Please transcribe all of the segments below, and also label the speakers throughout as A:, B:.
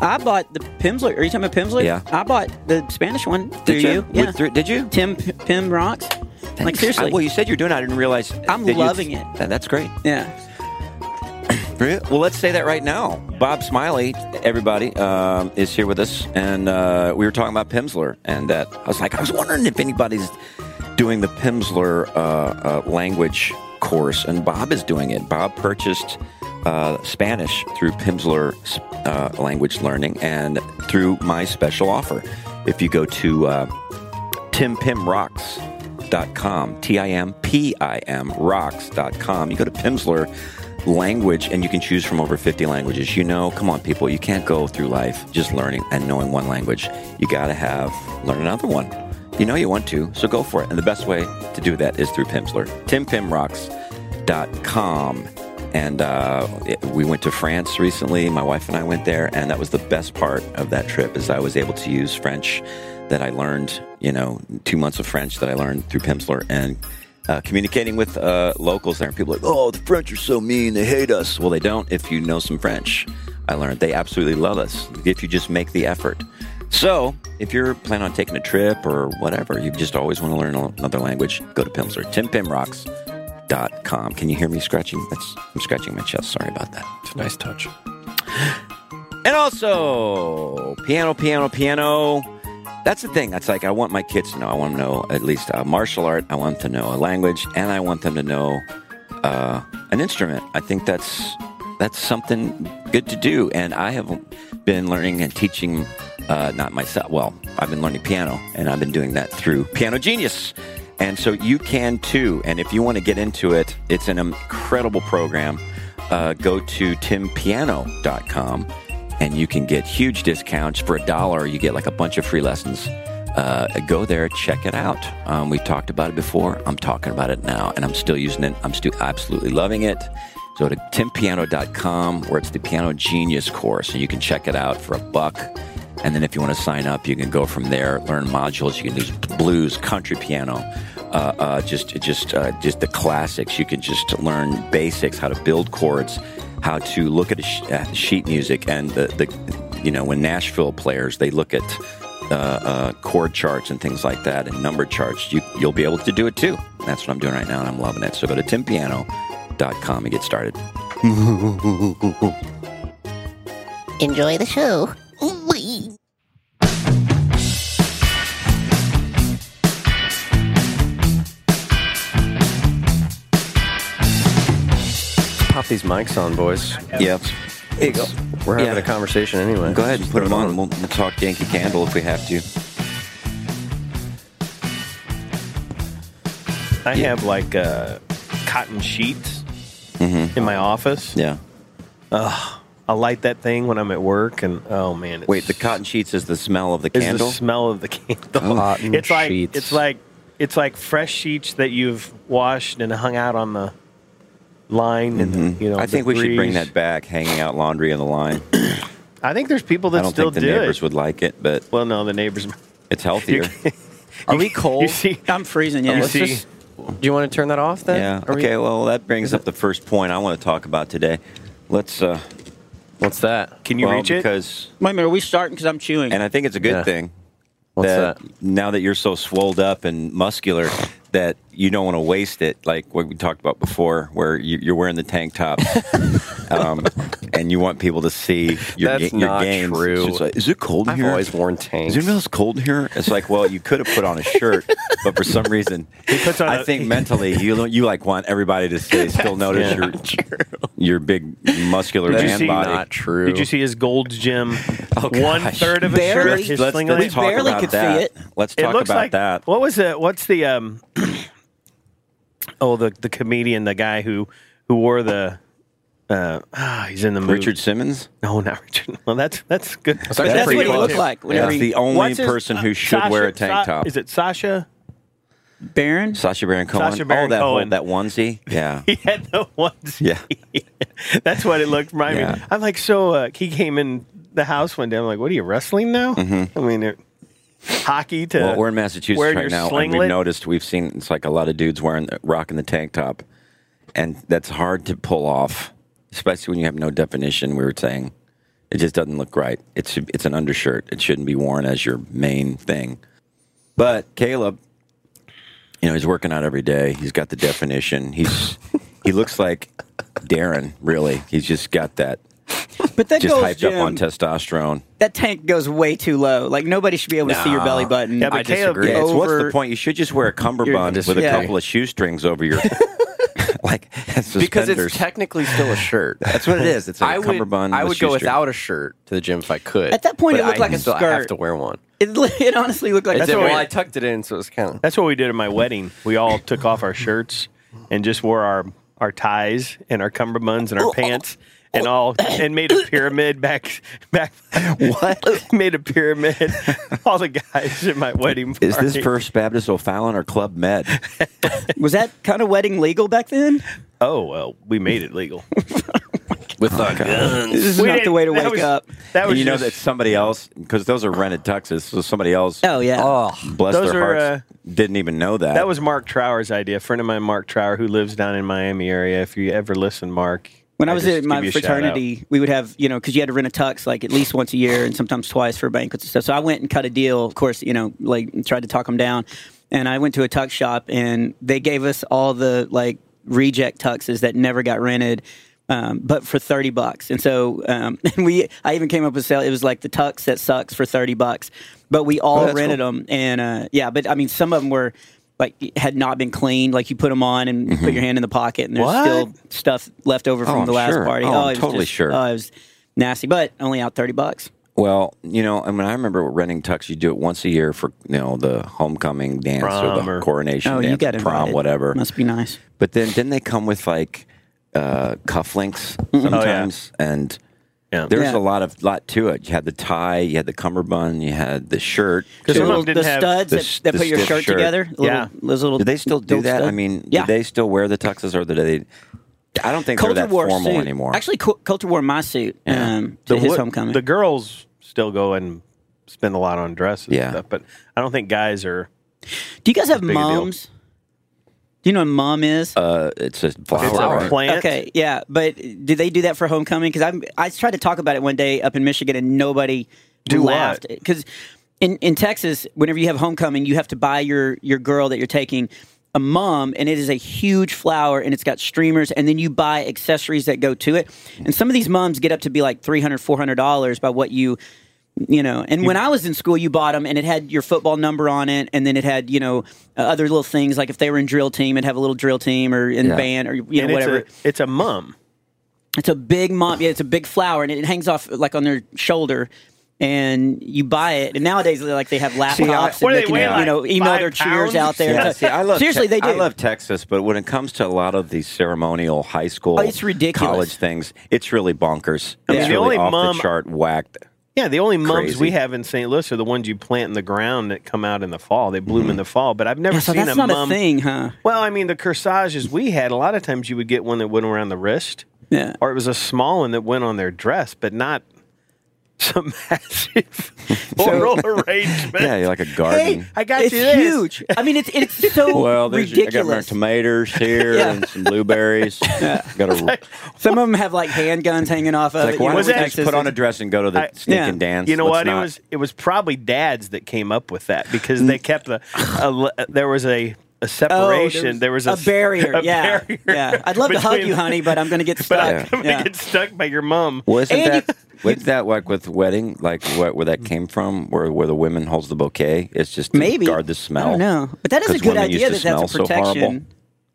A: I bought the Pimsley. Are you talking about Pimsley?
B: Yeah.
A: I bought the Spanish one through
B: Did you?
A: you.
B: With-
A: Yeah.
B: through- did you?
A: Tim P- Pim rocks. Like
B: Thanks.
A: seriously.
B: I- well, you said you're doing. it. I didn't realize.
A: I'm
B: that you-
A: loving it.
B: That- That's great.
A: yeah.
B: Really? Well, let's say that right now. Bob Smiley, everybody, um, is here with us, and uh, we were talking about Pimsler, and that I was like, I was wondering if anybody's doing the Pimsler uh, uh, language course, and Bob is doing it. Bob purchased uh, Spanish through Pimsler uh, language learning and through my special offer. If you go to uh, timpimrocks.com, T-I-M-P-I-M rocks.com. You go to Pimsler language and you can choose from over 50 languages. You know, come on people, you can't go through life just learning and knowing one language. You got to have learn another one. You know you want to, so go for it. And the best way to do that is through Pimsler. timpimrocks.com and uh, it- we went to France recently. My wife and I went there, and that was the best part of that trip is I was able to use French that I learned, you know, two months of French that I learned through Pimsler and uh, communicating with uh, locals there. And people are like, "Oh, the French are so mean; they hate us." Well, they don't if you know some French. I learned they absolutely love us if you just make the effort. So, if you're planning on taking a trip or whatever, you just always want to learn another language, go to Pimsler. TimPimRocks.com. Can you hear me scratching? That's I'm scratching my chest. Sorry about that.
C: It's a nice touch.
B: And also, piano, piano, piano. That's the thing. That's like, I want my kids to know. I want them to know at least a martial art. I want them to know a language. And I want them to know uh, an instrument. I think that's that's something good to do. And I have been learning and teaching, uh, not myself. Well, I've been learning piano, and I've been doing that through Piano Genius. And so you can too. And if you want to get into it, it's an incredible program. Uh, go to timpiano.com and you can get huge discounts for a dollar. You get like a bunch of free lessons. Uh, go there, check it out. Um, we talked about it before. I'm talking about it now, and I'm still using it. I'm still absolutely loving it. So to timpiano.com, where it's the Piano Genius course, and you can check it out for a buck. And then if you want to sign up, you can go from there, learn modules. You can do blues, country piano, uh, uh, just just uh, just the classics. You can just learn basics, how to build chords, how to look at a sh- uh, sheet music, and the, the you know when Nashville players they look at uh, uh, chord charts and things like that, and number charts. You you'll be able to do it too. That's what I'm doing right now, and I'm loving it. So go to timpiano.com and get started.
D: Enjoy the show.
C: Pop these mics on, boys.
B: Yep.
C: There you go. We're having
B: Yeah.
C: a conversation anyway.
B: Go ahead and
C: Just
B: put them on.
C: it
B: We'll, we'll talk Yankee Candle if we have to.
E: I have like uh, cotton sheets in my office.
B: Mm-hmm. Yeah.
E: I light that thing when I'm at work, and oh man, it's,
B: Wait, the cotton sheets is the smell of the
E: is
B: candle. Oh.
E: the smell of the candle.
C: Cotton
E: it's like
C: sheets.
E: it's like it's like fresh sheets that you've washed and hung out on the line, and you know.
B: Mm-hmm. I think we should bring
E: breeze.
B: that back, hanging out laundry on the line.
E: I think there's people
B: I
E: that
B: don't
E: still
B: think the
E: do
B: neighbors
E: it.
B: would like it, but
E: well, no, the neighbors.
B: it's healthier.
C: Are we cold?
E: You see,
A: I'm freezing. Yeah.
E: you
C: Let's
E: see-
C: just- do you want to turn that off then?
B: yeah.
C: Are we-
B: Okay. Well, that brings up the first point I want to talk about today. Let's. Uh,
C: What's that?
E: can you
B: well,
E: reach it?
B: Because,
A: Wait a minute. Are we starting? Because I'm chewing.
B: and I think it's a good
C: Yeah.
B: thing
C: What's
B: that,
C: that?
B: now that you're so swolled up and muscular that you don't want to waste it, like what we talked about before, where you, you're wearing the tank top, um, and you want people to see your,
C: That's
B: ga- your
C: not
B: gains.
C: true.
B: It's just like, is it cold in
C: I've
B: here?
C: always worn tanks.
B: Is it real cold in here? It's like, well, you could have put on a shirt, but for some reason,
E: He puts on
B: I
E: a-
B: think mentally, you you like want everybody to stay, still notice
E: yeah.
B: your your big muscular
E: Did you
B: man
E: see-
B: body.
C: Not true.
E: Did you see his gold gym?
B: Oh, gosh.
E: One third of his
A: Barely.
E: shirt. His
B: Let's,
E: sling light?
B: let's talk
A: barely
B: about
A: could see
B: that.
A: it.
B: Let's
E: it
B: talk
E: looks
B: about
E: like
B: that.
E: What was it? What's the um? oh, the the comedian, the guy who who wore the. Uh, ah, he's in the movie.
B: Richard Simmons.
E: No, not Richard. Well, that's that's good.
C: actually
A: That's
C: pretty
A: what he
C: close.
A: looked like. Whenever
B: That's
A: he,
B: the only
E: What's his-
B: person who
E: uh,
B: should
E: Sasha-
B: wear a tank
E: Sa-
B: top.
E: Is it Sasha?
A: Baron.
B: Sasha Baron Cohen?
E: Sacha Baron
B: oh, that whole-
E: Cohen.
B: that onesie. Yeah,
E: He had the ones.
B: yeah.
E: that's what it looked. Remind
B: Yeah.
E: me. I'm like, so uh, he came in the house one day. I'm like, what are you wrestling now? I mean, it, hockey to.
B: Mm-hmm. Well, we're in Massachusetts
E: wear
B: right
E: your
B: now, and we've
E: slinglet?
B: noticed we've seen it's like a lot of dudes wearing rocking the tank top, and that's hard to pull off, especially when you have no definition. We were saying It just doesn't look right. It's it's an undershirt. It shouldn't be worn as your main thing. But Caleb, you know, he's working out every day. He's got the definition. He's he looks like Darren. Really, he's just got that.
A: But that
B: just
A: goes,
B: hyped up on
A: Jim,
B: testosterone.
A: that tank goes way too low. Like nobody should be able to see your
B: Nah.
A: belly button.
E: Yeah, but
C: I
E: Caleb-
C: disagree.
B: Yeah, it's, what's the
A: over-
B: point? You should just wear a cummerbund
C: just-
B: with a
A: yeah.
B: couple of shoestrings over your like
C: because
B: suspenders.
C: it's technically still a shirt.
B: That's what it is. It's a
C: I would,
B: cummerbund.
C: I
B: with
C: would go
B: shoestring.
C: without a shirt to the gym if I could.
A: At that point,
C: but
A: it looked
C: I
A: like a
C: still have
A: skirt.
C: to wear one.
A: it, it honestly looked like
C: That's
A: that's
C: well,
E: what
C: I tucked it in, so it's kind of.
E: That's what we did at my wedding. We all took off our shirts and just wore our our ties and our cummerbunds
A: Oh.
E: and our pants and all and made a pyramid back back what made a pyramid all the guys at my wedding party.
B: Is this First Baptist O'Fallon or Club Med?
A: was that kind of wedding legal back then?
E: oh well we made it legal
C: With the guns.
A: This is
E: We
A: not the
E: didn't-
A: way to
E: that
A: wake
E: was-
A: up.
E: that
B: And
E: was
B: you know
E: just-
B: that somebody else, because those are rented tuxes, so somebody else,
A: Oh yeah.
B: bless
E: Those
B: their
E: are,
B: hearts, didn't even know that.
E: That was Mark Trower's idea. A friend of mine, Mark Trower, who lives down in Miami area. If you ever listen, Mark.
A: When I was
E: just
A: in
E: give you
A: my
E: a shout out.
A: fraternity, we would have, you know, because you had to rent a tux like at least once a year and sometimes twice for banquets and stuff. So I went and cut a deal, of course, you know, like tried to talk them down. And I went to a tux shop and they gave us all the like reject tuxes that never got rented. Um, but for thirty bucks, and so um, and we, I even came up with a sale. It was like the tux that sucks for thirty bucks, but we
E: Oh,
A: all rented them, and uh, yeah, but I mean, some of them were like had not been cleaned. Like you put them on and
E: Mm-hmm.
A: put your hand in the pocket, and there's
B: What?
A: still stuff left over from
B: Oh,
A: the
B: I'm
A: last
B: sure.
A: party.
B: Oh, I'm
A: it was
B: totally
A: just-
B: sure.
A: Oh, it was nasty, but only out thirty bucks.
B: well, you know, I mean, I remember renting tux. You do it once a year for you know the homecoming dance or
E: Prom
B: the
E: or-
B: coronation
A: Oh,
B: dance,
A: you got
B: or
A: invited.
B: prom, whatever.
A: Must be nice.
B: But then didn't they come with like uh, cufflinks sometimes? And
E: Yeah.
B: there was
A: Yeah.
B: a lot of lot to it. You had the tie, you had the cummerbund, you had the shirt.
A: The,
E: Some
B: too.
E: of
A: little,
E: them didn't
A: the
E: have
A: studs
B: the
A: that,
B: s-
A: that
B: the
A: put your
B: stiff
A: shirt,
B: shirt.
A: together. Little,
E: Yeah.
A: those little.
B: Do they still do
A: little
B: that?
A: stud-
B: I mean,
A: yeah.
B: do they still wear the tuxes, or do they? I don't think
A: Coulter
B: they're that
A: wore a
B: formal
A: suit.
B: anymore.
A: Actually, Cou- Coulter wore my suit um, to his
E: wo-
A: homecoming.
E: The girls still go and spend a lot on dresses
B: Yeah.
E: and stuff, but I don't think guys are.
A: do you guys have
E: big a deal.
A: moms? Do you know what mom is?
B: uh, it's a flower.
E: It's
C: Flower.
E: a plant.
A: Okay, yeah, but do they do that for homecoming? Because I'm I tried to talk about it one day up in Michigan, and nobody
E: Do what?
A: laughed because in in Texas, whenever you have homecoming, you have to buy your your girl that you're taking a mom, and it is a huge flower, and it's got streamers, and then you buy accessories that go to it, and some of these moms get up to be like 300 400 dollars by what you you know and when i was in school you bought them and it had your football number on it and then it had you know uh, other little things like if they were in drill team it'd have a little drill team or in band or you know
E: And it's
A: whatever
E: a, it's a mum.
A: it's a big mom. Yeah, it's a big flower, and it hangs off like on their shoulder. And you buy it, and nowadays like they have laptops.
E: what
A: and
E: do they
A: they can,
E: weigh, like,
A: you know, email
E: five
A: their cheers
E: pounds?
A: out there.
B: Yeah, see, I love
A: Seriously,
B: Te-
A: they do.
B: I love Texas, but when it comes to a lot of these ceremonial high school,
A: Oh, it's ridiculous.
B: college things, it's really bonkers.
E: mean,
B: It's
E: the
B: really
E: only
B: off
E: mom-
B: the chart, whacked.
E: Yeah, the only mums
B: Crazy.
E: we have in St. Louis are the ones you plant in the ground that come out in the fall. They bloom in the fall, but I've never
A: Mm-hmm. so
E: seen
A: that's
E: a
A: not
E: mum.
A: a thing, huh?
E: Well, I mean, the corsages we had, a lot of times you would get one that went around the wrist,
A: Yeah.
E: or it was a small one that went on their dress, but not some massive floral arrangement.
B: Yeah, you're like a garden.
E: Hey, I got
A: It's
E: you this.
A: huge. I mean, it's it's so
B: well, there's I got my
A: ridiculous.
B: tomatoes here
A: Yeah.
B: and some blueberries. Got a
A: Some of them have like handguns hanging off of
B: like,
A: it. you
B: why
A: know,
B: don't
A: in
B: we just
A: Texas.
B: put on a dress and go to the
E: I-
B: sneak
A: Yeah.
B: and dance?
E: You know
B: Let's
E: what?
B: not-
E: It was it was probably dads that came up with that because they kept the a, le- there was a, a
A: Oh,
E: separation. there, was,
A: a,
E: a,
A: barrier.
E: a
A: yeah,
E: barrier
A: yeah. I'd love to hug
E: between-
A: you, honey, but I'm gonna get
E: But
A: stuck.
E: I'm gonna
A: yeah.
E: get stuck by your mom.
B: Well, isn't
A: And
B: that wasn't that like with wedding, like what, where that came from, where where the women holds the bouquet? It's just to
A: maybe
B: guard the smell.
A: I don't know, but that is a
B: 'Cause
A: good
B: women
A: idea that
B: used to
A: that's a
B: smell so horrible.
A: protection.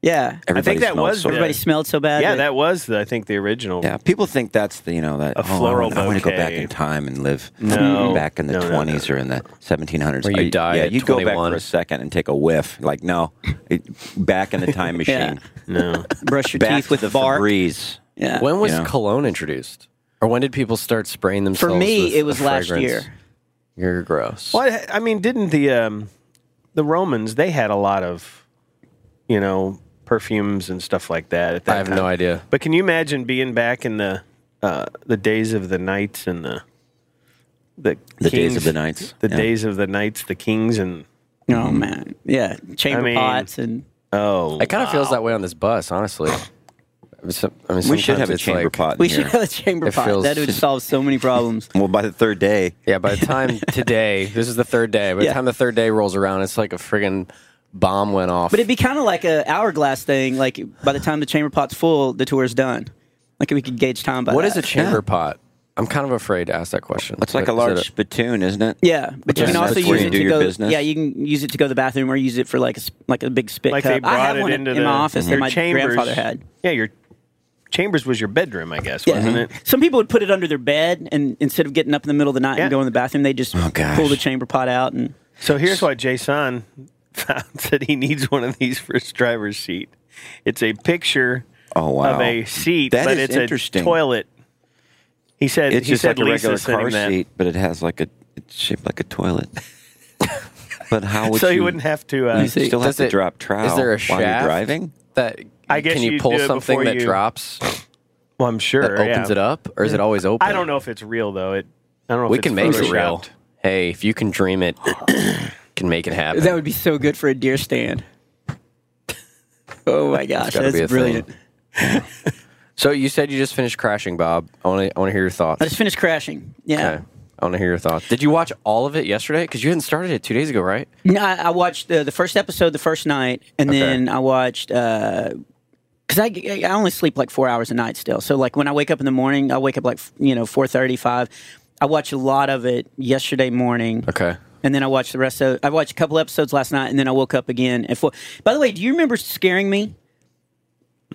A: yeah,
B: Everybody
E: think that
B: smells
E: was
B: so
E: the-
B: bad.
A: everybody smelled so bad.
E: Yeah, that was the, I think the original.
B: Yeah, people think that's the you know that oh,
E: floral
B: I want to go back
E: bouquet.
B: in time and live
E: No.
B: back in the
E: No, no, no.
B: twenties or in the seventeen hundreds.
C: Or you die
B: Yeah,
C: at
B: you go back for
C: 21.
B: a second and take a whiff. Like no, it, back in the time machine.
A: Yeah.
E: No.
A: brush your
B: Back
A: teeth with
B: to the
A: bark.
B: Febreze.
A: Yeah.
C: When was
B: Yeah.
C: cologne introduced? Or when did people start spraying
A: for
C: themselves? with
A: me, it
C: a
A: was last
C: fragrance?
A: year.
C: You're gross.
E: Well, I mean, didn't the um, the Romans they had a lot of, you know, perfumes and stuff like that. At that
C: I have
E: time.
C: no idea.
E: But can you imagine being back in the uh, the days of the knights and the the
B: The days
E: kings-
B: of the knights.
E: the
B: Yeah.
E: days of the knights, the kings, and
A: Oh man, yeah, chamber
E: I mean-
A: pots and
E: oh,
C: It kind of feels that way on this bus, honestly. some- I mean,
B: We should
C: sometimes
B: have a
C: it's
B: chamber
C: like-
B: pot. In
A: We
B: here.
A: should have a chamber
C: It
A: pot.
C: feels-
A: That would solve so many problems.
B: Well, by the third day,
C: Yeah, by the time today, this is the third day. By
A: Yeah.
C: the time the third day rolls around, it's like a friggin' bomb went off.
A: But it'd be kind of like a hourglass thing. Like by the time the chamber pot's full, the tour's done. Like we could gauge time by
C: what
A: that.
C: is a chamber pot? I'm kind of afraid to ask that question.
B: it's like a large spittoon, isn't it?
A: Yeah, but you
C: Yeah,
A: can also
C: that's where
A: use
C: you
A: it
B: do
A: to
B: your
A: go.
B: business.
A: Yeah, you can use it to go to the bathroom or use it for like a s- like a big spit
E: Like
A: cup.
E: they
A: uh, I
E: brought
A: have
E: it
A: one
E: into
A: in
E: the,
A: my office
E: their
A: that my
E: chambers.
A: grandfather had.
E: Yeah, your chambers was your bedroom, I guess,
A: Yeah.
E: wasn't it?
A: Some people would put it under their bed, and instead of getting up in the middle of the night
E: Yeah.
A: and going to the bathroom, they
C: Oh,
A: just
B: gosh.
A: pull the chamber pot out and.
E: So here's why Jason found that he needs one of these for his driver's seat. It's a picture
B: Oh, wow.
E: of a seat,
B: That
E: but
B: is
E: it's
B: interesting.
E: a toilet. He said
B: It's
E: he
B: just
E: said
B: like a
E: Lisa
B: regular
E: sent him
B: car
E: that.
B: seat, but it has like a it's shaped like a toilet. but how would
E: so
B: you?
E: you wouldn't have to. Uh,
B: you still have
C: does
B: to
C: it-
B: drop trowel.
C: is there a
B: while you're
C: shaft?
B: driving?
C: that.
E: I guess
C: can you,
E: you
C: pull
E: do it
C: something
E: before
C: that
E: you-
C: drops
E: well, I'm sure.
C: that opens
E: yeah.
C: it up, or is it always open?
E: I don't know if it's real though. It. I don't know.
C: We
E: if
C: can
E: it's
C: make it real.
E: photoshopped.
C: Hey, if you can dream it, can make it happen.
A: That would be so good for a deer stand. Oh my gosh,
C: gotta
A: that's
C: be a thing.
A: brilliant!
C: so you said you just finished crashing, Bob. I want to. I want to hear your thoughts.
A: I just finished crashing. Yeah.
C: Okay. I want to hear your thoughts. Did you watch all of it yesterday? Because you hadn't started it two days ago, right?
A: No, I, I watched the, the first episode the first night, and
C: Okay.
A: then I watched because I I only sleep like four hours a night still. So like when I wake up in the morning, I wake up like you know four thirty five. I watched a lot of it yesterday morning.
C: Okay.
A: And then I watched the rest of. I watched a couple episodes last night, and then I woke up again at four. By the way, do you remember scaring me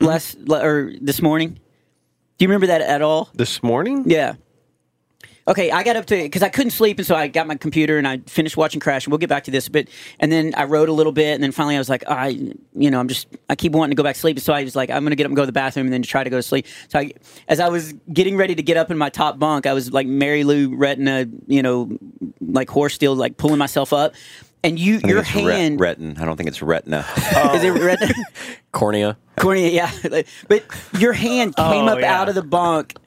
A: last le- or this morning? Do you remember that at all?
E: This morning.
A: Yeah. Okay, I got up to because I couldn't sleep, and so I got my computer and I finished watching Crash. And we'll get back to this, but and then I wrote a little bit, and then finally I was like, I, you know, I'm just I keep wanting to go back to sleep, so I was like, I'm gonna get up and go to the bathroom, and then try to go to sleep. So I, as I was getting ready to get up in my top bunk, I was like Mary Lou Retina, you know, like horse steel, like pulling myself up, and you,
B: I think
A: your
B: it's ret-
A: hand,
B: retin. I don't think it's retina.
A: is it retina?
C: Cornea.
A: Cornea, yeah. Like, But your hand came
E: Oh,
A: up
E: yeah.
A: out of the bunk.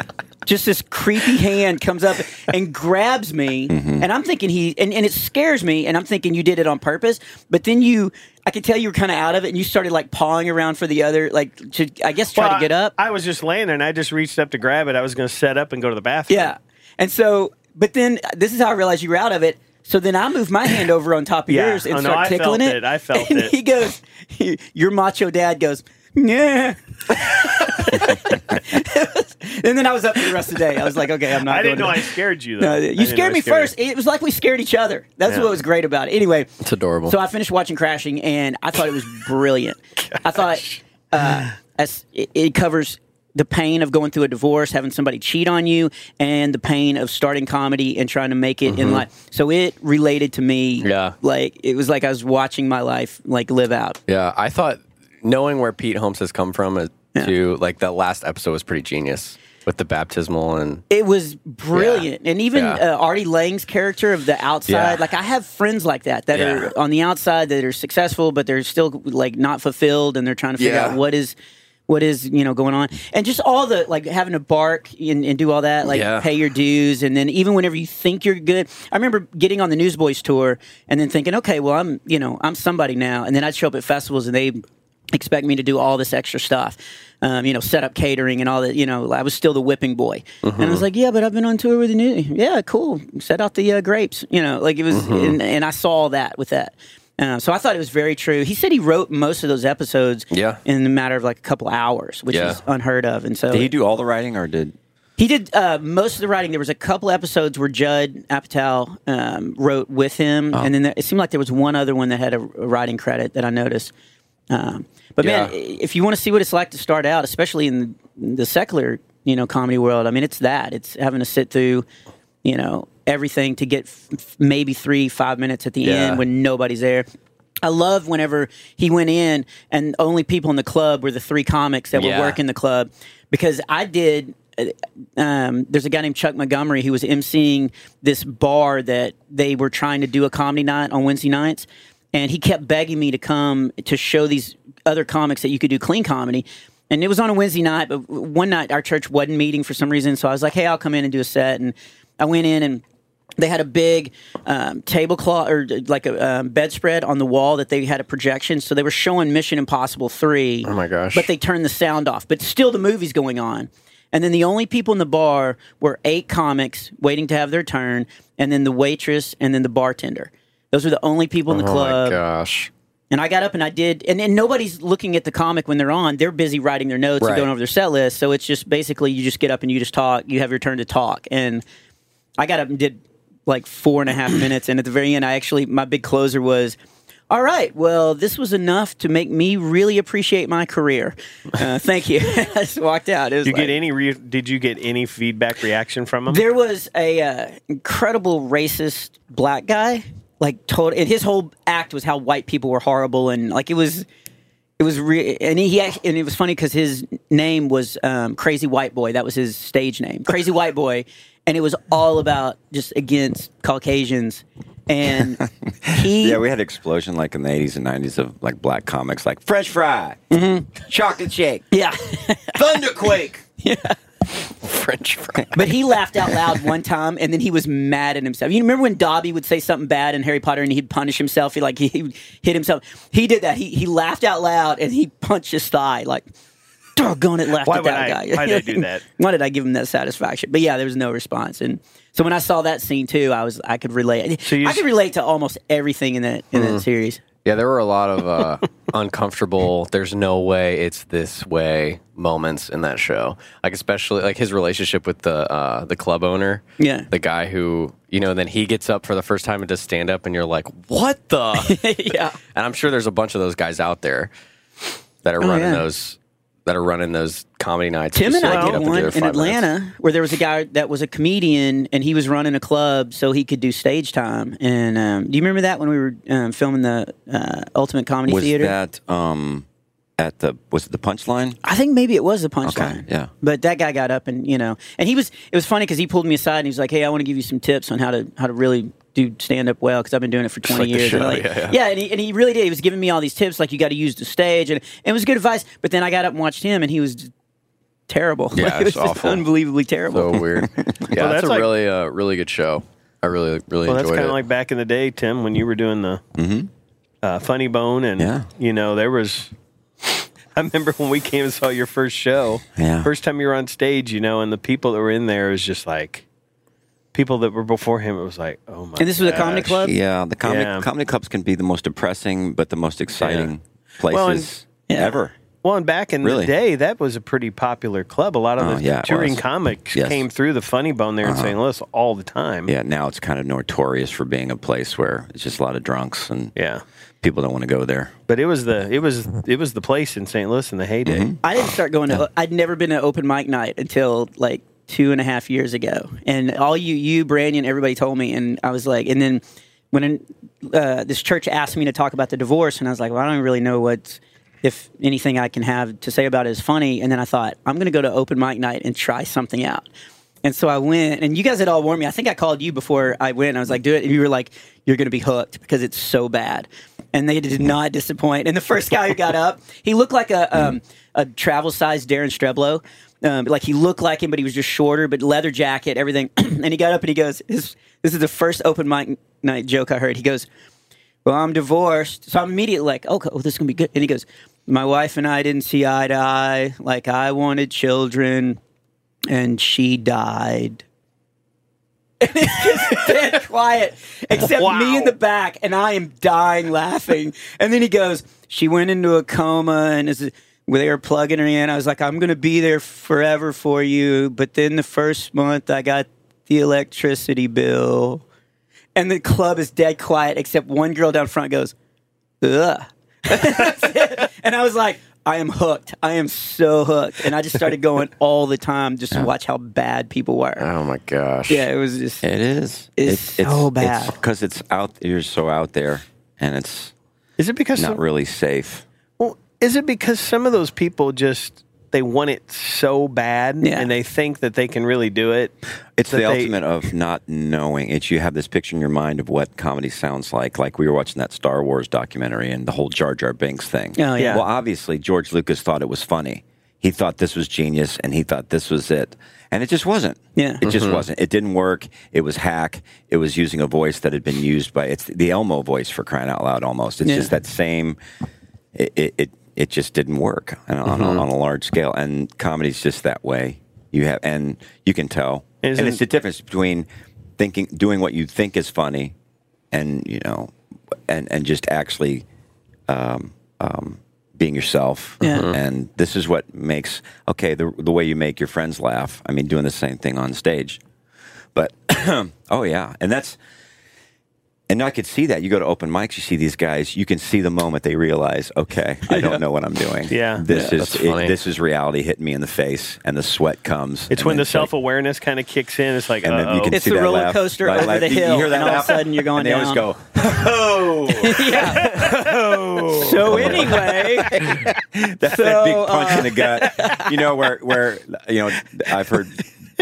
A: Just this creepy hand comes up and grabs me.
E: Mm-hmm.
A: And I'm thinking he, and, and it scares me. And I'm thinking you did it on purpose. But then you, I could tell you were kind of out of it and you started like pawing around for the other, like to, I guess, try
E: Well,
A: to get up.
E: I, I was just laying there, and I just reached up to grab it. I was going to set up and go to the bathroom.
A: yeah. And so, but then this is how I realized you were out of it. So then I moved my hand over on top of
E: Yeah.
A: yours and
E: Oh, no,
A: start
E: I felt
A: tickling it.
E: it. I felt
A: and
E: it.
A: He goes, he- your macho dad goes, yeah. and then I was up for the rest of the day. I was like, okay, I'm not.
E: I
A: going
E: didn't know
A: to-
E: I scared you
A: No,
E: though. I didn't know
A: you
E: I
A: scared me first. It was like we scared each other. That's
E: Yeah.
A: what was great about it. Anyway,
C: It's adorable.
A: so I finished watching Crashing, and I thought it was brilliant. I thought uh, as it, it covers the pain of going through a divorce, having somebody cheat on you, and the pain of starting comedy and trying to make it in life. So it related to me.
C: Yeah.
A: like it was like I was watching my life like live out.
C: Yeah, I thought knowing where Pete Holmes has come from uh,
A: Yeah.
C: to like that last episode was pretty genius with the baptismal and
A: It was brilliant, and even
C: Yeah.
A: uh, Artie Lang's character of the outside.
C: Yeah.
A: Like I have friends like that that
C: Yeah.
A: are on the outside that are successful, but they're still like not fulfilled, and they're trying to figure
C: Yeah.
A: out what is what is you know going on, and just all the like having to bark and, and do all that, like
C: Yeah.
A: pay your dues, and then even whenever you think you're good, I remember getting on the Newsboys tour and then thinking, okay, well I'm you know I'm somebody now, and then I'd show up at festivals and they expect me to do all this extra stuff. Um, you know, set up catering and all that. You know, I was still the whipping boy, and I was like, "Yeah, but I've been on tour with the new. Yeah, cool. Set out the uh, grapes. You know, like it was, and, and I saw that with that. Uh, so I thought it was very true. He said he wrote most of those episodes,
C: Yeah.
A: in a matter of like a couple hours, which
C: Yeah.
A: is unheard of. And so
B: did he do all the writing, or did?
A: he did uh, most of the writing. There was a couple episodes where Judd Apatow um, wrote with him,
C: Oh.
A: and then there, it seemed like there was one other one that had a, a writing credit that I noticed. Um, but man,
C: Yeah.
A: if you want to see what it's like to start out, especially in the secular you know comedy world, I mean, it's that it's having to sit through you know everything to get f- f- maybe three five minutes at the
C: Yeah.
A: end when nobody's there. I love whenever he went in and only people in the club were the three comics that
C: Yeah.
A: were working the club because I did. uh, Um, there's a guy named Chuck Montgomery who was emceeing this bar that they were trying to do a comedy night on Wednesday nights, and he kept begging me to come to show these other comics that you could do clean comedy. And it was on a Wednesday night, but one night our church wasn't meeting for some reason, so I was like, "Hey, I'll come in and do a set." And I went in and they had a big um, tablecloth or uh, like a um, bedspread on the wall that they had a projection. So they were showing Mission Impossible 3. Oh
C: my gosh.
A: But they turned the sound off. But still, the movie's going on. And then the only people in the bar were eight comics waiting to have their turn, and then the waitress, and then the bartender. Those were the only people in the
C: Oh my
A: club.
C: gosh.
A: And I got up and I did, and, and nobody's looking at the comic when they're on. They're busy writing their notes
C: Right.
A: and going over their set list. So it's just basically you just get up and you just talk. You have your turn to talk. And I got up and did like four and a half minutes. And at the very end, I actually, my big closer was, all right, well, this was enough to make me really appreciate my career. Uh, thank you. I just walked out. It was
E: You
A: like-
E: get any? Re- did you get any feedback reaction from him?
A: there was a uh, incredible racist black guy, like total, and his whole act was how white people were horrible, and like it was, it was re- and he act- and it was funny because his name was um, Crazy White Boy. That was his stage name, Crazy White Boy, and it was all about just against Caucasians, and he
B: Yeah, we had explosion like in the 80s and 90s of like black comics like French fry, Mm-hmm. chocolate shake,
A: yeah.
B: thunderquake.
C: French fry.
A: But he laughed out loud one time, and then he was mad at himself. You remember when Dobby would say something bad in Harry Potter, and he'd punish himself? He like he, he would hit himself. He did that. He he laughed out loud, and he punched his thigh. Like, doggone it, laughed
E: Why
A: at
E: would
A: that
E: I-
A: guy.
E: why did I do that?
A: why did I give him that satisfaction? But yeah, there was no response. And so when I saw that scene too, I was I could relate.
E: So Mm. you
A: I
E: s-
A: could relate to almost everything in that in that series.
C: Yeah, there were a lot of uh, uncomfortable. There's no way it's this way moments in that show. Like especially like his relationship with the uh, the club owner.
A: Yeah.
C: the guy who you know. Then he gets up for the first time and does stand up, and you're like, "What the?"
A: yeah.
C: and I'm sure there's a bunch of those guys out there that are running
A: Oh, yeah.
C: those that are running those comedy nights.
A: Tim
C: just
A: and
C: so they
A: I
C: can get
A: did
C: up and do
A: one
C: their
A: in
C: five minutes.
A: Atlanta where there was a guy that was a comedian and he was running a club so he could do stage time. And um, do you remember that when we were um, filming the uh, Ultimate Comedy
B: Was
A: Theater?
B: that um at the was it the punchline?
A: I think maybe it was the punchline.
B: yeah.
A: But that guy got up and you know, and he was. It was funny because he pulled me aside and he was like, "Hey, I want to give you some tips on how to how to really." Do stand up well because I've been doing it for twenty
C: like the
A: years. And
C: show,
A: like-
C: yeah, yeah.
A: and, he, and he really did. He was giving me all these tips, like you got to use the stage, and, and it was good advice. But then I got up and watched him, and he was just terrible.
C: Yeah,
A: Like, it was
C: it's
A: just
C: awful.
A: unbelievably terrible.
C: So weird. Yeah,
E: that's
C: that's a
E: like-
C: really uh, really good show. I really really
E: well, that's
C: enjoyed
E: kind
C: it. Mm-hmm.
E: of like back in the day, Tim, when you were doing the uh, Funny Bone, and
B: Yeah.
E: you know there was. I remember when we came and saw your first show.
B: Yeah.
E: First time you were on stage, you know, and the people that were in there was just like people that were before him. It was like, oh my.
A: And this was a comedy
E: gosh.
A: club?
B: Yeah, the comedy
E: Yeah.
B: comedy clubs can be the most depressing but the most exciting
E: Well, and-
B: places
A: Yeah.
B: ever.
E: Well, and back in
B: Really?
E: the day, that was a pretty popular club. A lot of
B: Oh,
E: the
B: yeah, it
E: touring
B: was.
E: comics
B: Yes. Uh-huh.
E: came through the Funny Bone there in St. Louis all the time.
B: Yeah, now it's kind of notorious for being a place where it's just a lot of drunks and
E: Yeah.
B: people don't want to go there.
E: But it was the it was it was the place in St. Louis in the heyday.
B: Mm-hmm.
A: I didn't start going to. I'd never been to open mic night until like two and a half years ago, and all you, you, Brandon, everybody told me, and I was like, and then when uh, this church asked me to talk about the divorce, and I was like, well, I don't really know what's if anything I can have to say about it is funny, and then I thought I'm going to go to open mic night and try something out. And so I went, and you guys had all warned me. I think I called you before I went. I was like, "Do it," and you were like, "You're going to be hooked because it's so bad." And they did not disappoint. And the first guy who got up, he looked like a um, a travel sized Darren Streblo. Um, like he looked like him, but he was just shorter, but leather jacket, everything. and he got up and he goes, "This this is the first open mic night joke I heard." He goes, well, I'm divorced. So I'm immediately like, okay, well, this is going to be good. And he goes, my wife and I didn't see eye to eye. Like, I wanted children and she died. And it's just dead quiet, except me in the back, and I am dying laughing. And then he goes, she went into a coma and is. Well, they were plugging her in. I was like, I'm going to be there forever for you. But then the first month, I got the electricity bill and the club is dead quiet except one girl down front goes, ugh. and I was like, I am hooked. I am so hooked. And I just started going all the time just to watch how bad people were.
C: oh my gosh.
A: Yeah, it was just.
B: It is.
A: It's so bad.
B: because it's out. You're so out there, and it's
E: Is it because
B: not
E: some,
B: really safe.
E: well, is it because some of those people just they want it so bad
A: Yeah.
E: and they think that they can really do it?
B: It's the
E: that they-
B: ultimate of not knowing. It's you have this picture in your mind of what comedy sounds like. Like we were watching that Star Wars documentary and the whole Jar Jar Binks thing.
A: Oh, yeah.
B: Well, obviously George Lucas thought it was funny. he thought this was genius and he thought this was it. And it just wasn't.
A: Yeah. Mm-hmm.
B: It just wasn't. It didn't work. It was hack. It was using a voice that had been used by it's the Elmo voice for crying out loud almost. It's
A: Yeah.
B: just that same it it it, it just didn't work on, on, on a large scale and comedy's just that way. You have and you can tell.
E: Isn't-
B: and it's the difference between thinking doing what you think is funny and you know and and just actually um, um, being yourself.
A: Yeah. Mhm.
B: And this is what makes okay the the way you make your friends laugh. I mean, doing the same thing on stage, but oh yeah, and that's and I could see that. You go to open mics, you see these guys. You can see the moment they realize, okay, I don't know what I'm doing.
E: Yeah.
B: this
C: Yeah,
B: is
C: that's funny.
B: it, this is reality hitting me in the face, and the sweat comes.
E: It's
B: and
E: when the
B: like-
E: self awareness kind of kicks in. It's like,
B: and then you
E: uh-oh.
B: can
A: It's
B: see
A: the
B: that
A: roller
B: laugh.
A: coaster
B: Like,
A: over
B: like,
A: the
B: you
A: hill,
B: hear that
A: and all of a
B: laugh?
A: sudden you're going
B: and they always
A: down.
B: go, "Oh."
A: yeah. so anyway,
B: That's
A: So, uh,
B: that big punch in the gut. You know where where you know I've heard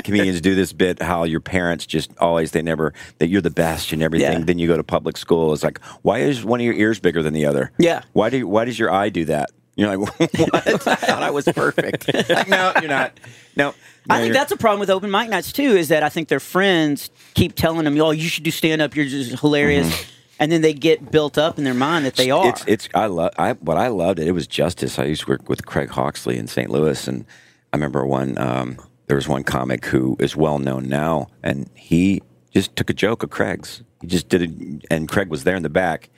B: comedians do this bit how your parents just always they never that you're the best and everything.
A: Yeah.
B: Then you go to public school. It's like why is one of your ears bigger than the other?
A: Yeah.
B: Why do you, why does your eye do that? You're like what? I thought I was perfect. Like, no, you're not. No. no,
A: I think
B: you're-
A: that's a problem with open mic nights too. Is that I think their friends keep telling them, "Oh, you should do stand up. You're just hilarious," and then they get built up in their mind that they are.
B: Mm-hmm. It's it's I love I what I loved it. It was justice. I used to work with Craig Hawksley in St. Louis, and I remember one. Um, there was one comic who is well known now, and he just took a joke of Craig's. He just did it, and Craig was there in the back.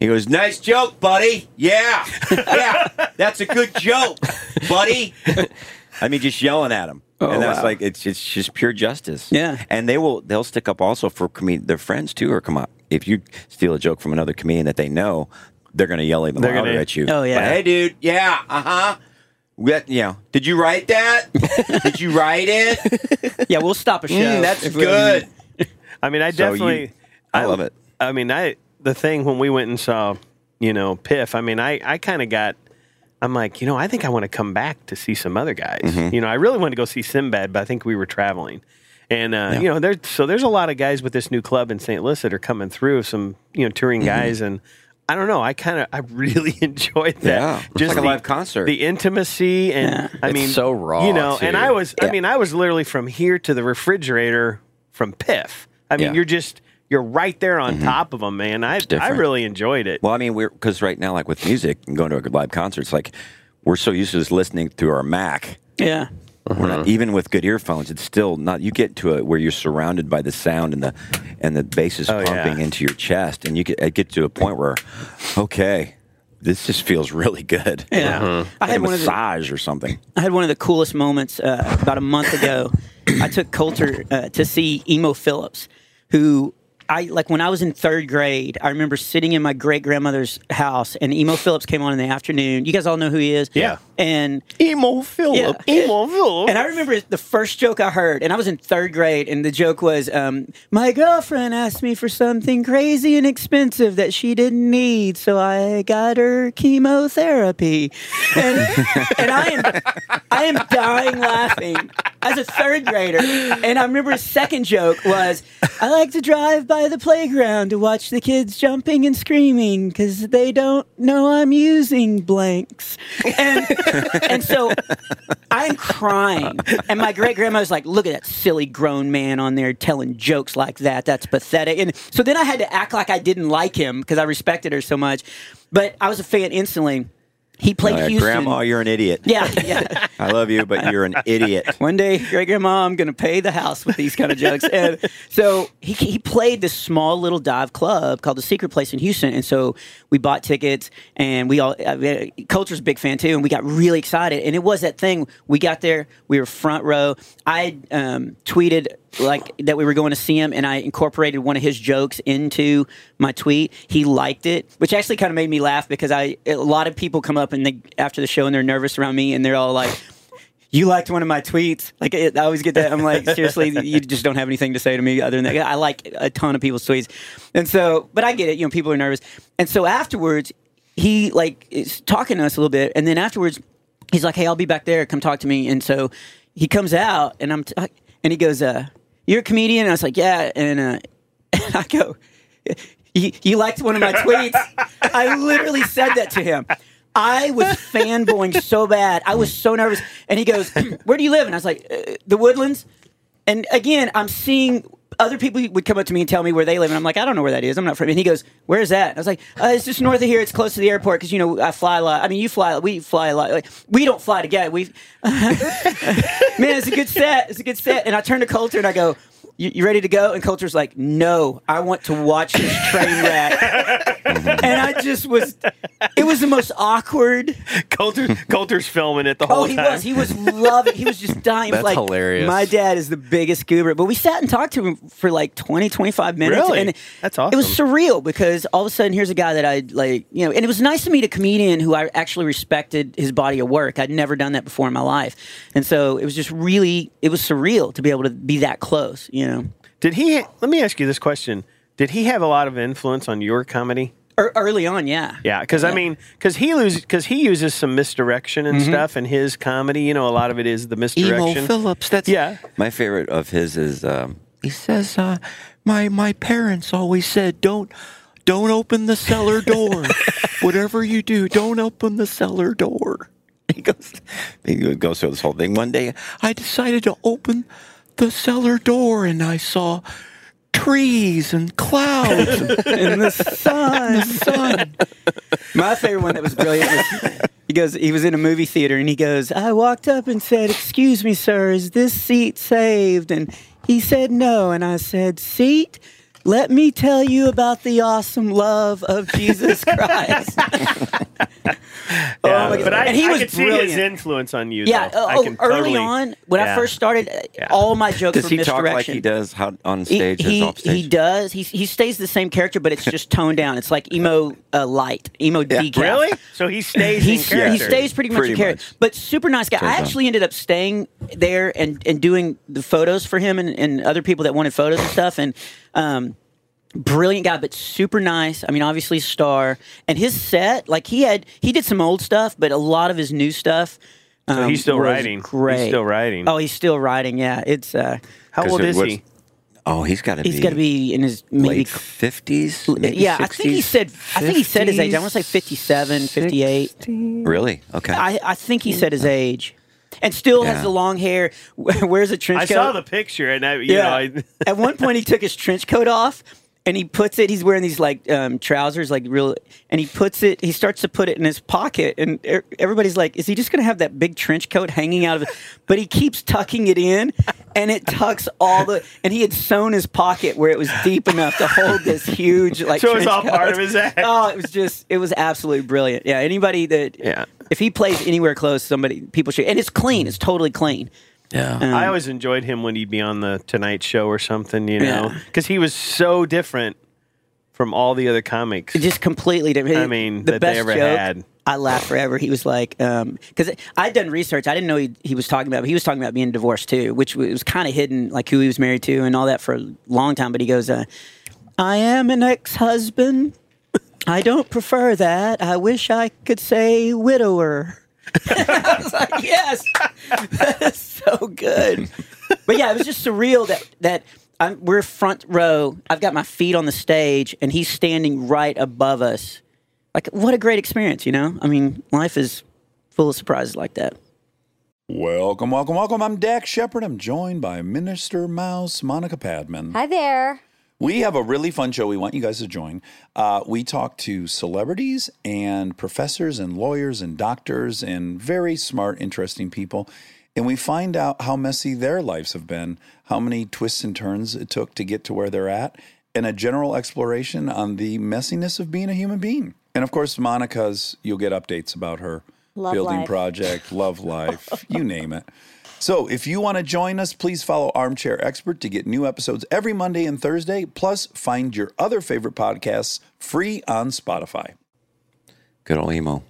B: He goes, "Nice joke, buddy. Yeah, yeah, that's a good joke, buddy." I mean, just yelling at him, and that's like it's it's just pure justice.
A: Yeah.
B: and they will they'll stick up also for comed their friends too, or come up if you steal a joke from another comedian that they know, they're gonna yell even
E: They're
B: louder
E: gonna-
B: at you.
A: Oh, yeah.
B: Like, hey dude, yeah, uh huh. That, you know, did you write that? did you write it?
A: yeah, we'll stop a show.
B: Mm, that's
A: if um, we-
B: good.
E: I mean, I
B: So you-
E: definitely.
B: I love it.
E: I mean, I the thing when we went and saw, you know, Piff. I mean, I I kind of got. I'm like, you know, I think I want to come back to see some other guys.
B: Mm-hmm.
E: You know, I really wanted to go see Sinbad, but I think we were traveling, and uh, you know, there's so there's a lot of guys with this new club in St. Louis that are coming through. Some you know touring
B: Mm-hmm.
E: guys, and I don't know. I kind of I really enjoyed that.
B: Yeah. It's like a live concert.
E: The intimacy and I
C: It's
E: mean,
C: so raw,
E: You know, and
C: too.
E: I was I mean, I was literally from here to the refrigerator from Piff. I mean,
B: Yeah.
E: you're just you're right there on top of them, man. I I
B: different.
E: really enjoyed it.
B: Well, I mean, we're because right now, like with music and going to a live concert, it's like we're so used to just listening through our Mac.
A: Yeah.
B: We're
A: Uh-huh.
B: not, even with good earphones, it's still not. You get to a where you're surrounded by the sound and the and the bass is
E: Oh, yeah.
B: pumping into your chest, and you get it get to a point where, okay, this just feels really good.
A: Yeah. I
B: Like
A: had
B: a
A: one of the
B: massage or something.
A: I had one of the coolest moments uh, about a month ago. I took Coulter uh, to see Emo Phillips, who I like when I was in third grade. I remember sitting in my great grandmother's house, and Emo Phillips came on in the afternoon. You guys all know who he is,
E: Yeah.
A: And
E: Emo Philip,
A: Yeah.
E: Emo Philip.
A: and I remember the first joke I heard, and I was in third grade, and the joke was, um, "My girlfriend asked me for something crazy and expensive that she didn't need, so I got her chemotherapy." And, and I am, I am dying laughing as a third grader. And I remember his second joke was, "I like to drive by the playground to watch the kids jumping and screaming because they don't know I'm using blanks." And and so I'm crying. And my great grandma's like, look at that silly grown man on there telling jokes like that. That's pathetic. And so then I had to act like I didn't like him because I respected her so much. But I was a fan instantly. He played
B: Uh,
A: Houston.
B: Grandma, you're an idiot.
A: yeah, yeah.
B: I love you, but you're an idiot.
A: One day, great grandma, I'm going to pay the house with these kind of jokes. And so he, he played this small little dive club called The Secret Place in Houston. And so we bought tickets and we all, I mean, Culture's a big fan too. And we got really excited. And it was that thing. We got there, we were front row. I um, tweeted like that we were going to see him and I incorporated one of his jokes into my tweet. He liked it, which actually kind of made me laugh because I, a lot of people come up and they, after the show and they're nervous around me and they're all like, you liked one of my tweets. Like it, I always get that. I'm like, seriously, you just don't have anything to say to me other than that. I like a ton of people's tweets, and so, but I get it. You know, people are nervous, and so afterwards, he like is talking to us a little bit, and then afterwards, he's like, "Hey, I'll be back there. Come talk to me." And so he comes out, and I'm, t- and he goes, uh, "You're a comedian." And I was like, "Yeah," and, uh, and I go, you, you liked one of my tweets. I literally said that to him. I was fanboying so bad. I was so nervous. And he goes, "Where do you live?" And I was like, uh, "The Woodlands." And again, I'm seeing other people would come up to me and tell me where they live, and I'm like, "I don't know where that is. I'm not from." And he goes, "Where is that?" And I was like, uh, "It's just north of here. It's close to the airport because you know I fly a lot. I mean, you fly. We fly a lot. Like, we don't fly together. We, man, it's a good set. It's a good set." And I turn to Coulter and I go. You, you ready to go? And Coulter's like, no, I want to watch this train wreck. and I just was, it was the most awkward.
E: Coulter, Coulter's filming it the whole
A: Oh, he
E: time.
A: was. He was loving. He was just dying. He was
C: That's
A: like,
C: hilarious.
A: My dad is the biggest goober. But we sat and talked to him for like 20, 25 minutes.
E: Really?
A: And
E: That's
A: It was
E: awesome.
A: surreal because all of a sudden here's a guy that I like, you know, and it was nice to meet a comedian who I actually respected his body of work. I'd never done that before in my life. And so it was just really, it was surreal to be able to be that close, you know.
E: Did he? Let me ask you this question: Did he have a lot of influence on your comedy?
A: Ear Er, early on, yeah.
E: Yeah, because I mean, because he loses, because he uses some misdirection and stuff in his comedy. You know, a lot of it is the
B: Emo
E: misdirection.
B: Phillips. That's
E: Yeah.
B: My favorite of his is um, he says, uh, "My my parents always said don't." Don't open the cellar door. Whatever you do, don't open the cellar door. He goes, he goes through this whole thing. One day, I decided to open the cellar door, and I saw trees and clouds.
A: in the sun. My favorite one that was brilliant was he goes, he was in a movie theater and he goes, I walked up and said, Excuse me, sir, is this seat saved? And he said, No. And I said, Seat, let me tell you about the awesome love of Jesus Christ.
E: Yeah,
A: my God.
E: but I,
A: And Oh, he
E: I
A: was
E: could see his
A: brilliant.
E: influence on you.
A: yeah.
E: though.
A: Oh,
E: I can
A: early
E: totally-
A: on, when I
E: Yeah.
A: first started, uh,
E: Yeah.
A: all my jokes
B: does
A: were
B: he talk
A: misdirection.
B: like he does how, on
A: He-
B: stage?
A: He,
B: as off stage?
A: he does. He, he stays the same character, but it's just toned down. It's like emo uh, light, emo decaf.
E: really? So he stays.
A: He,
E: in character.
A: he stays pretty much
B: Pretty
A: in character,
B: much.
A: but super nice guy. I
B: Turns out.
A: actually ended up staying there and, and doing the photos for him and, and other people that wanted photos and stuff. And um, brilliant guy, but super nice. I mean, obviously a star. And his set, like he had, he did some old stuff, but a lot of his new stuff. um,
E: he's still
A: was
E: writing. He's
A: Great.
E: still writing.
A: Oh, he's still writing. Yeah, it's uh,
E: How
B: 'Cause
E: old
B: it
E: is
B: was-
E: he?
B: Oh, he's got to be.
A: he's got to be in his maybe
B: late fifties.
A: yeah, I think he said. I think he said his age. I want to say 57, 58.
B: Really? Okay.
A: I, I think he said his age, and still
B: Yeah.
A: has the long hair. Wears a trench
E: I
A: coat.
E: saw the picture, and I, you know,
A: yeah.
E: I,
A: At one point, he took his trench coat off, and he puts it. He's wearing these like um, trousers, like real, and he puts it. He starts to put it in his pocket, and er- everybody's like, "Is he just going to have that big trench coat hanging out of it?" But he keeps tucking it in, and it tucks all the. And he had sewn his pocket where it was deep enough to hold this huge like.
E: So it was
A: trench
E: all part
A: coat.
E: of his act.
A: Oh, it was just. It was absolutely brilliant. Yeah. Anybody that.
E: Yeah.
A: If he plays anywhere close, somebody people should. And it's clean. It's totally clean.
B: yeah.
A: Um,
E: I always enjoyed him when he'd be on the Tonight Show or something, you know,
A: Yeah.
E: because he was so different from all the other comics.
A: just completely different.
E: I mean,
A: the
E: that they
A: best
E: ever
A: joke,
E: had.
A: I laughed forever. He was like, because I'd done research. I didn't know he, he was talking about, but he was talking about being divorced too, which was kind of hidden, like who he was married to and all that for a long time. But he goes, uh, I am an ex husband. I don't prefer that. I wish I could say widower. I was like, yes, that is so good. But yeah, it was just surreal that that I'm, we're front row. I've got my feet on the stage, and he's standing right above us. Like, what a great experience, you know? I mean, life is full of surprises like that.
F: Welcome, welcome, welcome. I'm Dak Shepard. I'm joined by Minister Mouse Monica Padman.
G: Hi there.
F: We have a really fun show we want you guys to join. Uh, we talk to celebrities and professors and lawyers and doctors and very smart, interesting people. And we find out how messy their lives have been, how many twists and turns it took to get to where they're at, and a general exploration on the messiness of being a human being. And of course, Monica's, you'll get updates about her
G: Love
F: building
G: life.
F: project, love life, you name it. So, if you want to join us, please follow Armchair Expert to get new episodes every Monday and Thursday. Plus, find your other favorite podcasts free on Spotify.
B: Good old emo.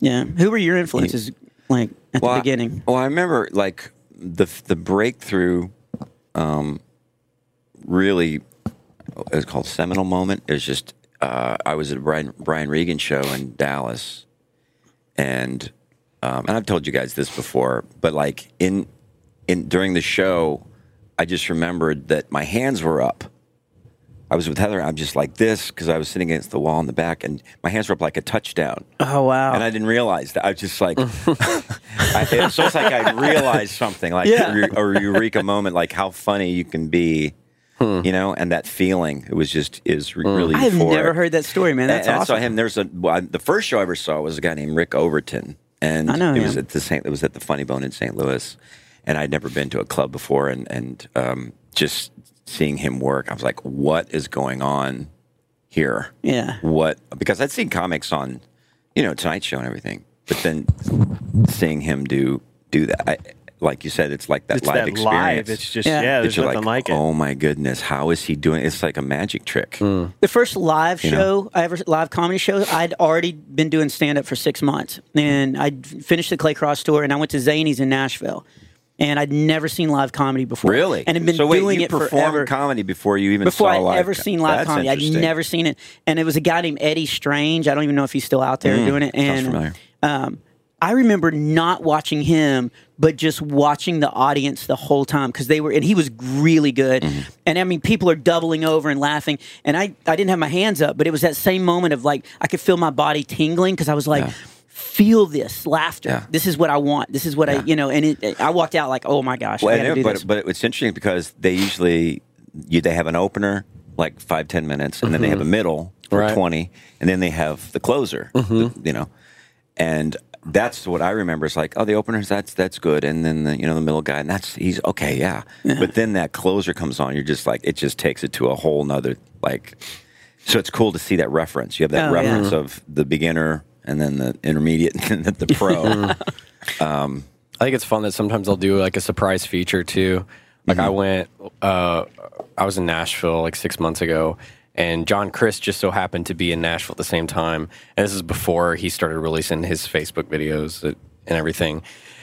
A: Yeah. Who were your influences like at
B: Well,
A: the beginning?
B: I, well, I remember like the the breakthrough, um, really, it was called seminal moment. It was just uh, I was at a Brian Brian Regan show in Dallas, and um, and I've told you guys this before, but like in in during the show, I just remembered that my hands were up. I I was with Heather. I'm just like this because I was sitting against the wall in the back, and my hands were up like a touchdown.
A: Oh wow!
B: And I didn't realize that. I was just like, I, it was almost like I realized something, like
A: Yeah.
B: a, eu- a eureka moment, like how funny you can be,
A: Hmm.
B: you know, and that feeling. It was just is re- really.
A: I have
B: euphoric.
A: Hmm. never heard that story, man. That's
B: and I
A: awesome.
B: saw him. There's a well, I- the first show I ever saw was a guy named Rick Overton, and
A: I know
B: it was
A: him.
B: at the Saint. It was at the Funny Bone in St. Louis, and I'd never been to a club before, and and um, just seeing him work, I was like, what is going on here?
A: Yeah.
B: What? Because I'd seen comics on, you know, Tonight Show and everything, but then seeing him do do that, I, like you said, it's like that
E: It's
B: live
E: that
B: experience.
E: live. It's just
A: Yeah.
E: yeah.
B: that
E: there's
B: you're
E: nothing like, it.
B: oh my goodness, how is he doing? It's like a magic trick.
A: The first live
B: know?
A: show I ever live comedy show I'd already been doing stand up for six months, and I finished the Clay Cross tour, and I went to Zany's in Nashville, and I'd never seen live comedy before,
B: Really?
A: and had been
B: so wait,
A: doing
B: you
A: it
B: performed
A: forever.
B: comedy before you even
A: before
B: saw
A: I'd
B: live
A: ever
B: co-
A: seen live
B: That's
A: comedy. I'd
B: interesting.
A: never seen it. And it was a guy named Eddie Strange. I don't even know if he's still out there doing it. And
B: Mm, familiar.
A: um I remember not watching him, but just watching the audience the whole time because they were, and he was really good.
B: Mm-hmm.
A: And I mean, people are doubling over and laughing. And I, I didn't have my hands up, but it was that same moment of like, I could feel my body tingling because I was like, feel this laughter.
B: Yeah.
A: This is what I want. This is what I, you know, and it, I walked out like, oh my gosh,
B: Well,
A: I gotta
B: I know,
A: do
B: but
A: this.
B: but it's interesting because they usually you, they have an opener like five ten minutes, and then they have a middle for
C: Right.
B: twenty, and then they have the closer. you know, and that's what I remember. It's like oh, the openers that's that's good, and then the, you know the middle guy, and that's he's okay, yeah. But then that closer comes on, you're just like it just takes it to a whole nother like. So it's cool to see that reference. You have that
A: Oh, yeah.
B: reference of the beginner and then the intermediate and then the pro.
C: I think it's fun that sometimes I'll do like a surprise feature too. Like I went, uh, I was in Nashville like six months ago, and John Chris just so happened to be in Nashville at the same time. And this is before he started releasing his Facebook videos and everything.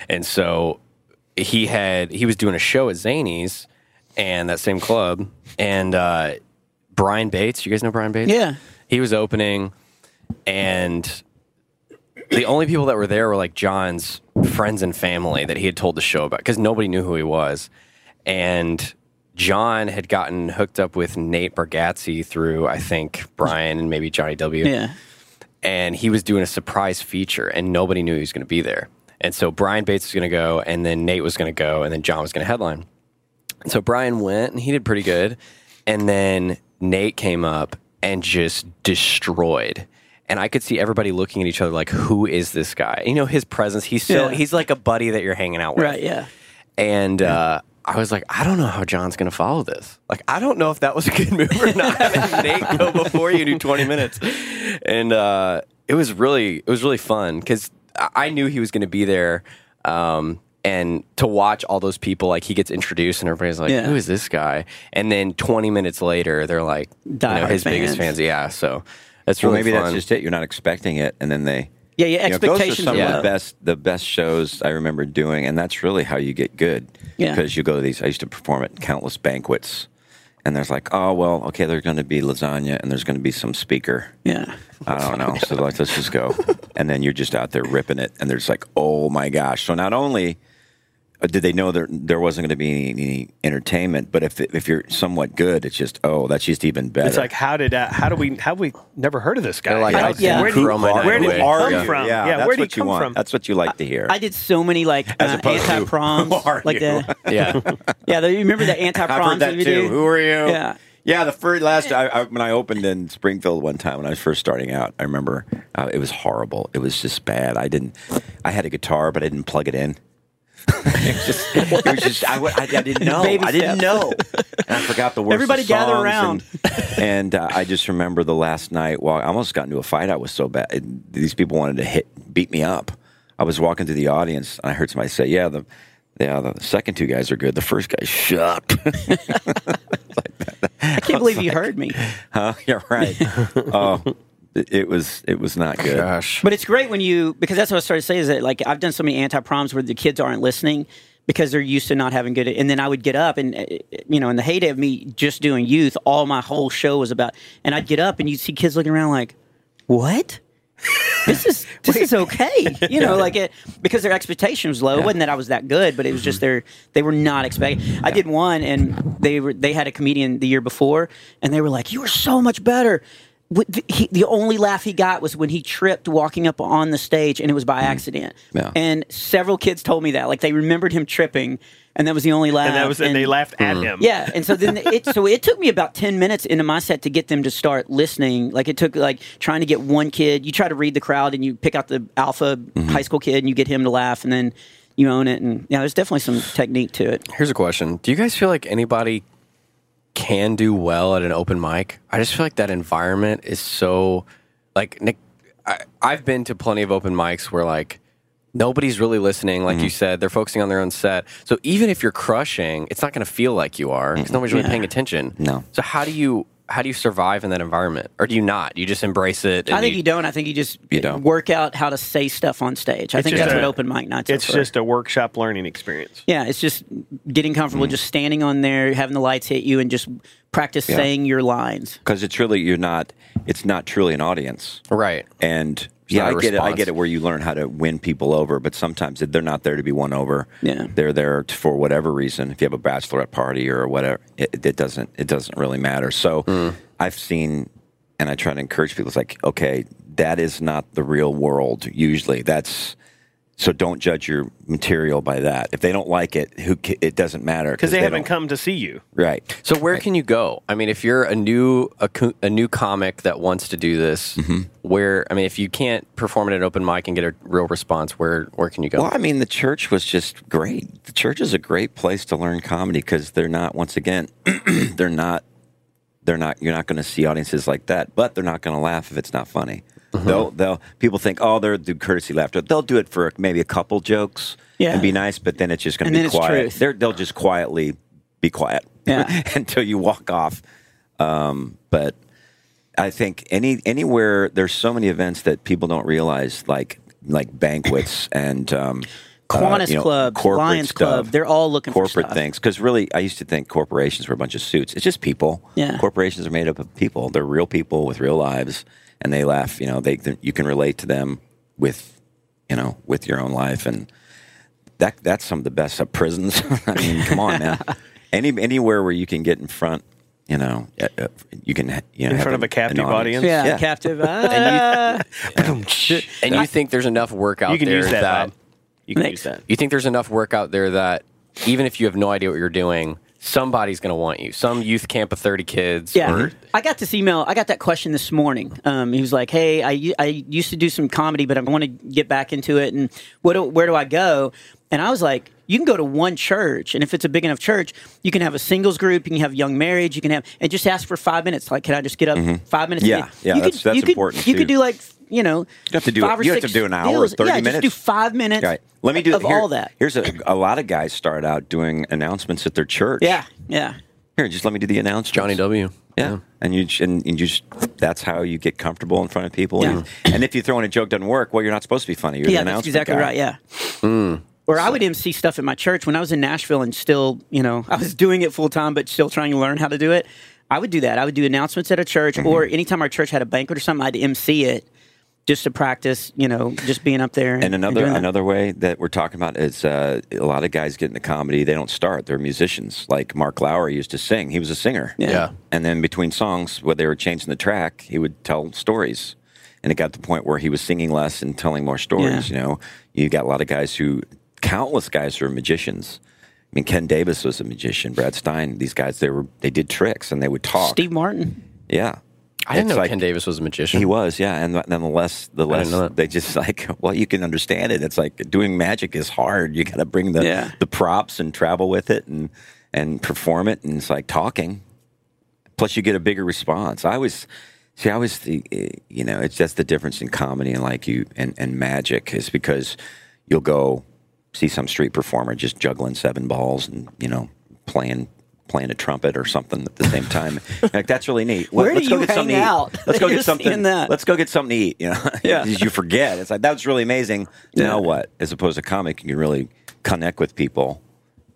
C: And so he had he was doing a show at Zany's and that same club, and uh, Brian Bates. You guys know Brian Bates?
A: Yeah.
C: he was opening, and the only people that were there were like John's friends and family that he had told the show about because nobody knew who he was. And John had gotten hooked up with Nate Bargatze through, I think, Brian and maybe Johnny W
A: yeah.
C: and he was doing a surprise feature and nobody knew he was going to be there. And so Brian Bates was going to go and then Nate was going to go and then John was going to headline. And so Brian went and he did pretty good. And then Nate came up and just destroyed. And I could see everybody looking at each other like, who is this guy? you know, his presence, he's so,
A: Yeah.
C: he's like a buddy that you're hanging out with.
A: Right. Yeah.
C: And uh, I was like, I don't know how John's going to follow this. Like, I don't know if that was a good move or not. Having Nate go before you do 20 minutes. And uh, it was really, it was really fun because I I knew he was going to be there. Um, and to watch all those people, like he gets introduced and everybody's like,
A: Yeah.
C: who is this guy? And then 20 minutes later, they're like, you know,
A: Die-hard
C: his biggest
A: fans.
C: fans. Yeah. So that's
B: Well,
C: really
B: maybe
C: fun.
B: that's just it. You're not expecting it, and then they.
A: Yeah, yeah,
B: You know, those are
A: expectations
B: some
A: are
B: of
A: low.
B: the best, the best shows I remember doing, and that's really how you get good.
A: Yeah.
B: Because you go to these. I used to perform at countless banquets, and there's like, oh well, okay, there's going to be lasagna, and there's going to be some speaker.
A: Yeah.
B: I don't know. So like, let's just go, and then you're just out there ripping it, and there's like, oh my gosh. So not only uh, did they know there there wasn't going to be any, any entertainment, but if if you're somewhat good, it's just oh, that's just even better.
E: It's like how did that? How do we? How we never heard of this guy?
C: They're like,
E: How-
C: I
A: yeah.
E: Where did,
C: grew up in
E: where did he
C: Iowa.
E: come
B: Yeah.
E: from?
B: Yeah, that's
E: where did
B: what
E: he
B: you
E: come
B: want.
E: from?
B: That's what you like to hear.
A: I did so many like uh,
B: opposed to,
A: anti proms,
B: "Who are
A: like
B: you?"
A: the
C: yeah.
A: yeah. The, you remember the anti
B: I've heard
A: proms
B: that
A: we
B: too.
A: do?
B: Who are you?
A: Yeah.
B: Yeah, the first last I, I, when I opened in Springfield one time when I was first starting out, I remember uh, it was horrible. It was just bad. I didn't. I had a guitar, but I didn't plug it in. it was just. It was just I, w- I- I didn't know.
A: Baby
B: I didn't
A: steps.
B: know. And I forgot the words. of
A: Everybody gather
B: songs
A: around.
B: And, and, uh, I just remember the last night. Well, I almost got into a fight. I was so bad. It- these people wanted to hit, beat me up. I was walking through the audience, and I heard somebody say, "Yeah, the." Yeah, the second two guys are good. The first guy shut.
A: I can't believe you heard me.
B: Huh? You're right. oh, it it was it was not good.
C: Gosh.
A: But it's great when you because that's what I started to say is that like I've done so many anti proms where the kids aren't listening because they're used to not having good. And then I would get up and uh, you know in the heyday of me just doing youth, all my whole show was about. And I'd get up and you'd see kids looking around like, what? this is this is okay. You know, like it because their expectation was low. It wasn't that I was that good, but it
E: Mm-hmm.
A: was just their they were not expecting. I did one, and they were they had a comedian the year before, and they were like, "You were so much better." With the- He, the only laugh he got was when he tripped walking up on the stage, and it was by
E: Mm-hmm.
A: accident.
B: Yeah.
A: And several kids told me that, like they remembered him tripping, and that was the only laugh.
E: and that was and they laughed at him.
A: Uh, Yeah, and so then it so it took me about ten minutes into my set to get them to start listening. Like it took like trying to get one kid. You try to read the crowd and you pick out the alpha
B: Mm-hmm.
A: high school kid and you get him to laugh, and then you own it. And yeah, there's definitely some technique to it.
C: Here's a question: Do you guys feel like anybody can do well at an open mic? I just feel like that environment is so like Nick. I, I've been to plenty of open mics where like nobody's really listening. Like you
A: Mm-hmm.
C: said, they're focusing on their own set. So even if you're crushing, it's not going to feel like you are
A: Mm-hmm.
C: because nobody's really paying attention.
B: No.
C: So how do you how do you survive in that environment, or do you not? You just embrace it. and
A: I think you don't. I think you just
B: You don't.
A: work out how to say stuff on stage. I think
E: just
A: that's
E: a-
A: what open mic nights. are
E: It's
A: for.
E: just a workshop learning experience.
A: Yeah, it's just getting
B: Mm.
A: comfortable, just standing on there, having the lights hit you, and just practice saying your lines.
B: because it's really you're not. It's not truly an audience.
C: right.
B: And yeah,
C: not
B: I
C: a
B: get it. I
C: response.
B: get it where you learn how to win people over, but sometimes they're not there to be won over.
A: Yeah.
B: they're there t- for whatever reason. If you have a bachelorette party or whatever, it, it doesn't it doesn't really matter. So
C: Mm.
B: I've seen, and I try to encourage people. It's like okay, that is not the real world. Usually, that's so. Don't judge your material by that. If they don't like it, who ca- it doesn't matter
E: Because they, haven't
B: don't-
E: come to see you.
B: right.
C: So where can you go? I mean, if you're a new a, co- a new comic that wants to do this,
B: Mm-hmm.
C: where I mean, if you can't perform at an open mic and get a real response, where where can you go?
B: Well, I mean, the church was just great. The church is a great place to learn comedy because they're not, once again, they're not, they're not. You're not going to see audiences like that, but they're not going to laugh if it's not funny.
A: Uh-huh.
B: They'll, they'll. People think, oh, they'll do courtesy laughter. They'll do it for maybe a couple jokes
A: Yeah.
B: and be nice, but then it's just going
A: And
B: to
A: then it's
B: be quiet.
A: truth.
B: They're, they'll just quietly be quiet
A: Yeah.
B: until you walk off. Um, but I think any anywhere there's so many events that people don't realize, like like banquets and um, uh,
A: Qantas
B: you know,
A: Club,
B: corporate
A: Lions Club,
B: stuff,
A: they're all looking for
B: corporate
A: stuff.
B: things. Because really, I used to think corporations were a bunch of suits. It's just people.
A: Yeah.
B: corporations are made up of people. They're real people with real lives, and they laugh. You know, they you can relate to them with you know with your own life and that that's some of the best of prisons. I mean, come on, man. Any anywhere where you can get in front, you know, uh, uh, you can ha- you know
E: In
B: have
E: front of
B: an-
E: a captive
B: an
E: audience.
A: Yeah,
B: Yeah.
A: captive. Ah.
C: and you think there's enough work out
E: You can
C: there
E: use that.
C: that
E: Bob. You can
A: Thanks.
E: use that.
C: you think there's enough work out there that even if you have no idea what you're doing, somebody's going to want you. Some youth camp of thirty kids.
A: Yeah,
C: or-
A: I got this email. I got that question this morning. Um, he was like, "Hey, I, u- I used to do some comedy, but I want to get back into it. And what do, where do I go?" And I was like, "You can go to one church, and if it's a big enough church, you can have a singles group, you can have young marriage, you can have, and just ask for five minutes. Like, can I just get up five minutes?
B: Mm-hmm. Yeah, yeah,
A: you
B: that's- that's
A: you could,
B: important,
A: You
B: too.
A: could do like." You know, you
B: have to do-
A: five or
B: you have
A: six
B: to do an hour or
A: deals.
B: 30
A: yeah,
B: minutes.
A: Just do five minutes.
B: Right. Let me do
A: of
B: here-
A: all that.
B: Here's a, a lot of guys start out doing announcements at their church.
A: Yeah, yeah,
B: Here, just let me do the announcement.
C: Johnny W.
B: Yeah. And you j- and, and you just that's how you get comfortable in front of people. And, and if you throw in a joke doesn't work, well, you're not supposed to be funny. You're
A: yeah.
B: the
A: That's
B: announcement
A: exactly
B: guy.
A: right. Yeah. Or I would MC stuff at my church when I was in Nashville and still, you know, I was doing it full time, but still trying to learn how to do it. I would do that. I would do announcements at a church, or anytime our church had a banquet or something, I'd MC it just to practice, you know, just being up there. And,
B: And another
A: doing that.
B: another way that we're talking about is uh, a lot of guys get into comedy. They don't start. They're musicians. Like Mark Lowry used to sing. He was a singer.
A: Yeah.
C: Yeah.
B: And then between songs, where they were changing the track, he would tell stories. And it got to the point where he was singing less and telling more stories. You know, you got a lot of guys who, countless guys who are magicians. I mean, Ken Davis was a magician. Brad Stein. These guys, they were they did tricks and they would talk.
A: Steve Martin.
B: Yeah.
C: I didn't
B: It's
C: know
B: like-
C: Ken Davis was a magician.
B: He was, yeah, and th- then the less, the less
C: know that.
B: they just like, well, you can understand it. It's like doing magic is hard. You got to bring the
A: Yeah.
B: the props and travel with it and and perform it, and it's like talking. Plus, you get a bigger response. I always see. I always, the, you know, it's that's the difference in comedy and like you and and magic is because you'll go see some street performer just juggling seven balls and you know playing. Playing a trumpet or something at the same time. Like that's really neat. Well,
A: Where do
B: let's go
A: you
B: get something
A: hang
B: to eat.
A: out?
B: Let's go get
A: Just
B: something.
A: in that.
B: Let's go get something to eat. You know,
A: Yeah.
B: you forget. It's like that's really amazing. Now what? As opposed to comic, you can really connect with people.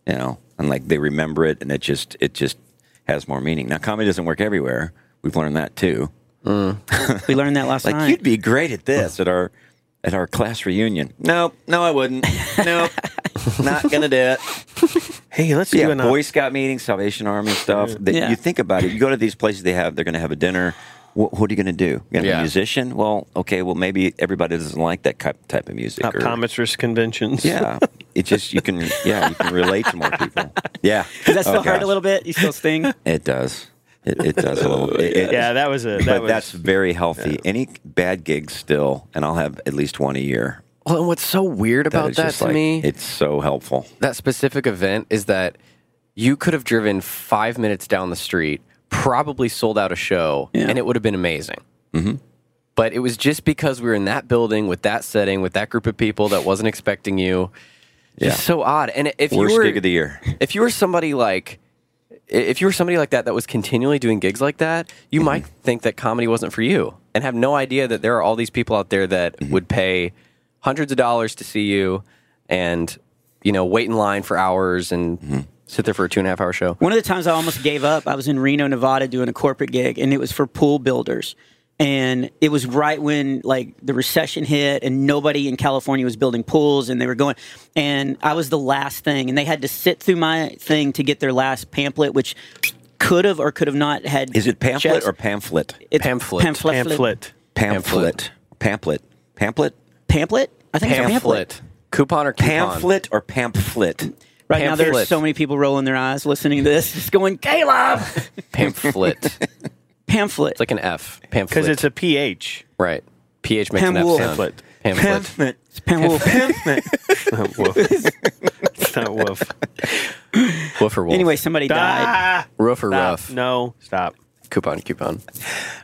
B: You know, and like they remember it, and it just it just has more meaning. Now, comedy doesn't work everywhere. We've learned that too.
A: we learned that last
B: Like
A: night.
B: you'd be great at this at our at our class reunion. No, no, I wouldn't. No, not gonna do it.
E: Hey, let's do
B: Yeah,
E: an
A: uh,
B: Boy Scout meetings, Salvation Army stuff. That
A: Yeah.
B: You think about it. You go to these places. They have. They're going to have a dinner. What, what are you going to do? You're going to be
C: Yeah.
B: a musician? Well, okay. Well, maybe everybody doesn't like that ki- type of music. or-
E: optometrist conventions.
B: Yeah. It just you can yeah you can relate to more people. Yeah.
A: Does that still
B: Oh,
A: hurt a
B: gosh.
A: little bit? You still sting?
B: It does. It, it does a little. It, it-
E: Yeah, that was a. That
B: but
E: was,
B: that's very healthy. Any bad gig still, and I'll have at least one a year.
C: Well, and what's so weird about
B: is
C: that,
B: just
C: to
B: like-
C: me,
B: it's so helpful.
C: that specific event is that you could have driven five minutes down the street, probably sold out a show, and it would have been amazing. Mm-hmm. But it was just because we were in that building with that setting with that group of people that wasn't expecting you. Yeah. Just so odd. And if
B: Worst
C: you were
B: gig of the year.
C: if you were somebody like if you were somebody like that that was continually doing gigs like that, you might think that comedy wasn't for you and have no idea that there are all these people out there that would pay hundreds of dollars to see you and you know wait in line for hours and sit there for a two and a half hour show.
A: One of the times I almost gave up, I was in Reno, Nevada doing a corporate gig and it was for pool builders. And it was right when like the recession hit and nobody in California was building pools and they were going and I was the last thing and they had to sit through my thing to get their last pamphlet which could have or could have not had
B: Is it pamphlet
A: checks.
B: or pamphlet?
A: It's
C: Pamphlet.
E: pamphlet.
B: Pamphlet. Pamphlet. Pamphlet.
A: Pamphlet? I think it's pamphlet.
C: Pamphlet, coupon or coupon?
B: Pamphlet or pamphlet?
A: Right now
C: Pamphlet.
A: there's so many people rolling their eyes listening to this, just going, Caleb
C: pamphlet. it's
A: Pamphlet.
C: like an F. Pamphlet.
E: Because it's a PH.
C: right. PH makes an F
A: Pamphlet.
C: sound.
E: Pamphlet.
C: Pamphlet.
A: It's Pamphlet.
E: Not woof. it's not woof.
C: Woof or wolf.
A: Anyway, somebody died.
E: Ah,
C: roof or
E: stop.
C: rough.
E: No, stop.
C: Coupon. Coupon.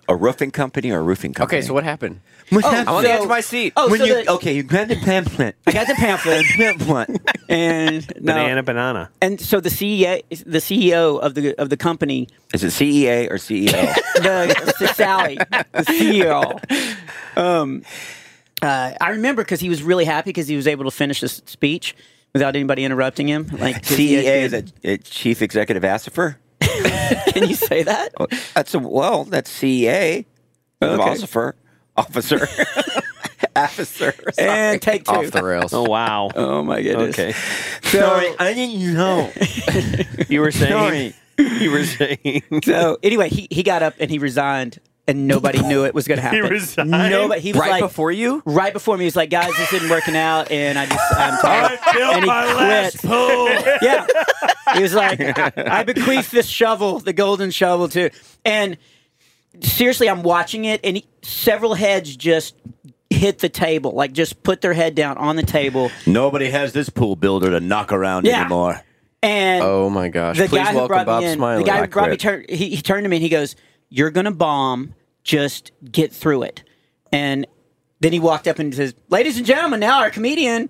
B: A roofing company or a roofing company?
C: Okay, so what happened?
B: What
C: I want
B: happened?
C: to get to my seat.
A: Oh,
B: when
A: so
B: you,
A: the-
B: okay, you grabbed the pamphlet.
A: I got the pamphlet.
B: pamphlet.
A: and no,
E: Banana, banana.
A: and so the CEO, the CEO of the of the company,
B: Is it CEA or E CEO?
A: the, the Sally, the CEO. Um, uh, I remember because he was really happy because he was able to finish this speech without anybody interrupting him. Like 'cause he
B: CEA is
A: had-
B: E a, a chief executive officer.
A: Can you say that?
B: Oh, That's a well. That's E CEA.
A: Okay.
B: Officer. Officer. officer.
A: And take two.
C: Off the rails.
E: Oh wow.
A: Oh my goodness.
E: okay.
A: So,
B: I didn't know.
E: You were saying. You were saying.
A: so anyway, he, he got up and he resigned, and nobody knew it was going to happen.
E: resigned?
A: Nobody. He was
C: right
A: like,
C: before you?
A: right before me, he was like, "Guys, this isn't working out," and I just I'm tired. and he quit. yeah, he was like, "I bequeath this shovel, the golden shovel, to." And seriously, I'm watching it, and he, several heads just hit the table, like just put their head down on the table,
B: Nobody has this pool builder to knock around
A: Yeah.
B: anymore.
A: and
C: Oh my gosh.
A: the
C: Please
A: guy who
C: welcome
A: brought
C: Bob
A: me in,
C: Smiley.
A: the guy who
C: I
A: brought me
C: quit.
A: turned, he, he turned to me and he goes, "You're gonna bomb. Just get through it." And then he walked up and says, "Ladies and gentlemen, now our comedian."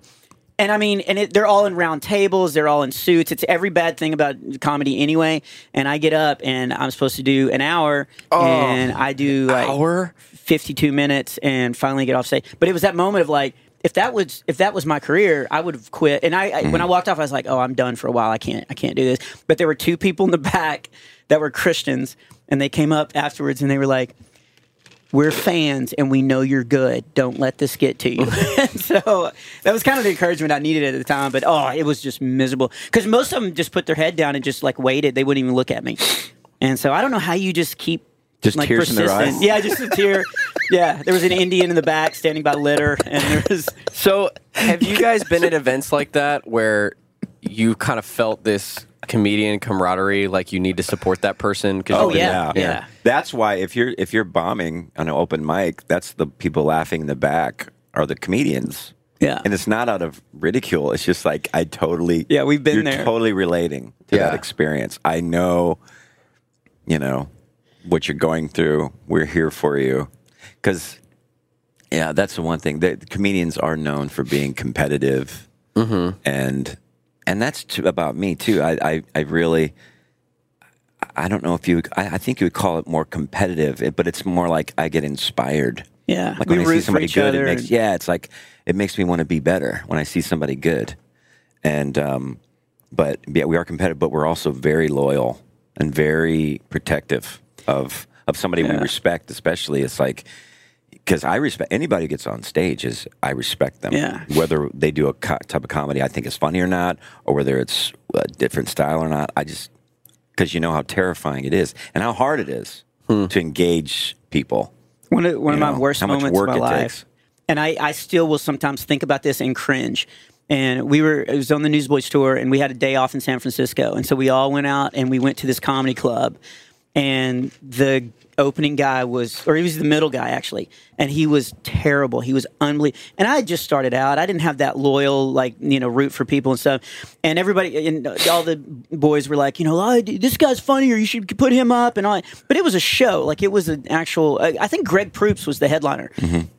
A: And I mean, and it, they're all in round tables, they're all in suits. It's every bad thing about comedy anyway. And I get up and I'm supposed to do an hour, and I do like
C: Oh. hour?
A: 52 minutes and finally get off stage. But it was that moment of like, if that was if that was my career, I would have quit. And I, I when I walked off, I was like, oh, I'm done for a while. I can't I can't do this. But there were two people in the back that were Christians, and they came up afterwards and they were like, we're fans and we know you're good. Don't let this get to you. And so that was kind of the encouragement I needed at the time. But oh, it was just miserable because most of them just put their head down and just like waited. They wouldn't even look at me. And so I don't know how you just keep
B: Just
A: like
B: tears in their
A: persistent.
B: eyes?
A: Yeah, just a tear. yeah, there was an Indian in the back standing by litter, and there was
C: So, have you guys been at events like that where you kind of felt this comedian camaraderie, like you need to support that person? 'cause
A: Oh,
C: you've been-
A: yeah. Yeah.
B: That's why if you're if you're bombing on an open mic, that's the people laughing in the back are the comedians.
A: yeah.
B: And it's not out of ridicule. It's just like I totally
A: Yeah, we've been
B: you're
A: there.
B: Totally relating to that
C: Yeah.
B: experience. I know, you know, what you're going through. We're here for you because yeah, that's the one thing. The, the comedians are known for being competitive, and and that's t- about me too. I I, I really. I don't know if you. I, I think you would call it more competitive, it- but it's more like I get inspired.
A: Yeah.
B: like
A: We
B: when I
A: root
B: see
A: for
B: somebody
A: each
B: good, it
A: other
B: makes
A: and-
B: yeah, it's like it makes me want to be better when I see somebody good. And um, but yeah, we are competitive, but we're also very loyal and very protective of of somebody we respect, especially. It's like because I respect anybody who gets on stage is I respect them.
A: Yeah.
B: Whether they do a co- type of comedy I think is funny or not, or whether it's a different style or not, I just because you know how terrifying it is and how hard it is to engage people.
A: One of, one of
B: You
A: my
B: know,
A: worst
B: how much
A: moments of
B: work
A: my
B: it
A: life.
B: takes.
A: And I, I still will sometimes think about this and cringe. And we were, it was on the Newsboys tour, and we had a day off in San Francisco. And so we all went out and we went to this comedy club. And the opening guy was, or he was the middle guy actually. And he was terrible. He was unbelievable. And I had just started out. I didn't have that loyal, like, you know, root for people and stuff. And everybody, and all the boys were like, you know, oh, this guy's funny or you should put him up. And all that. But it was a show. Like, it was an actual, I I think Greg Proops was the headliner.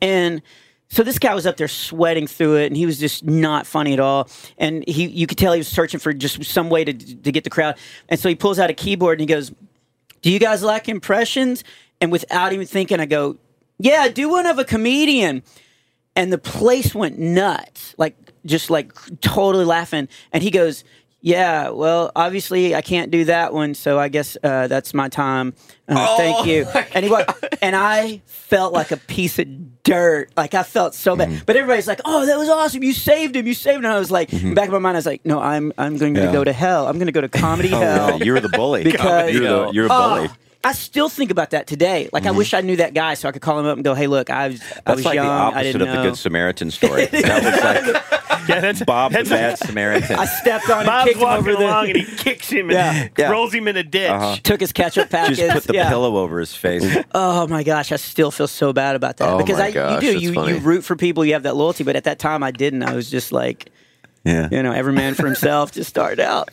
A: And, so this guy was up there sweating through it, and he was just not funny at all. And he, you could tell he was searching for just some way to to get the crowd. And so he pulls out a keyboard and he goes, "Do you guys like impressions?" And without even thinking, I go, "Yeah, do one of a comedian." And the place went nuts, like just like totally laughing. And he goes, "Yeah, well, obviously I can't do that one, so I guess uh, that's my time. Uh,
B: Oh
A: thank you." And he walked, and I felt like a piece of dirt. Like I felt so
B: Mm-hmm.
A: bad. But everybody's like, "Oh, that was awesome! You saved him! You saved him!" And I was like, in the back of my mind, I was like, "No, I'm I'm going to
B: Mm-hmm. Yeah.
A: go to hell. I'm going to go to comedy hell."
B: Oh, you're the bully.
A: Because-
B: you're, the, you're a bully. Mm-hmm.
A: Oh, I still think about that today. Like I wish I knew that guy so I could call him up and go, "Hey, look, I was I
B: That's
A: was
B: like
A: young.
B: the
A: I
B: opposite
A: didn't
B: of
A: know.
B: the Good Samaritan story. that was like
E: Yeah, that's
B: Bob the
E: that's
B: Bad Samaritan.
A: I stepped on and
E: Bob's
A: kicked him
E: walking
A: over
E: along
A: the
E: and he kicks him
A: Yeah.
E: and
B: Yeah.
E: rolls him in a ditch.
A: took his ketchup packets.
B: Just put the
A: yeah.
B: pillow over his face.
A: Oh my gosh, I still feel so bad about that
C: Oh
A: because
C: my
A: I
C: gosh,
A: you do
C: that's
A: you,
C: funny.
A: you root for people, you have that loyalty, but at that time I didn't. I was just like,
B: Yeah.
A: you know, every man for himself to start out.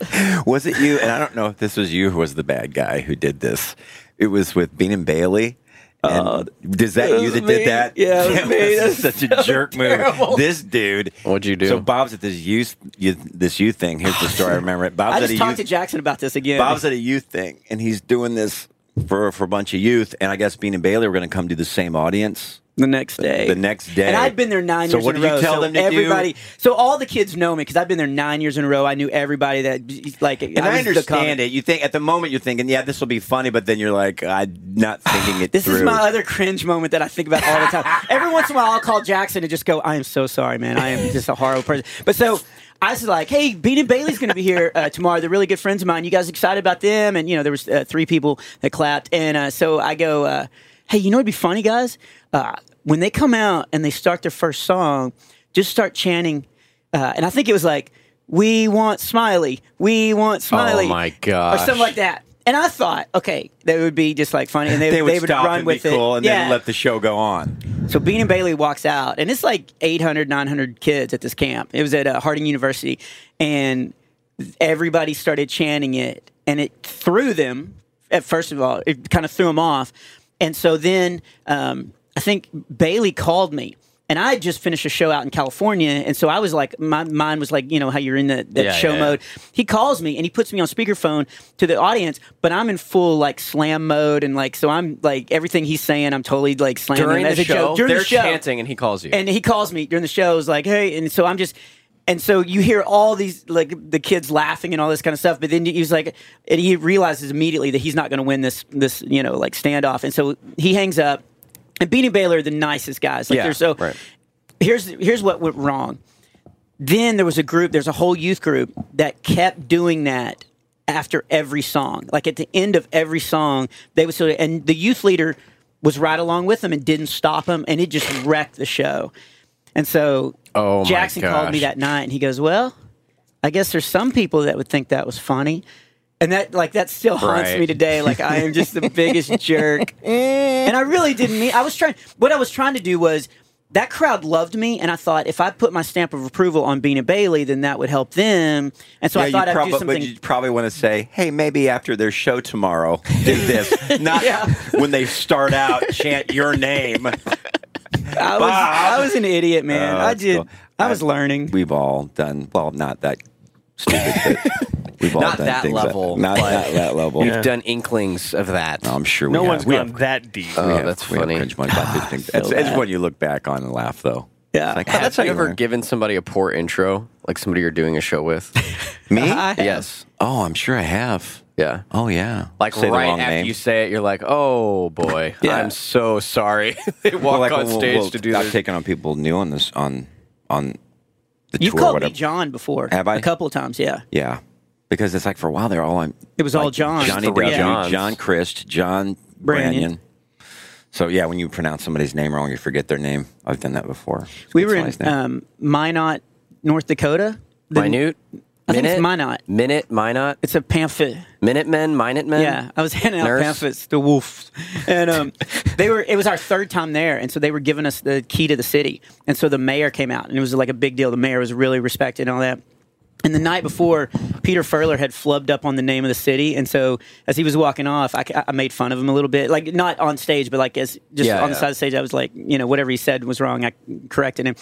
B: Was it you? And I don't know if this was you who was the bad guy who did this. It was with Bean and Bailey. And is that
A: Uh, it
B: you
A: was
B: that
A: me.
B: did that?
A: Yeah, it was me.
B: This is
A: That's
B: such a jerk move. This dude.
C: What'd you do?
B: So Bob's at this youth, youth this youth thing. Here's the story. I remember it.
A: Oh,
B: Bob's
A: I
B: at a
A: just talked
B: youth
A: to Jackson about this again.
B: Bob's at a youth thing, and he's doing this for for a bunch of youth. And I guess Bean and Bailey were going to come do the same audience.
A: the next day.
B: the next day.
A: And I'd been there nine
B: So
A: years
B: what
A: in a
B: did you
A: row.
B: tell
A: so
B: them to do?
A: everybody, so all the kids know me because I've been there nine years in a row. I knew everybody that like.
B: And I, understand it. You think at the moment you're thinking, yeah, this will be funny, but then you're like, I'm not thinking it
A: This
B: through.
A: is my other cringe moment that I think about all the time. Every once in a while, I'll call Jackson and just go, "I am so sorry, man. I am just a horrible person." But so I was like, "Hey, Bean and Bailey's going to be here uh, tomorrow. They're really good friends of mine. You guys excited about them?" And you know, there was uh, three people that clapped, and uh, so I go, uh, "Hey, you know, it'd be funny, guys, uh, when they come out and they start their first song, just start chanting." Uh, and I think it was like, "We want Smiley. We want Smiley."
C: Oh my
A: Or something
C: gosh.
A: like that. And I thought, okay, that would be just like funny, and they,
B: they would, stop
A: run
B: and
A: with
B: be cool
A: it.
B: and
A: yeah.
B: then let the show go on.
A: so Bean and Bailey walks out, and it's like 800, 900 kids at this camp. It was at uh, Harding University, and everybody started chanting it, and it threw them. At first of all, it kind of threw them off, and so then um, I think Bailey called me. And I had just finished a show out in California, and so I was like, my mind was like, you know, how you're in the, that
C: Yeah,
A: show
C: yeah, yeah.
A: mode. He calls me and he puts me on speakerphone to the audience, but I'm in full like slam mode, and like so I'm like everything he's saying, I'm totally like slamming
C: during
A: as
C: the
A: a joke.
C: show,
A: During
C: they're
A: the show,
C: chanting, and he calls you.
A: and he calls me during the show. Is like, hey, and so I'm just, and so you hear all these like the kids laughing and all this kind of stuff. But then he's like, and he realizes immediately that he's not going to win this this you know like standoff, and so he hangs up. And Beanie Baylor are the nicest guys. Like
C: Yeah,
A: they're so.
C: right.
A: Here's here's what went wrong. Then there was a group. There's a whole youth group that kept doing that after every song. Like at the end of every song, they would sort of, and the youth leader was right along with them and didn't stop them, and it just wrecked the show. And so
C: Oh my
A: Jackson called me
C: gosh.
A: that night, and he goes, "Well, I guess there's some people that would think that was funny." And that like that still haunts
C: Right.
A: me today. Like I am just the biggest jerk, and I really didn't mean. I was trying. What I was trying to do was that crowd loved me, and I thought if I put my stamp of approval on Bean and Bailey, then that would help them. And so I
B: you
A: thought I'd
B: prob-
A: do
B: but
A: something.
B: you probably want to say, hey, maybe after their show tomorrow, do this. Not when they start out, chant your name.
A: I was I was an idiot, man.
B: Oh,
A: I
B: that's
A: did.
B: cool.
A: I was
B: I-
A: learning.
B: We've all done, well, not that stupid, but we've all
C: Not
B: done
C: that
B: things
C: level,
B: That, not
C: but-
B: that, that level.
C: You've done inklings of that.
B: No, I'm sure
E: No
B: we
E: one's
B: have. We
E: gone
B: have-
E: that deep.
C: Oh,
B: we have-
C: that's
B: we have
C: funny. Ah,
B: cringe money about these things. That's- It's when you look back on and laugh, though.
A: Yeah.
B: It's like, "Oh,
A: Have
B: that's how
C: Have you
B: you
C: ever
B: learn.
C: given somebody a poor intro, like somebody you're doing a show with?
B: me.
A: I-
C: yes.
B: Oh, I'm sure I have.
C: Yeah.
B: Oh yeah.
C: Like
B: Say the
C: right
B: wrong
C: after
B: name.
C: you say it, you're like, "Oh boy,
A: Yeah.
C: I'm so sorry." they walk
B: Well, like,
C: on
B: well,
C: stage
B: well,
C: to do
B: I've
C: this.
B: taken on people new on this on on the
A: You've
B: tour. or
A: called
B: whatever.
A: me John before.
B: Have I?
A: A couple of times, yeah.
B: Yeah, because it's like for a while they're all I'm
A: It was all John.
B: Johnny
C: three
B: W,
C: Johns.
B: John Christ, John
A: Branyan.
B: Branyan. So yeah, when you pronounce somebody's name wrong, you forget their name. I've done that before. It's
A: We
B: good
A: were in
B: size now.
A: um, Minot, North Dakota. The-
C: minute,
A: I think
C: minute,
A: it's Minot.
C: minute, minot,
A: It's a pamphlet.
C: minutemen, minutemen.
A: Yeah, I was handing out
C: Nurse?
A: pamphlets to Wolf, and um, they were. It was our third time there, and so they were giving us the key to the city, and so the mayor came out, and it was like a big deal. The mayor was really respected and all that. And the night before, Peter Furler had flubbed up on the name of the city, and so as he was walking off, I, I made fun of him a little bit, like not on stage, but like as just
C: Yeah,
A: on the
C: yeah.
A: side of the stage. I was like, you know, whatever he said was wrong. I corrected him,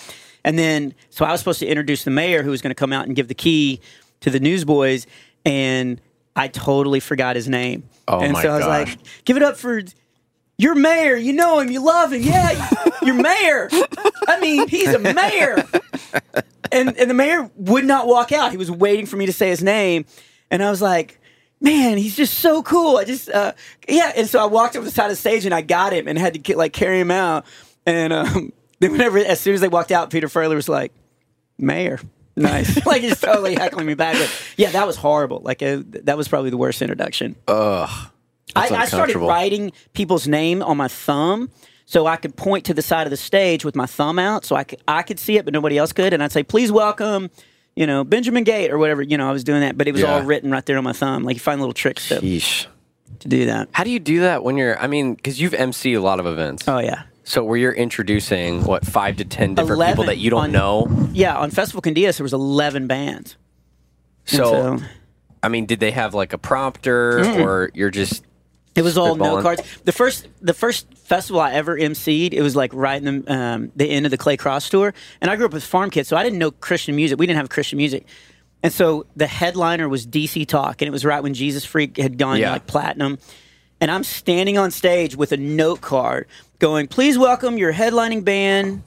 A: and then so I was supposed to introduce the mayor, who was going to come out and give the key to the newsboys, and I totally forgot his name.
C: Oh,
A: and
C: my
A: so I was
C: gosh.
A: like, give it up for your mayor. You know him. You love him. Yeah, your mayor. I mean, he's a mayor. And and the mayor would not walk out. He was waiting for me to say his name, and I was like. Man, he's just so cool. I just, uh, yeah. And so I walked up to the side of the stage and I got him and had to get, like carry him out. And um, then whenever, as soon as they walked out, Peter Furler was like, mayor. Nice. like he's totally heckling me back. But yeah, that was horrible. Like uh, that was probably the worst introduction. Ugh. I, I started
C: uncomfortable.
A: writing people's name on my thumb so I could point to the side of the stage with my thumb out so I could, I could see it, but nobody else could. And I'd say, please welcome, you know, Benjamin Gate or whatever. You know, I was doing that, but it was
C: Yeah.
A: all written right there on my thumb. Like you find little tricks to,
C: Yeesh.
A: to do that.
C: How do you do that when you're? I mean, because you've MC a lot of events.
A: Oh, yeah.
C: So where you're introducing what five to ten different people
A: 11
C: that you don't
A: on-
C: know.
A: Yeah, on Festival Candias, there was 11 bands. And
C: So, I mean, did they have like a prompter, or you're just
A: It was all
C: Spitballing.
A: no cards. The first, the first festival I ever emceed, it was like right in the, um, the end of the Clay Cross tour, and I grew up with farm kids, so I didn't know Christian music. We didn't have Christian music, and so the headliner was DC Talk, and it was right when Jesus Freak had gone
C: Yeah.
A: like platinum, and I'm standing on stage with a note card going, "Please welcome your headlining band."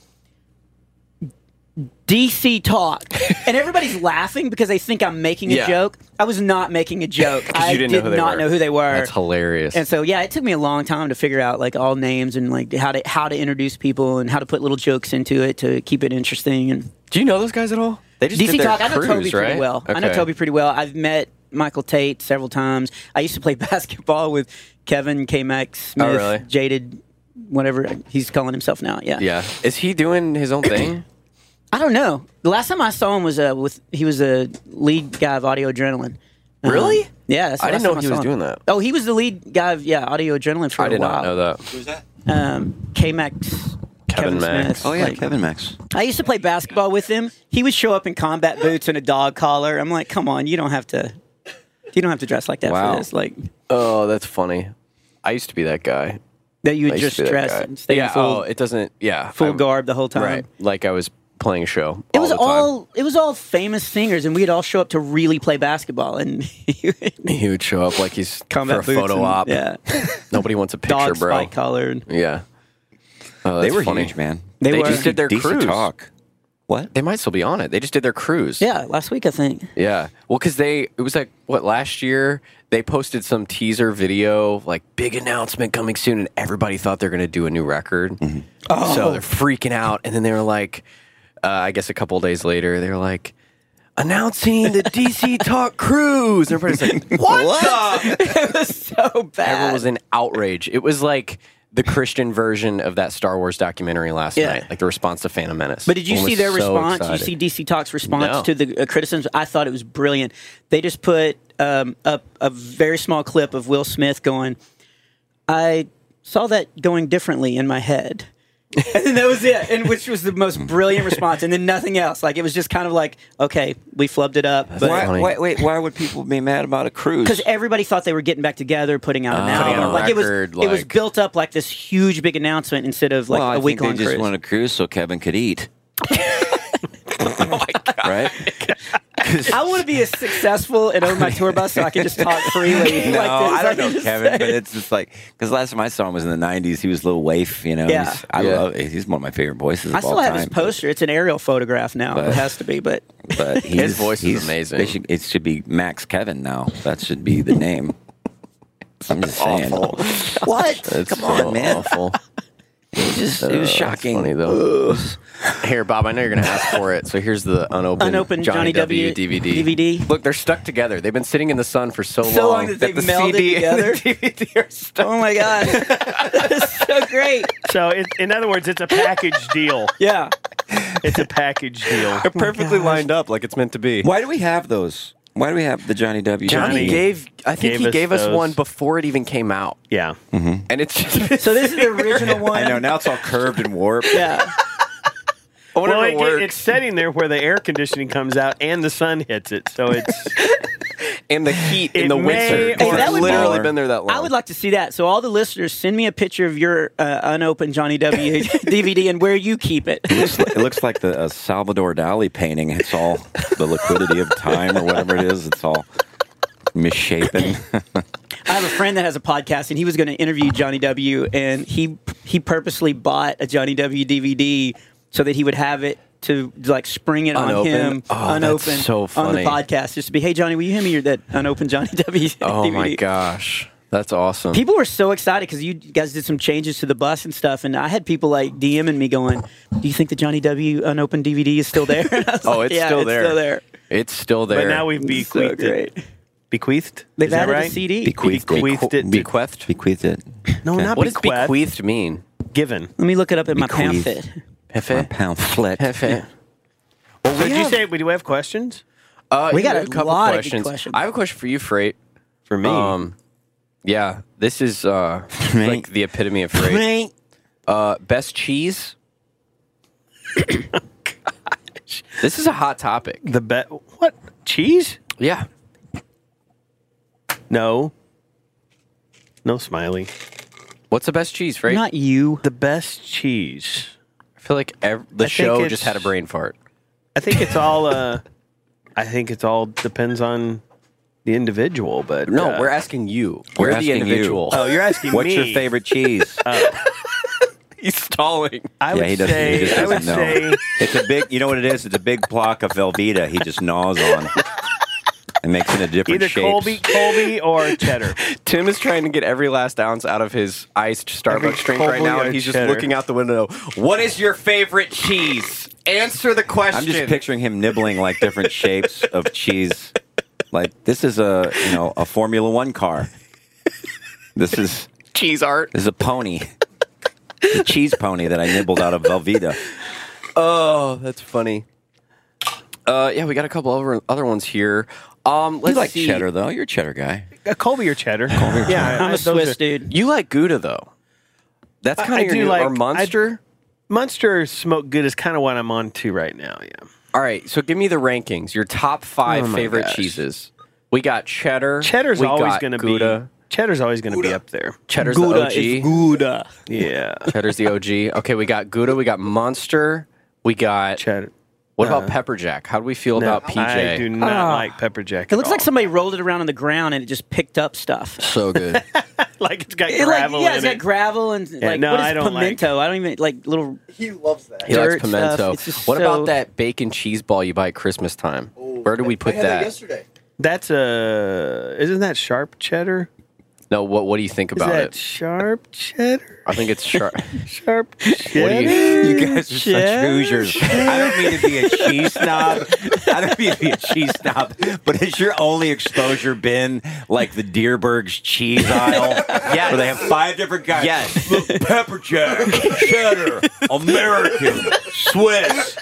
A: DC Talk, and everybody's laughing because they think I'm making a
C: Yeah.
A: joke. I was not making a joke. I
C: you didn't know
A: did
C: who they
A: not
C: were.
A: know who they were.
C: that's hilarious?
A: And so yeah, it took me a long time to figure out like all names and like how to how to introduce people and how to put little jokes into it to keep it interesting. And
C: do you know those guys at all? They just
A: DC
C: did their
A: talk, I know
C: cruise,
A: Toby
C: right?
A: pretty well. I know
C: Okay.
A: Toby pretty well. I've met Michael Tate several times. I used to play basketball with Kevin K Max Smith,
C: Oh, really?
A: Jaded, whatever he's calling himself now. Yeah.
C: Yeah, is he doing his own thing?
A: I don't know. The last time I saw him was uh, with he was a lead guy of Audio Adrenaline. Um,
C: Really?
A: yeah, that's the
C: I
A: last
C: didn't know
A: time
C: he was
A: saw him.
C: doing that.
A: Oh, he was the lead guy of yeah Audio Adrenaline for
C: I
A: a
C: did
A: while.
C: not know that.
B: Who's that?
A: um, K Max.
C: Kevin
A: Kevin,
C: Max.
A: Smith.
B: Oh yeah,
A: Like,
B: Kevin Max.
A: I used to play basketball with him. He would show up in combat boots and a dog collar. I'm like, come on, you don't have to. You don't have to dress like that
B: Wow.
A: for this. Like
C: Oh, that's funny. I used to be that guy.
A: that, you
C: I
A: would just
C: used to be that
A: dress
C: guy.
A: and stay
C: yeah,
A: in full,
C: oh, it doesn't. Yeah,
A: full
C: I'm-
A: garb the whole time.
C: Right, like I was playing a show.
A: It was
C: the time.
A: all it was all famous singers, and we'd all show up to really play basketball and
C: He would show up like he's
A: combat
C: for a
A: boots
C: photo
A: and-
C: op.
A: yeah,
C: Nobody wants a picture,
A: dog
C: bro.
A: spike collar. And
C: Yeah. Oh,
B: They
C: that's
B: were
C: funny.
B: huge, man.
A: They
C: They
A: were-
C: just did their
B: DC
C: cruise.
B: talk. What?
C: They might still be on it. They just did their cruise.
A: yeah, last week I think.
C: Yeah. Well, because they, it was like, what, last year? They posted some teaser video, like, big announcement coming soon, and everybody thought they're going to do a new record. So
A: Oh.
C: they're freaking out. And then they were like, uh, I guess a couple days later, they were like, announcing the DC Talk Cruise. And everybody's like, what? the-"
A: it was so bad.
C: Everyone was in outrage. It was like, the Christian version of that Star Wars documentary last
A: Yeah.
C: night, like the response to Phantom Menace.
A: But did you
C: Everyone
A: see
C: was
A: their
C: so
A: response?
C: excited.
A: You see DC Talk's response
C: No.
A: to the uh, criticisms? I thought it was brilliant. They just put um, up a very small clip of Will Smith going, I saw that going differently in my head. and then that was it, and which was the most brilliant response, and then nothing else. Like it was just kind of like, okay, we flubbed it up,
B: Why,
A: but
C: funny.
B: wait, wait, why would people be mad about a cruise?
A: because everybody thought they were getting back together, putting out an
C: Oh. Putting
A: album.
C: out a
A: like
C: record,
A: it was, it was
C: like-
A: built up like this huge big announcement instead of like
B: well,
A: a
B: I think
A: week
B: they
A: long
B: just
A: cruise.
B: want a cruise so Kevin could eat.
A: Oh
B: right?
A: I want to be as successful and own my tour bus so I can just talk freely. like
B: No,
A: this.
B: I don't
A: can
B: know
A: just
B: Kevin,
A: say-
B: but it's just like because last time I saw him was in the '90s. He was Lil Waif, you know.
A: Yeah.
B: He's- I
C: Yeah.
B: love. He's one of my favorite voices of
A: I still
B: all
A: have
B: time.
A: his poster. It's an aerial photograph now.
B: But-
A: it has to be, but
B: But he's,
C: voice is
B: he's-
C: amazing.
B: they should- it should be Max Kevin now. That should be the name. I'm just saying.
D: What?
B: Come on, man.
C: Awful.
B: It, just, it was shocking.
C: Funny though. Here, Bob, I know you're gonna ask for it. So here's the unopened,
A: unopened Johnny, W.
C: DVD.
A: DVD.
C: Look, they're stuck together. They've been sitting in the sun for so,
A: So long that they've
C: the
A: melded
C: CD
A: together.
C: and the DVD are stuck.
A: Oh my god, that's so great.
E: So, it, in other words, it's a package deal.
A: Yeah,
E: It's a package deal.
C: They're perfectly lined up like it's meant to be.
B: Why do we have those? Why do we have the Johnny W?
C: Johnny
E: Johnny
C: gave. I think
E: gave
C: he
E: us
C: gave us
E: those.
C: one before it even came out,
E: Yeah.
C: and it's just
A: so this is the original one.
B: I know now it's all curved and warped.
A: Yeah,
C: whatever
E: Well, it,
C: works.
E: it- it's sitting there where the air conditioning comes out and the sun hits it. So it's
C: in the heat in
E: It
C: the
E: may
C: winter.
E: or Hey,
A: that would
C: literally
B: be-
C: been there that long.
A: I would like to see that. So all the listeners, send me a picture of your uh, unopened Johnny W. DVD and where you keep it.
B: It's li- it looks like the uh, Salvador Dali painting. It's all the liquidity of time or whatever it is. It's all misshapen.
A: I have a friend that has a podcast, and he was going to interview Johnny W. And he he purposely bought a Johnny W. DVD so that he would have it to like spring it on
C: Unopened?
A: him
C: Oh,
A: unopened
C: that's so
A: on the
C: funny.
A: podcast, just to be, hey Johnny, will you hand me your that unopened Johnny W.
C: oh
A: DVD?
C: my gosh, that's awesome.
A: People were so excited because you guys did some changes to the bus and stuff, and I had people like DMing me going, "Do you think the Johnny W. unopened DVD is still there?" And I was
C: oh,
A: like,
C: it's
A: "Yeah,
C: still there.
A: It's still there.
C: It's still there.
E: but now we've
A: so
E: bequeathed
A: great.
E: it. Bequeathed?
A: They've
E: Is that
A: added
E: right?
A: a CD.
B: Bequeathed.
E: Bequeathed it.
C: bequeathed.
B: Bequeathed it.
E: No, not
C: What does
E: bequeathed.
C: bequeathed mean?
E: Given.
A: Let me look it up in my
B: Bequeathed.
A: pamphlet.
B: My
C: Hefe.
B: pamphlet.
C: Hefe.
E: Well, so did you
C: have-
E: say we do have questions
C: Uh,
A: We got
C: yeah,
A: a lot of good
C: questions.
A: questions.
C: I have a question for you, Freight.
E: for me?
C: Um, yeah, this is uh,
B: Right.
C: like the epitome of Freight. Uh, best cheese. This is a hot topic.
E: the bet. What cheese?
C: Yeah.
E: No. No smiley.
C: What's the best cheese, right?
A: Not you.
E: The best cheese.
C: I feel like ev- the
E: I think
C: show
E: it's-
C: just had a brain fart.
E: I think it's all. uh I think it's all depends on the individual. But
C: No,
E: uh,
C: we're asking you.
B: We're
C: We're the
B: asking you.
C: individual.
E: Oh, you're asking
B: What's
E: me.
B: your favorite cheese?
C: He's stalling.
E: I would
B: yeah, he doesn't.
E: say.
B: he just
E: I
B: doesn't
E: would
B: know.
E: say.
B: It's a big. You know what it is? It's a big block of Velveeta. He just gnaws on. It makes it a different
E: Either
B: shape.
E: Colby, Colby, or cheddar.
C: Tim is trying to get every last ounce out of his iced
E: Every
C: Starbucks drink right
E: Colby
C: now,
E: or
C: and he's just
E: cheddar.
C: looking out the window. What is your favorite cheese? Answer the question.
B: I'm just picturing him nibbling like different shapes of cheese. Like this is a you know a Formula One car. This is
C: cheese art.
B: this is a pony, the cheese pony that I nibbled out of Velveeta.
C: Oh, that's funny. Uh, yeah, we got a couple other other ones here. Um, let's
B: You like
C: see.
B: cheddar though. You're a cheddar guy.
E: Uh, Colby or cheddar. Colby or yeah, I-
A: I'm
E: I-
A: a
E: those
A: Swiss
E: are-
A: dude.
C: You like Gouda though. That's
E: I-
C: kind
E: I
C: of your
E: do
C: new,
E: like-
C: or
E: I-
C: Monster.
E: Munster smoked good is kind of what I'm on to right now. Yeah,
C: All right, so give me the rankings. Your top five
E: Oh my
C: favorite
E: gosh.
C: cheeses. We got cheddar.
E: cheddar's
C: we
E: always
C: got
E: going to be
C: Gouda.
E: cheddar's always going to be up there.
C: Cheddar's
A: Gouda
C: the
A: is
C: OG.
A: Gouda.
E: Yeah,
C: Cheddar's the OG. Okay, we got Gouda. We got Monster. We got.
E: cheddar.
C: what about Pepper Jack? How do we feel about PJ?
E: I do not like pepper jack.
A: Ah. It
E: at
A: looks like
E: all.
A: somebody rolled it around on the ground and it just picked up stuff.
C: so good.
E: like it's got
A: It like,
E: gravel
A: yeah, it's
E: in
A: got
E: it.
A: gravel and like
E: no,
A: what is
E: I don't like-
A: pimento? I don't even like little.
C: he
A: Dirt
C: likes
A: stuff.
C: pimento.
A: It's just
C: What
A: so-
C: about that bacon cheese ball you buy at Christmas time? Where do we put that?
E: That's a isn't that sharp cheddar?
C: No, what what do you think
E: Is
C: about
E: that
C: it?
E: sharp cheddar?
C: I think it's sharp.
E: Sharp
C: what
E: cheddar.
C: do you?
B: You guys are such Hoosiers. I don't mean to be a cheese snob. I don't mean to be a cheese snob, but has your only exposure been like the Deerberg's cheese aisle? Yeah, Where they have five different guys.
C: Yes.
B: Look, pepper jack, cheddar, American, Swiss.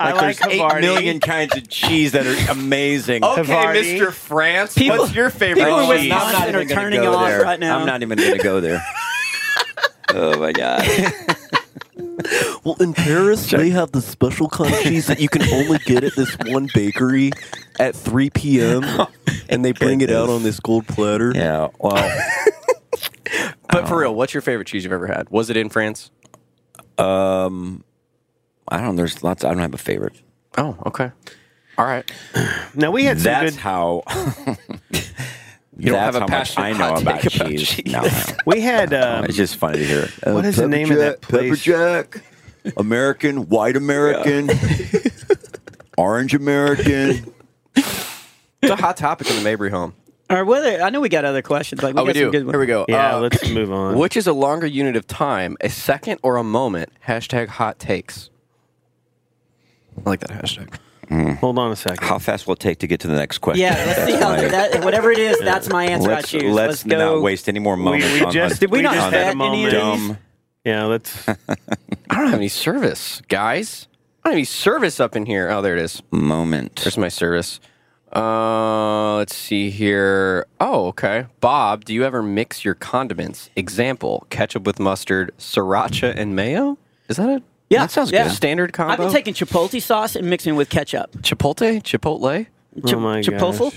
E: I like
B: There's eight
E: Havarti.
B: million kinds of cheese that are amazing.
E: Havarti.
C: France.
A: People-
C: your favorite
A: people with
B: I'm
A: not-
B: not
A: Wisconsin are
B: even gonna
A: turning
B: go
A: off
B: there.
A: right now.
B: I'm not even going to go there.
A: Oh my god!
G: Well, in Paris, they have the special kind of cheese that you can only get at this one bakery at 3 p.m. and they bring it out on this gold platter.
B: Yeah. Well,
C: But for real, what's your favorite cheese you've ever had? Was it in France?
B: I don't. There's lots. I don't have a favorite.
C: Oh, okay. All right.
E: Now we had some
B: That's
E: good.
B: how.
C: You don't have
B: that's
C: a
B: how much
C: passionate
B: I know
C: hot
B: about
C: take about
B: cheese.
C: cheese.
B: No, no.
E: We had. Um,
B: it's just funny to hear. Uh, it.
E: what is the
G: Pepper
E: name of that
G: Jack- Pepper
E: place?
G: Jack, American, white American, orange American.
C: It's a hot topic in the Mabry home.
A: Or whether I know we got other questions. Like we
C: Oh, we
A: got
C: do.
A: some good ones.
C: Here we go.
E: Yeah,
C: Uh,
E: let's move on.
C: Which is a longer unit of time, a second or a moment? Hashtag hot takes. I like that hashtag.
E: Hold on a second.
B: How fast will it take to get to the next question?
A: Yeah, let's see how
B: That's my-
A: that, whatever it is. That's my answer.
B: Let's,
A: I choose.
B: let's
A: go.
B: not waste any more moments
E: we
B: on
E: just-
B: on,
E: Did we
A: not
B: on that
A: vet any of
B: dumb.
A: these?
E: Yeah, let's.
C: I don't have any service, guys. I don't have any service up in here. Oh, there it is.
B: moment.
C: There's my service. Uh, let's see here. Oh, okay. Bob, do you ever mix your condiments? Example: ketchup with mustard, sriracha and mayo. Is that it?
A: Yeah,
C: that sounds
A: yeah.
C: good. Standard combo.
A: I've been taking chipotle sauce and mixing with ketchup.
C: chipotle, chipotle.
E: oh my
A: Chipotle?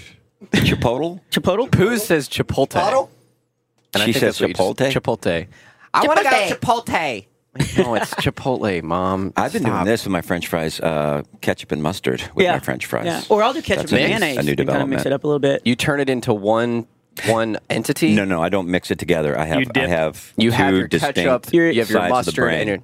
E: gosh.
B: Chipotle?
A: Chipotle?
C: Pooh says chipotle. And
B: She
C: I think
B: says
C: that's what you just-
B: chipotle?
C: Chipotle. I want to go chipotle. no, it's chipotle, mom.
B: I've been doing
C: Stop.
B: this with my French fries, uh, ketchup and mustard with
A: Yeah.
B: my French fries.
A: Yeah. Or I'll do ketchup
B: That's
A: and
B: a new-
A: mayonnaise
B: a new
A: and kind of mix
B: development.
A: it up a little bit.
C: You turn it into one one entity.
B: No, no, I don't mix it together. I have,
E: You
B: I
E: dip.
B: have
C: You
B: two
C: have your
B: distinct
C: ketchup.
A: You're-
C: You have your
B: sides of the
C: mustard
B: brain.
C: and your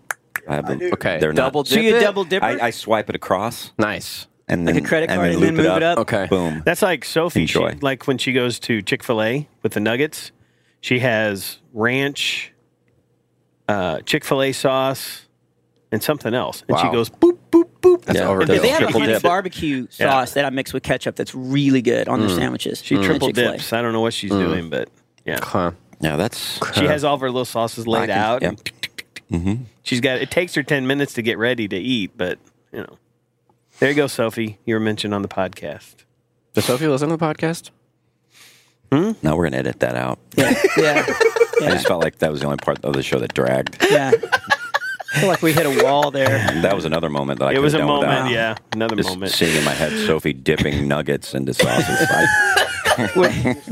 B: I have them.
C: okay.
B: They're
C: double
B: not.
A: so
C: dip
A: you
C: it?
A: double dipper?
B: I, I swipe it across
C: Nice.
B: and
A: Like
B: then
A: a credit
B: and
A: card
B: then
A: and then
B: loop
A: move it up?
C: Okay.
B: Boom.
E: That's like Sophie. She,
B: Enjoy.
E: like when she goes to Chick Fil A with the nuggets, she has ranch, uh, Chick Fil A sauce, and something else, and she
C: Wow.
E: goes boop boop boop.
C: That's
B: Yeah.
A: Yeah,
C: overdose.
A: they have a
B: Triple
A: honey
B: dip.
A: barbecue
E: Yeah.
A: sauce that I mix with ketchup that's really good on their sandwiches.
E: She
A: at
E: triple
A: Chick-fil-A.
E: dips. I don't know what
B: Mm.
E: she's doing, but yeah,
C: Huh.
B: Yeah, that's
E: she has all of her little sauces
B: can-
E: laid out.
B: yeah.
E: and tick, tick, tick, tick. She's got. It takes her ten minutes to get ready to eat, but you know, there you go, Sophie. You were mentioned on the podcast.
C: Does Sophie listen to the podcast?
B: No, we're gonna edit that out.
A: Yeah. Yeah.
B: I just felt like that was the only part of the show that dragged.
A: yeah. I feel like we hit a wall there.
B: That was another moment that I
E: it was
B: could've
E: a
B: done
E: moment.
B: without.
E: Yeah, another
B: Just
E: moment.
B: seeing in my head Sophie dipping nuggets into sauces. I,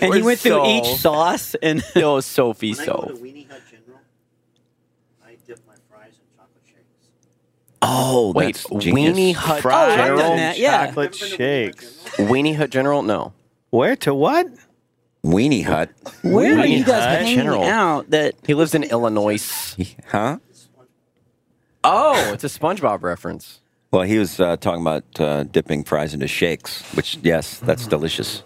A: And he
C: We're
A: went through
C: so-
A: each sauce and
C: No, Sophie.
H: When I go to
C: So
H: Weenie Hut General, I dip my fries in chocolate shakes.
B: oh,
C: wait,
B: that's genius.
C: Weenie Hut
E: Fries
A: oh, I've done
C: General.
A: that, yeah.
E: chocolate shakes.
C: Weenie Hut General. No.
E: Where to what?
B: Weenie Hut,
A: where are you guys
E: Hut
A: hanging
C: General.
A: out that
C: He lives in Illinois.
B: huh?
C: Oh, it's a SpongeBob reference.
B: Well, he was uh, talking about uh, dipping fries into shakes, which yes, that's delicious.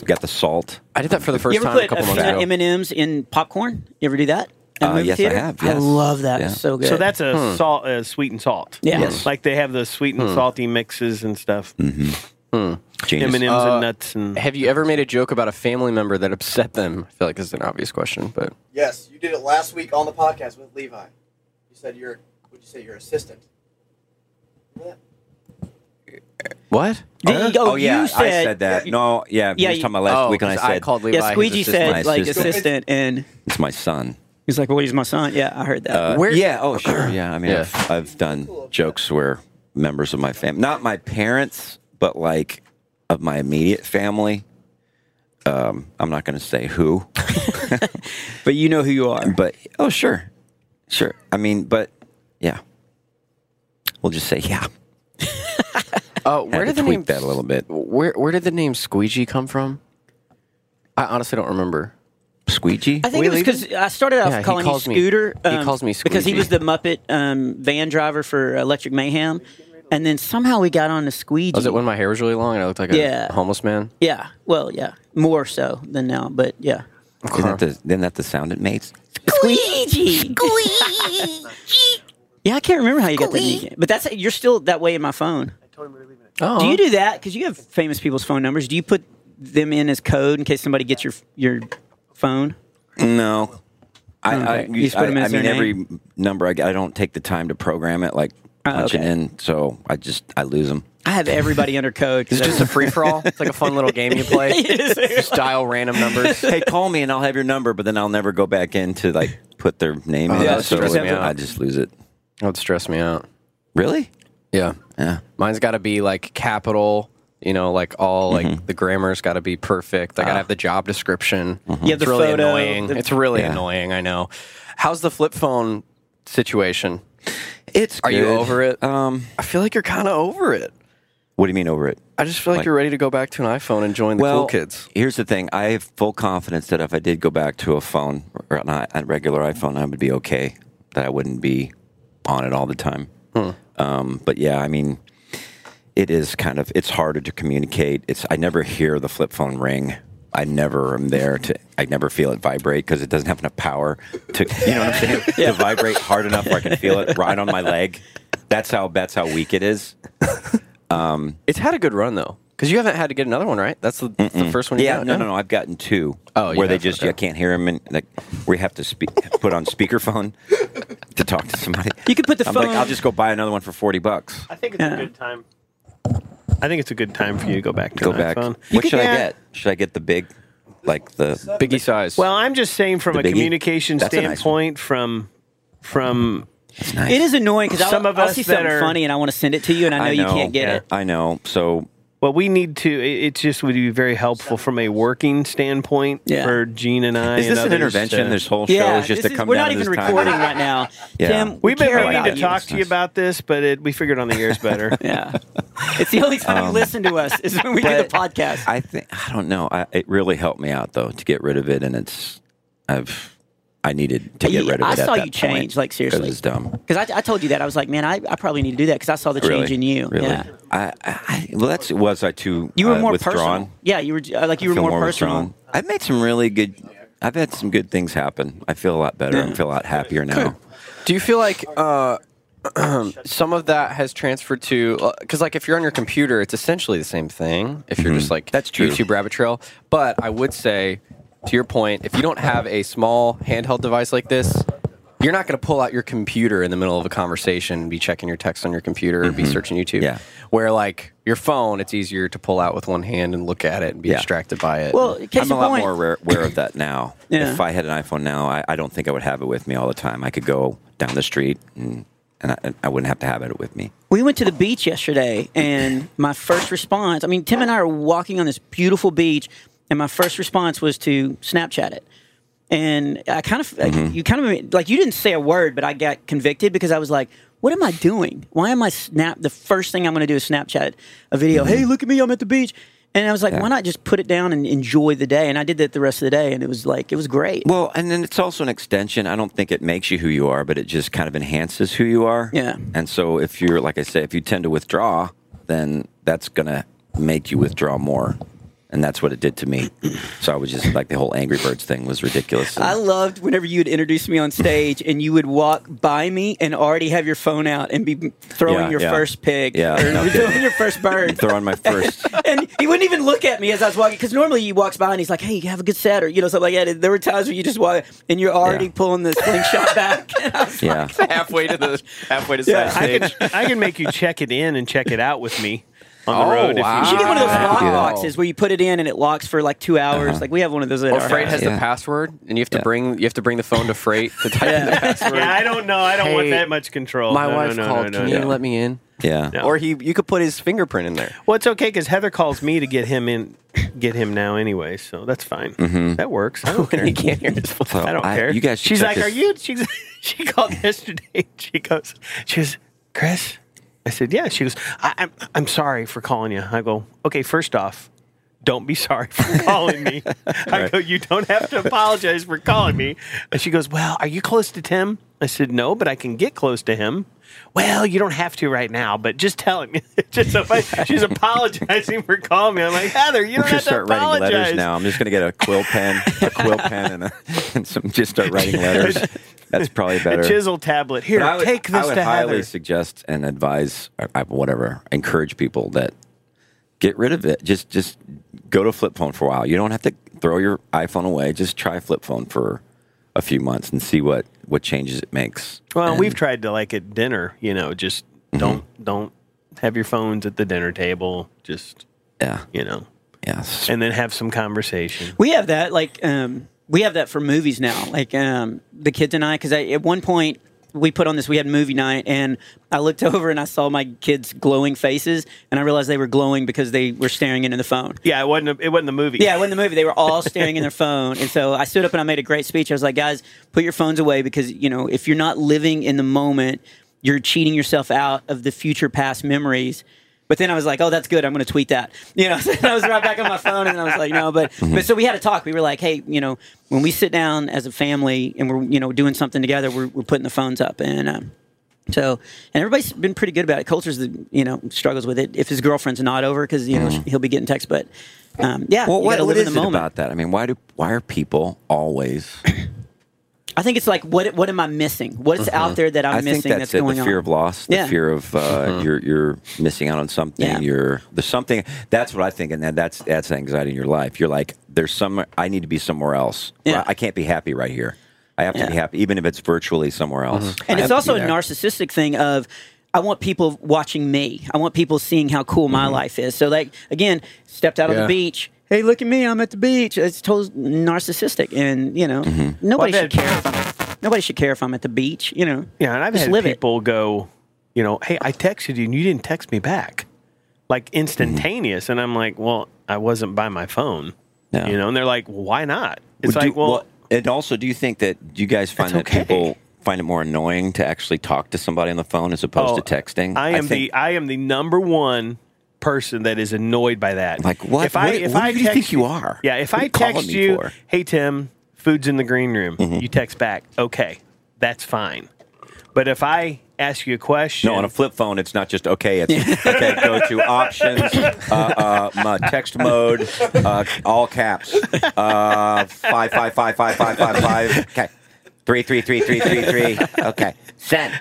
B: You got the salt.
C: I did that for the first
A: you ever
C: time a
A: put
C: couple months ago.
A: M and M's in popcorn? You ever do that? At a
B: Uh,
A: movie
B: yes, I
A: theater?
B: have,
A: I
B: yes.
A: love that.
B: Yeah. Hmm.
A: It's so good.
E: So that's a salt, uh, sweet and salt.
A: Yeah. Yes.
E: like they have the sweet and salty mixes and stuff. M
B: Mm-hmm. Genius.
E: and M's and nuts and
C: Have you ever made a joke about a family member that upset them? I feel like this is an obvious question, but
H: Yes, you did it last week on the podcast with Levi. You said your, would you say your assistant? Remember
C: what?
A: Did- oh,
B: yeah,
A: you said,
B: I said that. No, yeah,
A: Yeah,
B: yeah he was
A: you- Oh,
B: talking about last week, and I
C: 'cause
B: said
C: called Levi.
A: Yeah,
C: his
A: Squeegee
C: assistant.
A: said like
B: assistant.
A: assistant, and
B: it's my son.
A: he's like, "Well, he's my son." Yeah, I heard that.
B: Uh,
C: Where-
B: yeah, oh sure, yeah. I mean,
C: Yeah.
B: I've, I've done jokes where members of my family, not my parents, but like of my immediate family. Um, I'm not going to say who,
A: but you know who you are.
B: but oh sure, sure. I mean, but yeah, we'll just say yeah.
C: Uh, where
B: Had
C: did
B: to
C: the name
B: tweak that a little bit?
C: Where Where did the name Squeegee come from? I honestly don't remember.
B: Squeegee.
A: I think it was because I started off
C: Yeah, he
A: calling you
C: calls me-
A: Scooter. um,
C: he calls me
A: because he
C: Squeegee.
A: was the Muppet um, van driver for Electric Mayhem, and then somehow we got on to Squeegee.
C: Was it when my hair was really long and I looked like a
A: Yeah.
C: homeless man?
A: yeah, well, yeah, more so than now, but yeah,
B: Isn't that, the, isn't that the sound it makes?
A: Squeegee. yeah, I can't remember how you got that nickname, but that's you're still that way in my phone.
C: Oh,
A: Do you do that? Because you have famous people's phone numbers. Do you put them in as code in case somebody gets your your phone?
B: No. I, I,
A: Okay. You just put
B: I-
A: 'em in
B: I
A: as their
B: mean, every number I, get, I don't take the time to program it, like punch it
A: okay.
B: in. So I just, I lose them.
A: I have everybody under code.
C: It's just a free for all. It's like a fun little game you play. Just dial random numbers.
B: hey, call me and I'll have your number, but then I'll never go back in to like put their name in.
C: that
B: Yeah,
C: would
B: so
C: stress me out.
B: I just lose it.
C: That would stress me out.
B: Really?
C: Yeah.
B: Yeah.
C: Mine's got to be like capital, you know, like all like the grammar's got to be perfect. I got to have the job description.
A: You have
C: it's
A: the
C: really
A: photo,
C: annoying.
A: the-
C: it's really
B: Yeah.
C: annoying, I know. How's the flip phone situation?
B: It's.
C: Are you
B: good.
C: over it?
B: Um,
C: I feel like you're kind of over it.
B: what do you mean over it?
C: I just feel like,
B: Like-
C: you're ready to go back to an iPhone and join the cool kids.
B: Here's the thing: I have full confidence that if I did go back to a phone or an i- a regular iPhone, I would be okay. That I wouldn't be on it all the time.
C: Hmm.
B: Um, but yeah, I mean, it is kind of it's harder to communicate. It's I never hear the flip phone ring. I never am there to. I never feel it vibrate because it doesn't have enough power to. You know what I'm saying? To vibrate hard enough where I can feel it right on my leg. That's how. That's how weak it is.
C: It's had a good run though, because you haven't had to get another one, right? That's the, the first one. You
B: Yeah,
C: got,
B: no, no, no. I've gotten two.
C: Oh, you
B: where they
C: have,
B: just
C: okay.
B: I can't hear them, and like we have to speak, put on speakerphone to talk to somebody.
A: You could put the
B: I'm
A: phone.
B: like, I'll just go buy another one for forty bucks.
E: I think it's a good time. I think it's a good time for you to go back to
B: Go
E: an
B: back.
E: iPhone.
B: What
E: You
B: should I
E: can-
B: get? Should I get the big, like the?
C: Biggie size.
E: Well, I'm just saying from
B: The
E: a
B: biggie?
E: communication
B: That's a nice
E: standpoint, from from
A: it is annoying because
E: Some
A: I'll,
E: of
A: I'll
E: us
A: see
E: that
A: something
E: are-
A: funny and I want to send it to you, and I know, you can't get
B: yeah,
A: it.
B: I know. So
E: what we need to. It, it just would be very helpful from a working standpoint
A: Yeah.
E: for Gene and I.
B: is
E: and
B: this an
E: others
B: intervention?
E: to-
B: this whole show
A: Yeah,
B: is just
A: this
B: to come
A: we're
B: down
A: not
B: to
A: even
B: this time.
A: recording right now.
B: Yeah.
A: Tim, we
E: We've been
A: care
E: meaning
A: about
E: to
A: you.
E: talk to you about this, but it, we figured on the year's better.
A: Yeah, it's the only time you listen to us is when we do the podcast.
B: Um, I think I don't know. I, it really helped me out though to get rid of it, and it's I've I needed to get
A: Yeah,
B: rid of
A: I
B: it. at
A: saw
B: that
A: you change,
B: point,
A: like,
B: 'cause
A: seriously.
B: it's dumb.
A: Because I, I told you that I was like, man, I, I probably need to do that because I saw the change
B: really,
A: in you.
B: Really?
A: Yeah,
B: I, I, well, that's was I too.
A: you were
B: uh,
A: more
B: withdrawn.
A: personal. Yeah, you were uh, like you were
B: feel
A: more, personal.
B: withdrawn. I've made some really good. I've had some good things happen. I feel a lot better. I feel a lot happier now.
C: Do you feel like uh, some of that has transferred to because, like, if you're on your computer, it's essentially the same thing. If you're just like
B: Mm-hmm. That's true.
C: YouTube rabbit trail, but I would say, to your point, if you don't have a small handheld device like this, you're not going to pull out your computer in the middle of a conversation and be checking your text on your computer or be searching YouTube.
B: Mm-hmm. Yeah.
C: Where like your phone, it's easier to pull out with one hand and look at it and be
B: Yeah.
C: distracted by it.
A: Well, case
B: I'm a
A: in
B: lot
A: point,
B: more aware, aware of that now.
A: Yeah.
B: If I had an iPhone now, I, I don't think I would have it with me all the time. I could go down the street and, and I, I wouldn't have to have it with me.
A: We went to the beach yesterday, and my first response I mean, Tim and I are walking on this beautiful beach, and my first response was to Snapchat it. And I kind of, you kind of, like, you didn't say a word, but I got convicted because I was like, what am I doing? Why am I snap? The first thing I'm going to do is Snapchat a video. Hey, look at me, I'm at the beach. And I was like, why not just put it down and enjoy the day? And I did that the rest of the day, and it was like, it was great.
B: Well, and then it's also an extension. I don't think it makes you who you are, but it just kind of enhances who you are.
A: Yeah.
B: And so if you're, like I say, if you tend to withdraw, then that's going to make you withdraw more. And that's what it did to me. so I was just like, the whole Angry Birds thing was ridiculous. And
A: I loved whenever you'd introduce me on stage and you would walk by me and already have your phone out and be throwing
B: Yeah,
A: your
B: yeah.
A: first pig
B: Yeah,
A: or
B: no
A: throwing
B: kidding.
A: your first bird.
B: throwing my first.
A: and he wouldn't even look at me as I was walking because normally he walks by and he's like, "Hey, have a good set," or you know something like that. And there were times where you just walk and you're already
B: Yeah.
A: pulling the slingshot back. And I was
B: yeah.
C: halfway to the halfway to
A: Yeah,
C: side
E: I
C: stage.
E: can I can make you check it in and check it out with me on the
C: Oh,
E: road. If
C: wow.
A: you
E: you
A: should get one of those
B: Ah,
A: lock
B: I could do that. Uh-huh.
A: boxes where you put it in and it locks for like two hours. Like we have one of those. At
C: Or
A: our
C: Freight
A: house.
C: has
B: Yeah.
C: the password, and you have to bring you have to bring the phone to Freight to type in the password.
E: Yeah, I don't know. I don't want
C: Hey,
E: that much control.
C: My
E: No, no,
C: wife
E: no, no,
C: called.
E: no,
C: Can
E: no.
C: you let me in?
B: Yeah.
E: No.
C: Or he, you could put his fingerprint in there.
E: Well, it's okay because Heather calls me to get him in, get him now anyway. So that's fine. That works. I don't care.
C: Mm-hmm. He can't hear his voice.
B: So
E: I don't
B: I-
E: care.
B: you guys should
E: She's
B: check
E: like,
B: this-
E: "Are you?" She's, she called yesterday. She goes, she goes, Chris. I said, "Yeah." She goes, I, "I'm I'm sorry for calling you." I go, "Okay, first off." Don't be sorry for calling me. I go, you don't have to apologize for calling me. And she goes, Well, are you close to Tim? I said, No, but I can get close to him. Well, you don't have to right now, but just tell him. just so funny. She's apologizing for calling me. I'm like, Heather, you
B: I'm
E: don't
B: gonna
E: have to
B: start writing
E: apologize.
B: letters now. I'm just gonna get a quill pen, a quill pen, and, a, and some. Just start writing letters. That's probably better.
E: A chisel tablet. Here,
B: But I would,
E: take this
B: I would
E: to
B: highly
E: Heather.
B: suggest and advise, or, I- whatever, encourage people that get rid of it. Just just go to flip phone for a while. You don't have to throw your iPhone away. Just try flip phone for a few months and see what what changes it makes.
E: Well, we've tried to like at dinner, you know, just
B: Mm-hmm.
E: don't don't have your phones at the dinner table. Just
B: Yeah,
E: you know,
B: yes.
E: and then have some conversation.
A: We have that like um, we have that for movies now. Like um, the kids and I, because at one point we put on this, we had movie night, and I looked over and I saw my kids' glowing faces, and I realized they were glowing because they were staring into the phone.
E: Yeah, it wasn't a, it wasn't the movie.
A: Yeah, when the movie, they were all staring in their phone, and so I stood up and I made a great speech. I was like, "Guys, put your phones away because you know if you're not living in the moment." you're cheating yourself out of the future past memories. But then I was like, oh, that's good. I'm going to tweet that. You know, so I was right back on my phone, and I was like, no, but but so we had a talk. We were like, hey, you know, when we sit down as a family and we're you know doing something together, we're, we're putting the phones up, and um, so and everybody's been pretty good about it. Coulter's the you know struggles with it if his girlfriend's not over because you know he'll be getting texts, but um, yeah,
B: Mm. Well,
A: you
B: what,
A: gotta
B: what
A: live in
B: is
A: the
B: it
A: moment.
B: about that? I mean, why do why are people always?
A: I think it's like what what am I missing? What is out there that I'm
B: Mm-hmm. I think
A: missing
B: that's,
A: that's,
B: it.
A: going
B: the fear
A: on?
B: of loss, the
A: Yeah.
B: fear of uh,
E: Mm-hmm.
B: you're you're missing out on something.
A: Yeah.
B: You're there's something. That's what I think, and that, that's that's anxiety in your life. You're like, there's some. I need to be somewhere else.
A: Yeah.
B: I can't be happy right here. I have to be
A: Yeah.
B: happy, even if it's virtually somewhere else.
E: Mm-hmm.
A: and it's
B: I have to
A: also
B: be
A: a
B: there.
A: narcissistic thing of I want people watching me. I want people seeing how cool
B: Mm-hmm.
A: my life is. So like again, stepped out on
C: Yeah.
A: the beach. Hey, look at me! I'm at the beach. It's total narcissistic, and you know
B: Mm-hmm.
A: nobody
E: Well,
A: should care. If I'm, nobody should care if I'm at the beach. You know.
E: Yeah, and I've
A: Just
E: had
A: live it.
E: people go, you know, hey, I texted you and you didn't text me back, like
B: Mm-hmm.
E: instantaneous. And I'm like, well, I wasn't by my phone,
B: Yeah.
E: you know. And they're like, well, why not? It's
B: Would you-
E: like, well,
B: and also, do you think that you guys find that
E: That's okay.
B: people find it more annoying to actually talk to somebody on the phone as opposed
E: oh,
B: to texting?
E: I am
B: think-
E: the I am the number one person that is annoyed by that.
B: Like, what-
E: If I
B: what-
E: if
B: what
E: I
B: do you
E: text,
B: think you are?
E: Yeah, if
B: What are
E: I
B: you calling
E: text
B: me
E: you,
B: for? Mm-hmm.
E: hey Tim, food's in the green room. You text back, okay, that's fine. But if I ask you a question,
B: No, on a flip phone, it's not just okay. It's okay. Go to options, uh, uh, mo- text mode, uh, all caps, uh, five five five five five five five. Okay, three three three three three three. Okay, send.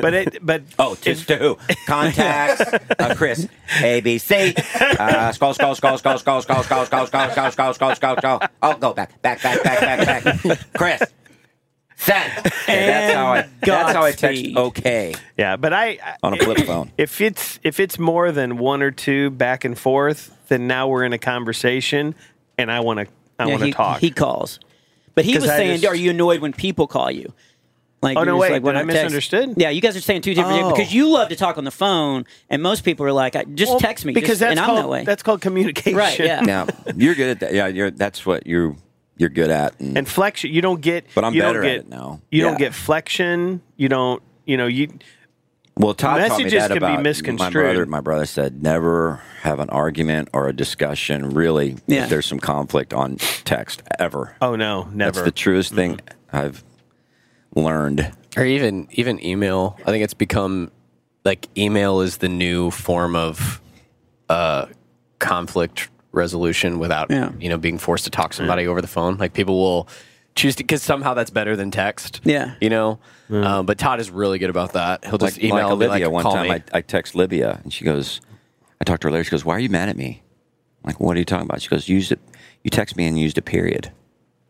E: but it but
B: Oh, tis to who? Contacts, uh, Chris, ABC, uh, scroll, scroll, scroll, scroll, scroll, scroll, scroll, scroll, scroll, scroll, scroll, scroll, scroll, scroll. Oh, go back, back, back, back, back, back. Chris, send. Okay, that's how I. That's how I text.
A: Godspeed.
B: Okay,
E: Yeah, but I, I
B: on a flip phone.
E: if it's if it's more than one or two back and forth, then now we're in a conversation, and I want to I
A: Yeah,
E: want to
A: he,
E: talk.
A: He calls, but he
E: 'Cause
A: was
E: I
A: saying,
E: just-
A: "Are you annoyed when people call you?" Like,
E: Oh,
A: you're
E: no,
A: just
E: wait,
A: like, when
E: did I
A: text-
E: misunderstood? Oh.
A: Yeah, you guys are saying two different things because you love to talk on the phone, and most people are like, I, "Just
E: Well,
A: text me,"
E: because
A: just-
E: that's
A: and I'm
E: called
A: that way.
E: that's called communication.
A: right. Yeah.
B: Now you're good at that. Yeah, you're. That's what you're. You're good at. And,
E: and flexion. You don't get.
B: But I'm
E: you don't
B: better at
E: get-
B: it now.
E: You
B: Yeah.
E: don't get flexion. You don't. You know. You.
B: well, Todd taught me
E: messages
B: that
E: can be
B: about
E: misconstrued.
B: My brother, my brother said, never have an argument or a discussion. Really,
A: Yeah.
B: if there's some conflict on text, ever.
E: Oh no,
B: that's
E: never.
B: the truest thing I've learned.
C: or even even email. I think it's become like email is the new form of uh, conflict resolution without
A: Yeah.
C: you know being forced to talk to somebody over the phone. Like people will choose because somehow that's better than text.
A: Yeah.
C: you know. Uh, but Todd is really good about that. He'll just
B: Like,
C: email
B: like
C: and be
B: Olivia
C: like,
B: one
C: "Call
B: time,
C: me."
B: I, I text Livia and she goes, I talked to her later. She goes, "Why are you mad at me?" I'm like, what are you talking about? She goes, "Use it. You text me and used a period.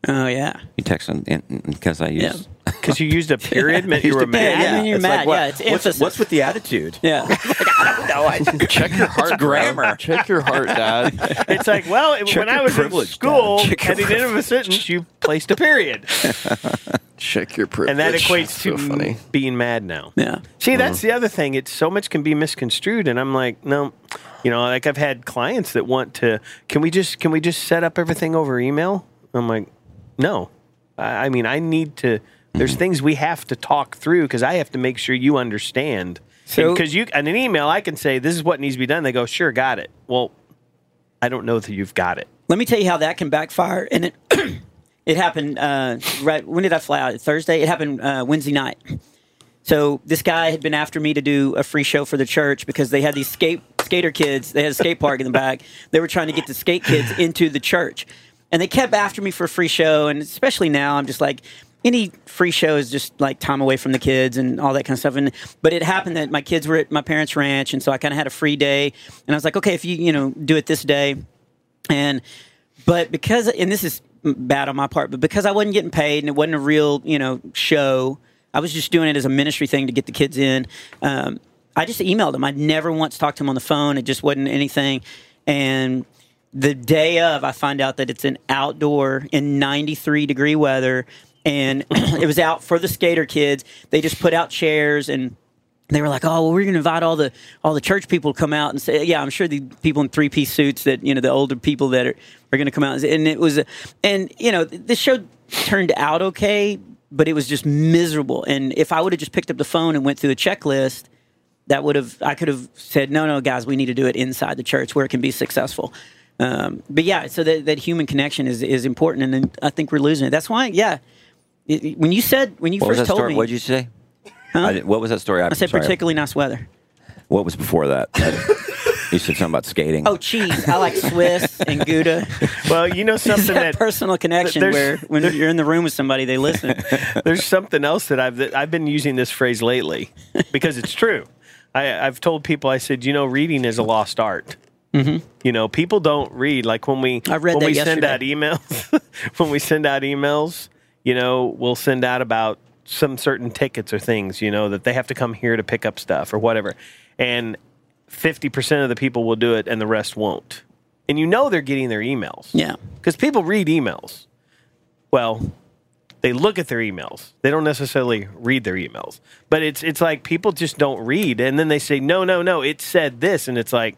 A: Oh yeah.
B: You text them because I used."
A: Yeah.
E: Because you used a period meant you were
A: period,
E: mad.
A: yeah. You're
B: It's
A: mad,
B: what-
A: yeah, it's
B: what's,
A: emphasis.
B: what's with the attitude?
A: Yeah.
C: Check your heart, grammar. Check your heart, Dad.
E: It's like, well, it- when I was in
B: privilege,
E: school,
B: Dad. Check
E: at the
B: your
E: end of a sentence, you placed a period,
C: Check your privilege.
E: and that
C: That's
E: equates
C: so
E: to
C: funny.
E: being mad now.
A: Yeah.
E: See, that's the other thing. It's so much can be misconstrued, and I'm like, no, you know, like I've had clients that want to. Can we just can we just set up everything over email? I'm like, no. I, I mean, I need to. There's things we have to talk through because I have to make sure you understand.
A: So-
E: Because you in an email, I can say this is what needs to be done. They go, sure, got it. Well, I don't know that you've got it.
A: Let me tell you how that can backfire. And it it happened uh, right when did I fly out? Thursday. It happened uh, Wednesday night. So this guy had been after me to do a free show for the church because they had these skate skater kids. They had a skate park in the back. They were trying to get the skate kids into the church, and they kept after me for a free show. And especially now, I'm just like. Any free show is just like time away from the kids and all that kind of stuff. And but it happened that my kids were at my parents' ranch, and so I kind of had a free day. And I was like, okay, if you you know do it this day, and but because and this is bad on my part but because i wasn't getting paid and it wasn't a real you know show i was just doing it as a ministry thing to get the kids in um, i just emailed him i never once talked to him on the phone it just wasn't anything and the day of i find out that it's an outdoor in 93 degree weather and it was out for the skater kids they just put out chairs and they were like, "Oh, well, we're going to invite all the all the church people to come out and say, yeah, I'm sure the people in three piece suits that you know the older people that are are going to come out." And it was, and you know, the show turned out okay, but it was just miserable. And if I would have just picked up the phone and went through the checklist, that would have I could have said, no, no, guys, we need to do it inside the church where it can be successful. Um, but yeah, so that, that human connection is is important, and then I think we're losing it. That's why, yeah. It- it- when you said when you
B: What was
A: first
B: that
A: told
B: story?
A: me,
B: What did you say? I didn't- what was that story?
A: I said
B: sorry.
A: particularly nice weather.
B: What was before that? you said something about skating.
A: Oh, cheese! I like Swiss and Gouda.
E: Well, you know
A: It's
E: something
A: that,
E: that
A: personal connection
E: there's-
A: where when
E: there-
A: you're in the room with somebody, they listen.
E: There's something else that I've that I've been using this phrase lately because it's true. I, I've told people I said, you know, reading is a lost art. You know, people don't read. Like when we
A: Mm-hmm. I read
E: when
A: that
E: we send
A: yesterday.
E: out emails, when we send out emails, you know, we'll send out about some certain tickets or things, you know, that they have to come here to pick up stuff or whatever. And 50% of the people will do it and the rest won't. And you know they're getting their emails.
A: Yeah.
E: Because people read emails. Well, they look at their emails. They don't necessarily read their emails. But it's it's like people just don't read and then they say, No, no, no, it said this and it's like,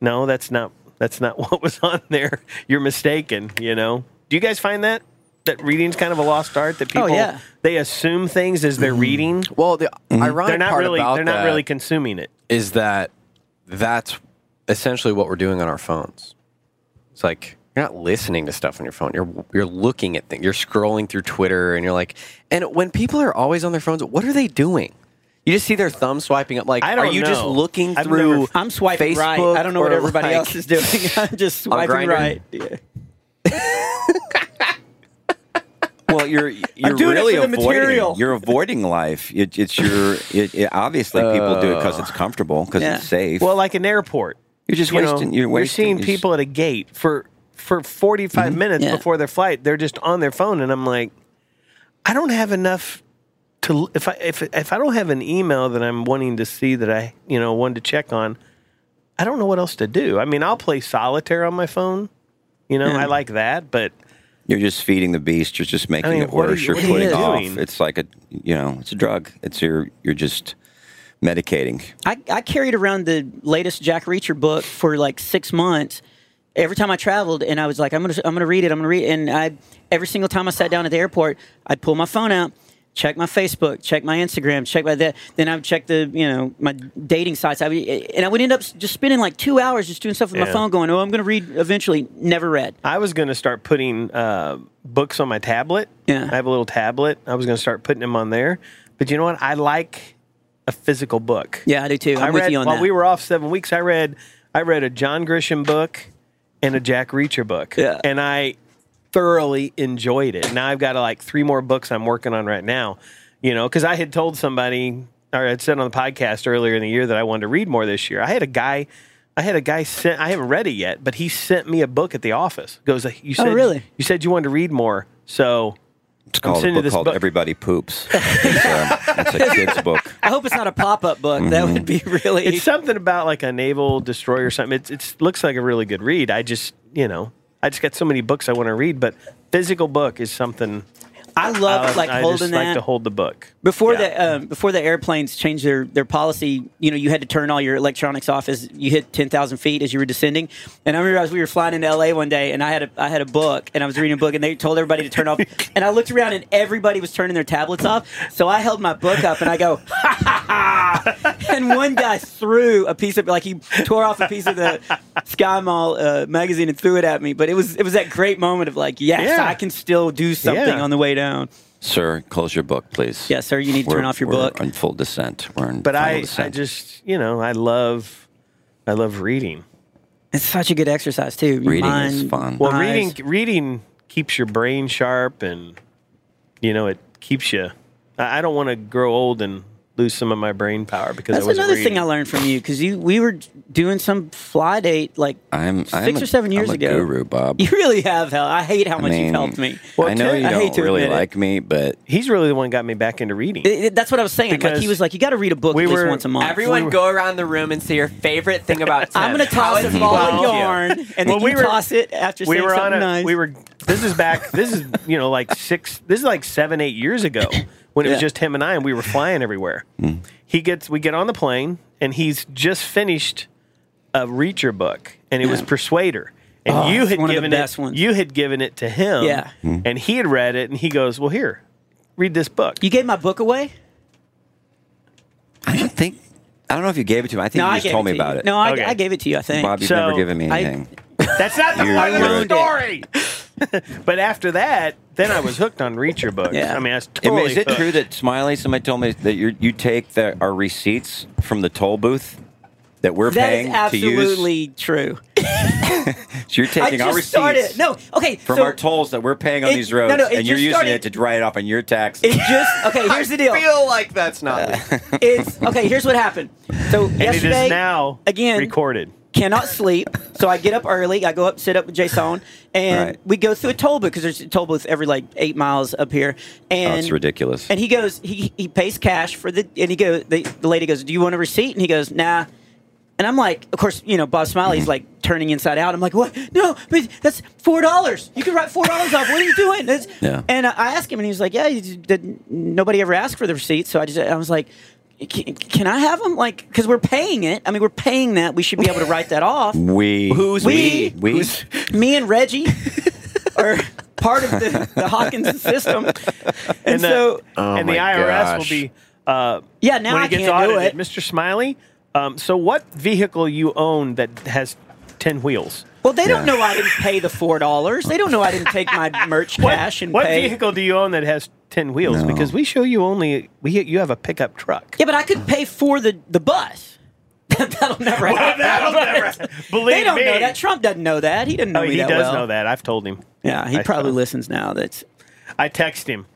E: No, that's not that's not what was on there. You're mistaken, you know. Do you guys find that? That reading's kind of a lost art that
A: Oh,
E: people
A: yeah.
E: they assume things as they're reading.
C: Well, the ironic
E: They're not
C: Mm-hmm. part
E: really
C: about
E: they're not
C: that
E: really consuming it.
C: is that that's essentially what we're doing on our phones. It's like you're not listening to stuff on your phone. You're you're looking at things. You're scrolling through Twitter, and you're like, and when people are always on their phones, what are they doing? You just see their thumb swiping up. Like,
E: I don't
C: are you just
E: know.
C: looking
E: I've
C: through?
E: never-
A: I'm swiping right.
C: Facebook
A: I don't know what
C: or,
A: everybody
C: like-
A: else is doing. I'm just
C: On
A: swiping
C: Grindr?
A: right. Yeah.
B: Well, you're you're
A: doing it
B: really
A: for the
B: avoiding
A: material.
B: you're avoiding life. It, it's your it, it, obviously people do it because it's comfortable because
A: Yeah.
B: it's safe.
E: Well, like an airport.
B: you're just
E: you know,
B: wasting. you're wasting. Mm-hmm.
E: seeing people at a gate for for 45 minutes
A: Yeah.
E: before their flight they're just on their phone and i'm like i don't have enough to if i if, if i don't have an email that i'm wanting to see that i you know one to check on i don't know what else to do i mean i'll play solitaire on my phone you know i like that but
B: You're just feeding the beast. You're just making
E: I mean,
B: Mm. it
E: what are
B: worse.
E: you-
B: you're
E: what are you
B: putting
E: doing?
B: off. It's like a you know, it's a drug. It's your you're just medicating.
A: I, I carried around the latest Jack Reacher book for like six months. Every time I traveled, and I was like, I'm gonna, I'm gonna read it. I'm gonna read, it. and I, every single time I sat down at the airport, I'd pull my phone out, check my Facebook, check my Instagram, check my that. Then I'd check the, you know, my dating sites. I would, and I would end up s- just spending like two hours just doing stuff with my
E: Yeah.
A: phone, going, oh, I'm gonna read eventually. Never read.
E: I was going to start putting uh, books on my tablet.
A: Yeah.
E: I have a little tablet. I was going to start putting them on there. But you know what? I like a physical book.
A: Yeah, I do too. I'm
E: I
A: with
E: read,
A: you on
E: while
A: that.
E: we were off seven weeks, I read I read a John Grisham book and a Jack Reacher book.
A: Yeah.
E: And I thoroughly enjoyed it. Now I've got like three more books I'm working on right now, you know, because I had told somebody or I'd said on the podcast earlier in the year that I wanted to read more this year. I had a guy I had a guy sent I haven't read it yet, but he sent me a book at the office. Goes, you said
A: Oh, really?
E: you said you wanted to read more, so
B: It's called a
E: sending
B: book
E: this
B: called
E: book-
B: Everybody Poops. It's, uh, it's a kid's book.
A: I hope it's not a pop up book. That would be really.
E: Mm-hmm. It's something about like a naval destroyer or something. It's it's looks like a really good read. I just you know I just got so many books I want to read, but physical book is something
A: I love
E: I,
A: like
E: I
A: holding
E: just
A: that.
E: like to hold the book.
A: Before
E: Yeah.
A: the um, before the airplanes changed their, their policy, you know, you had to turn all your electronics off as you hit ten thousand feet as you were descending. And I remember as we were flying into LA one day, and I had a I had a book, and I was reading a book, and they told everybody to turn off. And I looked around, and everybody was turning their tablets off. So I held my book up, and I go, ha ha ha! And one guy threw a piece of like he tore off a piece of the Sky Mall uh, magazine and threw it at me. But it was it was that great moment of like, yes,
E: Yeah.
A: I can still do something
E: Yeah.
A: on the way down.
B: Sir, close your book, please.
A: Yes, sir, you need to
B: We're-
A: turn off your
B: we're
A: book.
B: On full descent. We're in
E: But
B: final
E: I I
B: descent.
E: just you know I love I love reading.
A: It's such a good exercise too. Your
B: Reading is
A: mind-
B: fun.
E: Well,
A: eyes.
E: reading reading keeps your brain sharp and you know it keeps you. I, I don't want to grow old and lose some of my brain power because
A: That's
E: I wasn't
A: another thing
E: reading.
A: I learned from you because you we were doing some fly date like
B: I'm
A: 6
B: I'm a-
A: or seven years
B: I'm a
A: ago.
B: Guru Bob.
A: You really have helped. I hate how much you've helped me.
B: I know
E: Terry-
B: you
A: I hate
B: don't
A: to
B: really
A: admit it.
B: like me, but
E: He's really the one got me back into reading.
A: It- it- that's what I was saying. Like
E: Because
A: he was like, you got to read a book
E: we
A: at least
E: were-
A: once a month.
I: Everyone go around the room and say your favorite thing about Tim.
A: I'm gonna
I: How
A: toss
I: is
A: a
I: he
A: ball of
I: involved?
A: yarn and
E: Well,
A: then
E: we
A: you
E: were-
A: toss it after
E: we
A: saying
E: were on
A: something
E: a
A: nice.
E: we were this is back this is you know like six this is like seven eight years ago when it was
A: Yeah.
E: just him and i and we were flying everywhere he gets we get on the plane and he's just finished a reacher book and it was persuader and
A: Oh,
E: you
A: it's
E: had
A: one of the
E: given
A: best
E: it
A: ones.
E: you had given it to him
A: Yeah.
E: and he had read it and he goes well here read this book.
A: You gave my book away?
B: I don't think. I don't know if you gave it to me. I think
A: no,
B: you
A: I
B: just
A: gave
B: told
A: it
B: me
A: to you.
B: about it.
A: No, I,
E: Okay.
A: I gave it to you. I think.
B: Bob, you've
E: So,
B: never given me
A: I-
B: anything.
E: That's not the
B: You're
E: point of the
B: good.
E: story. but after that, then I was hooked on Reacher books.
A: Yeah.
E: I mean, I was
B: I mean,
E: totally.
B: is it
E: hooked.
B: true that Smiley? Somebody told me that you you take the, our receipts from the toll booth that we're
A: That
B: paying
A: is
B: to use. So
A: absolutely true.
B: you're
A: I
B: taking our
A: just
B: receipts
A: started. No, okay.
B: from
A: so
B: our tolls that we're paying on
A: It-
B: these roads,
A: no, no, it
B: and you're
A: just
B: using
A: started-
B: it to dry it off on your tax.
A: it just okay. Here's the deal.
I: I feel like that's not.
A: It's okay. Here's what happened. So
E: And it
A: yesterday,
E: is now
A: again-
E: recorded.
A: cannot sleep, so I get up early. I go up, sit up with Jason, and
B: Right.
A: we go through a toll booth because there's a toll booth every like eight miles up here. And
B: Oh, it's ridiculous.
A: And he goes, he he pays cash for the, and he goes, the, the lady goes, "Do you want a receipt?" And he goes, "Nah." And I'm like, of course, you know, Bob Smiley's like turning inside out. I'm like, what? No, but that's four dollars. You can write four dollars off. What are you doing? That's-
B: Yeah.
A: And I asked him, and he was like, yeah, you just did, nobody ever asked for the receipt. So I just, I was like, can, can I have them? Like, because we're paying it. I mean, we're paying that. We should be able to write that off.
B: we
A: Who's we?
B: we
A: Me and Reggie are part of the, the Hawkins system. And,
E: the-
A: so,
B: oh
E: and the
C: my
E: IRS will
C: gosh.
E: be. Uh,
A: Yeah, now
E: when
A: I
E: it gets
A: can't do it.
E: audited, Mr. Smiley. Um, so, what vehicle you own that has ten wheels?
A: well, they don't know I didn't pay the four dollars. They don't know I didn't take my merch cash and
E: What
A: pay.
E: vehicle do you own that has ten wheels?
B: No.
E: Because we show you only we you have a pickup truck.
A: Yeah, but I could pay for the, the bus. That'll never happen.
E: Believe
A: they don't
E: me.
A: know that. Trump doesn't know that. He doesn't know
E: Oh,
A: me
E: he
A: that
E: does
A: well.
E: know that. I've told him.
A: Yeah, he
E: I
A: probably
E: saw.
A: listens now. That's.
E: I text him.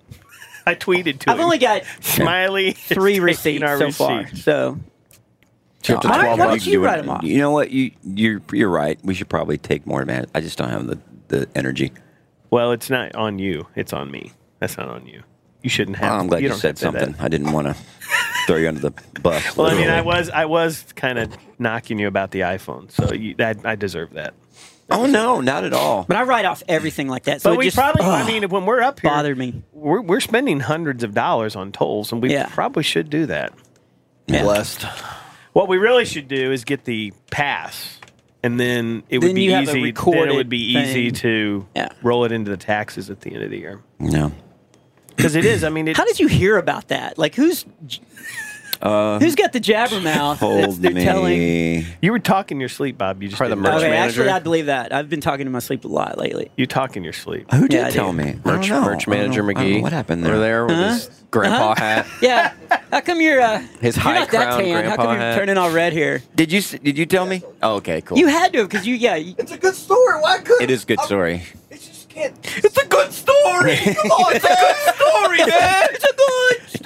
E: I tweeted to him.
A: I've only got
E: Smiley is
A: three
E: taking
A: receipts so
E: our
A: far.
E: receipts.
A: So
B: Took the
A: Why don't-
B: 12
A: why don't
B: bucks.
A: you write 'em off?
B: You know what? You you're you're right. We should probably take more advantage. I just don't have the the energy.
E: Well, it's not on you. It's on me. That's not on you. You shouldn't have.
B: Well, I'm glad you,
E: don't
B: said
E: have to do
B: something.
E: that.
B: I didn't want to throw you under the bus.
E: Well, I mean,
B: literally.
E: I was I was kind of knocking you about the iPhone, so you, that, I deserve that.
B: Oh no, not at all.
A: But I write off everything like that. So
E: But
A: it
E: we
A: just,
E: probably, I
A: ugh,
E: mean, when we're up here,
A: bothered me.
E: We're, we're spending hundreds of dollars on tolls, and we
A: Yeah.
E: probably should do that.
A: Yeah.
G: Blessed.
E: What we really should do is get the pass, and then it would
A: Then
E: be
A: you have a
E: easy. Then it
A: recorded
E: would be easy
A: thing.
E: to
A: Yeah.
E: roll it into the taxes at the end of the year
B: No.
E: because it is. I mean, it,
A: How did you hear about that? Like who's who's got the jabber mouth? that's-
B: Uh, Hold
A: They're
B: me.
A: telling.
E: you were talking your sleep, Bob. You just
C: Probably the
E: didn't
C: merch
E: know
A: Okay,
E: it.
A: actually, I believe that. I've been talking to my sleep a lot lately.
E: You talking your sleep?
B: Who did
A: Yeah, I
B: tell
A: did.
B: me? I don't
C: Merch,
B: know.
C: merch
B: I don't
C: manager
B: know. I don't
C: McGee.
B: know What happened
C: Over
B: there?
C: there with his grandpa hat.
A: Yeah. How come you're uh,
C: His
A: you're
C: high
A: not that
C: crown
A: tan? How
C: grandpa
A: come you're
C: hat.
A: turning all red here?
B: Did you s- did you tell me? Oh, okay, cool.
A: You had to because you yeah. you-
H: It's a good story. Why couldn't
B: it is good
A: Oh.
H: I'm-
B: story.
H: It's just can't.
B: It's a good story. Come on, it's a good story, man.
A: It's a good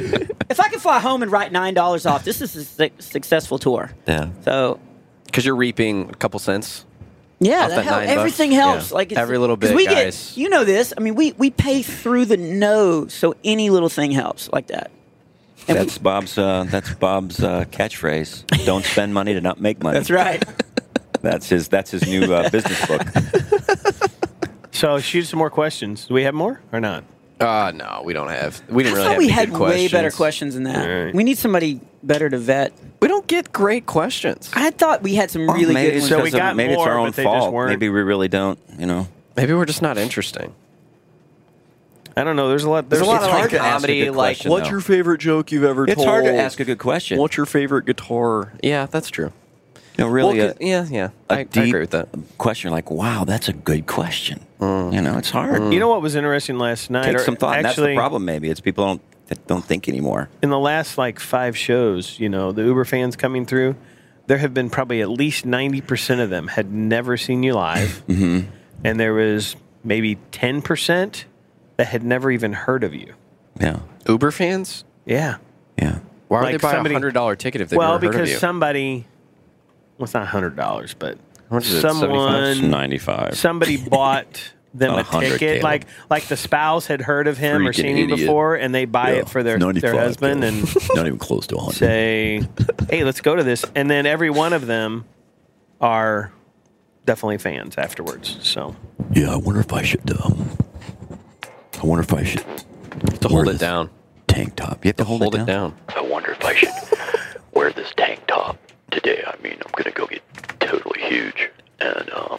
A: story. if I could fly home and write nine dollars off, this is a su- successful tour.
B: Yeah.
A: So
C: Because you're reaping a couple cents.
A: yeah,
C: Off
A: that
C: that
A: help,
C: nine bucks.
A: everything
C: Yeah.
A: helps. Like it's,
C: Every little
A: 'cause
C: bit,
A: we
C: guys.
A: Get, you know this. I mean, we we pay through the nose, so any little thing helps like that. And we-
B: That's Bob's. Uh, that's Bob's uh, catchphrase. Don't spend money to not make money.
A: that's right.
B: That's his. That's his new uh, business book.
E: So shoot some more questions. Do we have more or not?
C: Uh, no, we don't have. We
A: I
C: didn't really
A: thought
C: have
A: we
C: any
A: had
C: good
A: way better
C: questions.
A: questions than that.
E: All right.
A: We need somebody better to vet.
C: We don't get great questions.
A: I thought we had some really good
B: maybe
A: ones.
B: it's 'cause
E: we
B: of-
E: got
B: maybe it's our
E: more,
B: own
E: but they just
B: fault.
E: weren't-
B: Maybe we really don't. You know.
C: Maybe we're just not interesting.
E: I don't know. There's a lot. There's,
C: a lot
E: it's
C: of,
E: hard
C: like,
E: to ask.
C: comedy,
B: good
C: like,
B: question,
G: What's
B: though.
G: your favorite joke you've ever
B: It's
G: told?
B: hard to ask a good question.
G: What's your favorite guitar?
C: Yeah, that's true.
B: no, really.
C: Well,
B: a-
C: 'cause- yeah, yeah.
B: a
C: I, I
B: deep
C: agree with that.
B: Question like, wow, that's a good question. You know, it's hard.
E: You know what was interesting last night?
B: Take
E: or
B: some thought. and that's the
E: Mm. Actually,
B: problem. Maybe it's people don't that don't think anymore.
E: in the last like five shows, you know, the Uber fans coming through, there have been probably at least 90% of them had never seen you live. mm-hmm. And there was maybe 10% that had never even heard of you.
B: Yeah.
C: Uber fans?
E: Yeah.
B: Yeah.
C: Why would
E: Like
C: they buy
E: somebody-
C: a hundred dollar ticket if they
E: well,
C: never heard of
E: because
C: you?
E: somebody, well, it's not $100, but
C: How much is it? 75?
E: someone,
B: Ninety five.
E: somebody bought them
B: Not
E: a
B: 100,
E: ticket.
B: Caleb.
E: Like, like the spouse had heard of him or
B: Freaking
E: seen him
B: idiot.
E: before, and they buy it for their, their husband. And
B: not even close to hundred.
E: say, "Hey, let's go to this," and then every one of them are definitely fans afterwards. So
J: Yeah, I wonder if I should. Um, I wonder if I should
C: to hold it down.
J: tank top.
B: You have to hold,
C: Hold
B: it down.
J: I wonder if I should wear this tank top today. I mean, I'm gonna go get totally huge, and um,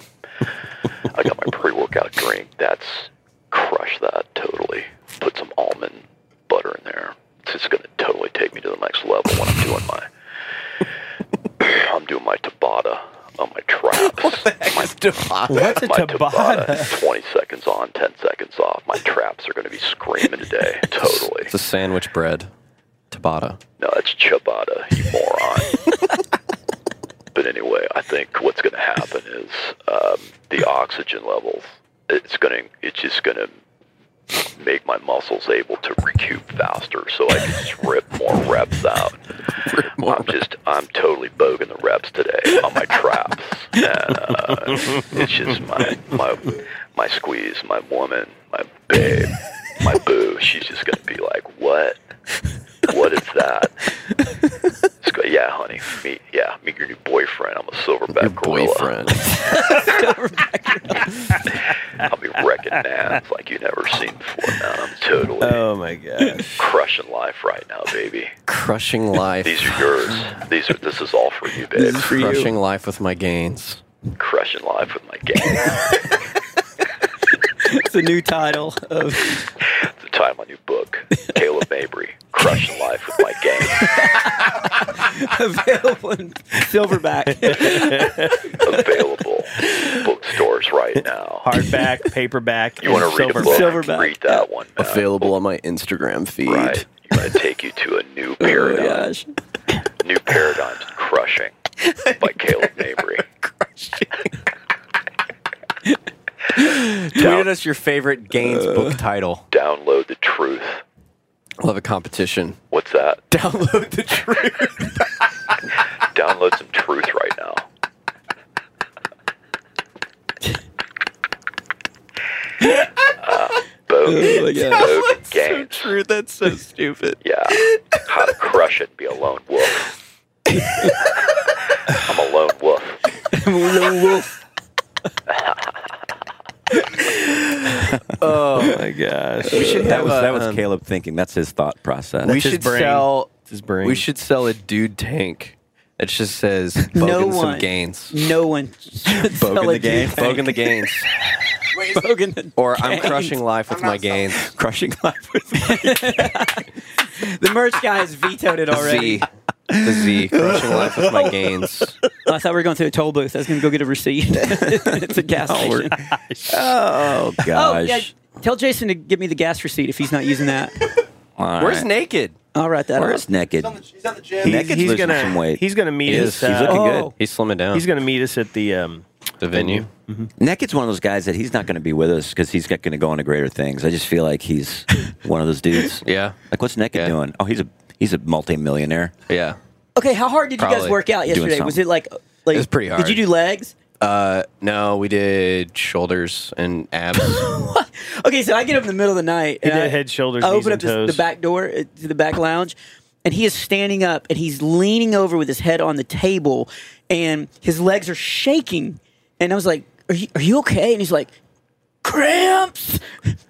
J: I got my pre-workout drink. That's crush that totally. Put some it's going to totally take me to the next level when I'm doing my. I'm doing my Tabata on my traps. my,
E: What's a
J: my
E: Tabata?
J: Tabata, Twenty seconds on, ten seconds off. My traps are going to be screaming today. Totally.
C: It's a sandwich bread, Tabata.
J: No, that's ciabatta, you moron. but anyway, I think what's going to happen is um, the oxygen levels. It's going to. It's just going to make my muscles able to recoup faster, so I can just rip more reps out. I'm just. I'm totally bogan the reps today on my traps. And, uh, it's just my my my squeeze, my woman, my babe, my boo. She's just going to be like, what? What is that? It's go, yeah, honey. Meet, yeah, meet your new boyfriend. I'm a silverback gorilla.
G: boyfriend.
J: I'll be wrecking nads like you never seen before. Man, I'm totally.
E: Oh my gosh.
J: Crushing life right now, baby.
C: Crushing life.
J: These are yours. These are. This is all for you, babe.
C: Crushing life with my gains.
J: Crushing life with my gang.
A: it's the new title of
J: It's the title of my new book, Caleb Mabry. Crushing life with my gang.
A: available in silverback.
J: Available bookstores right now.
E: Hardback, paperback,
J: You want
E: and
J: to read a
E: silver-
J: book?
A: Silverback.
J: Read that one. man.
G: Available on my Instagram feed.
J: Right. I'm going to take you to a new
A: Oh,
J: paradigm.
A: gosh.
J: New Paradigms Crushing by Caleb Mabry.
C: Tweeted us your favorite gains book title.
J: Download the truth.
C: Love a competition.
J: What's that?
C: Download the truth.
J: Download some truth right now. Uh, Bogan,
A: Oh, my God.
J: Bogan Games.
G: True, that's so stupid.
J: Yeah. How to crush it and be a lone wolf. I'm a lone wolf.
E: Oh my gosh.
B: that was that was
C: um,
B: Caleb thinking. That's his thought process.
C: we
E: his
C: should
E: brain.
C: sell.
E: his brain.
C: We should sell a dude tank that just says "Bogan
A: No
C: some
A: one.
C: gains."
A: No one should sell
B: the
A: a
B: game.
A: dude
C: Bogan the gains,
H: Wait, is it-
A: Bogan the-
C: or I'm
A: Gains.
C: crushing life with
H: I'm
C: my
H: not selling-
C: gains.
B: Crushing life with
A: the merch guy has vetoed it
C: The
A: already.
C: Z, the Z, crushing life with my gains.
A: Oh, I thought we were going to a toll booth. I was going to go get a receipt. it's a gas station.
B: Oh gosh.
A: Oh, yeah. Tell Jason to give me the gas receipt if he's not using that.
B: All
C: Where's
B: right.
C: naked?
A: I'll write that
B: Where's naked?
H: He's on the, he's on the gym.
B: He-
E: he's,
B: Naked's
E: he's
B: losing
E: gonna
B: some weight.
E: he's gonna meet
C: He
E: us.
C: is. He's
E: uh,
B: looking
A: oh.
B: good.
C: He's slimming down.
E: He's gonna meet us at the um,
C: the venue.
B: Naked's one of those guys that he's not going to be with us because he's going to go into greater things. I just feel like he's one of those dudes.
C: Yeah.
B: Like what's Naked
C: Yeah.
B: doing? Oh, he's a he's a multimillionaire.
C: Yeah.
A: Okay, how hard did you guys
C: Probably
A: work out yesterday?
B: something.
A: Was it like like
C: It was pretty hard.
A: Did you do legs?
C: Uh, no, we did shoulders and abs.
A: Okay, so I get up in the middle of the night. And
E: did
A: I,
E: head, shoulders,
A: I
E: knees,
A: open
E: and
A: up this-
E: toes.
A: the back door uh, to the back lounge, and he is standing up and he's leaning over with his head on the table, and his legs are shaking. And I was like, "Are you are you okay?" And he's like, "Cramps."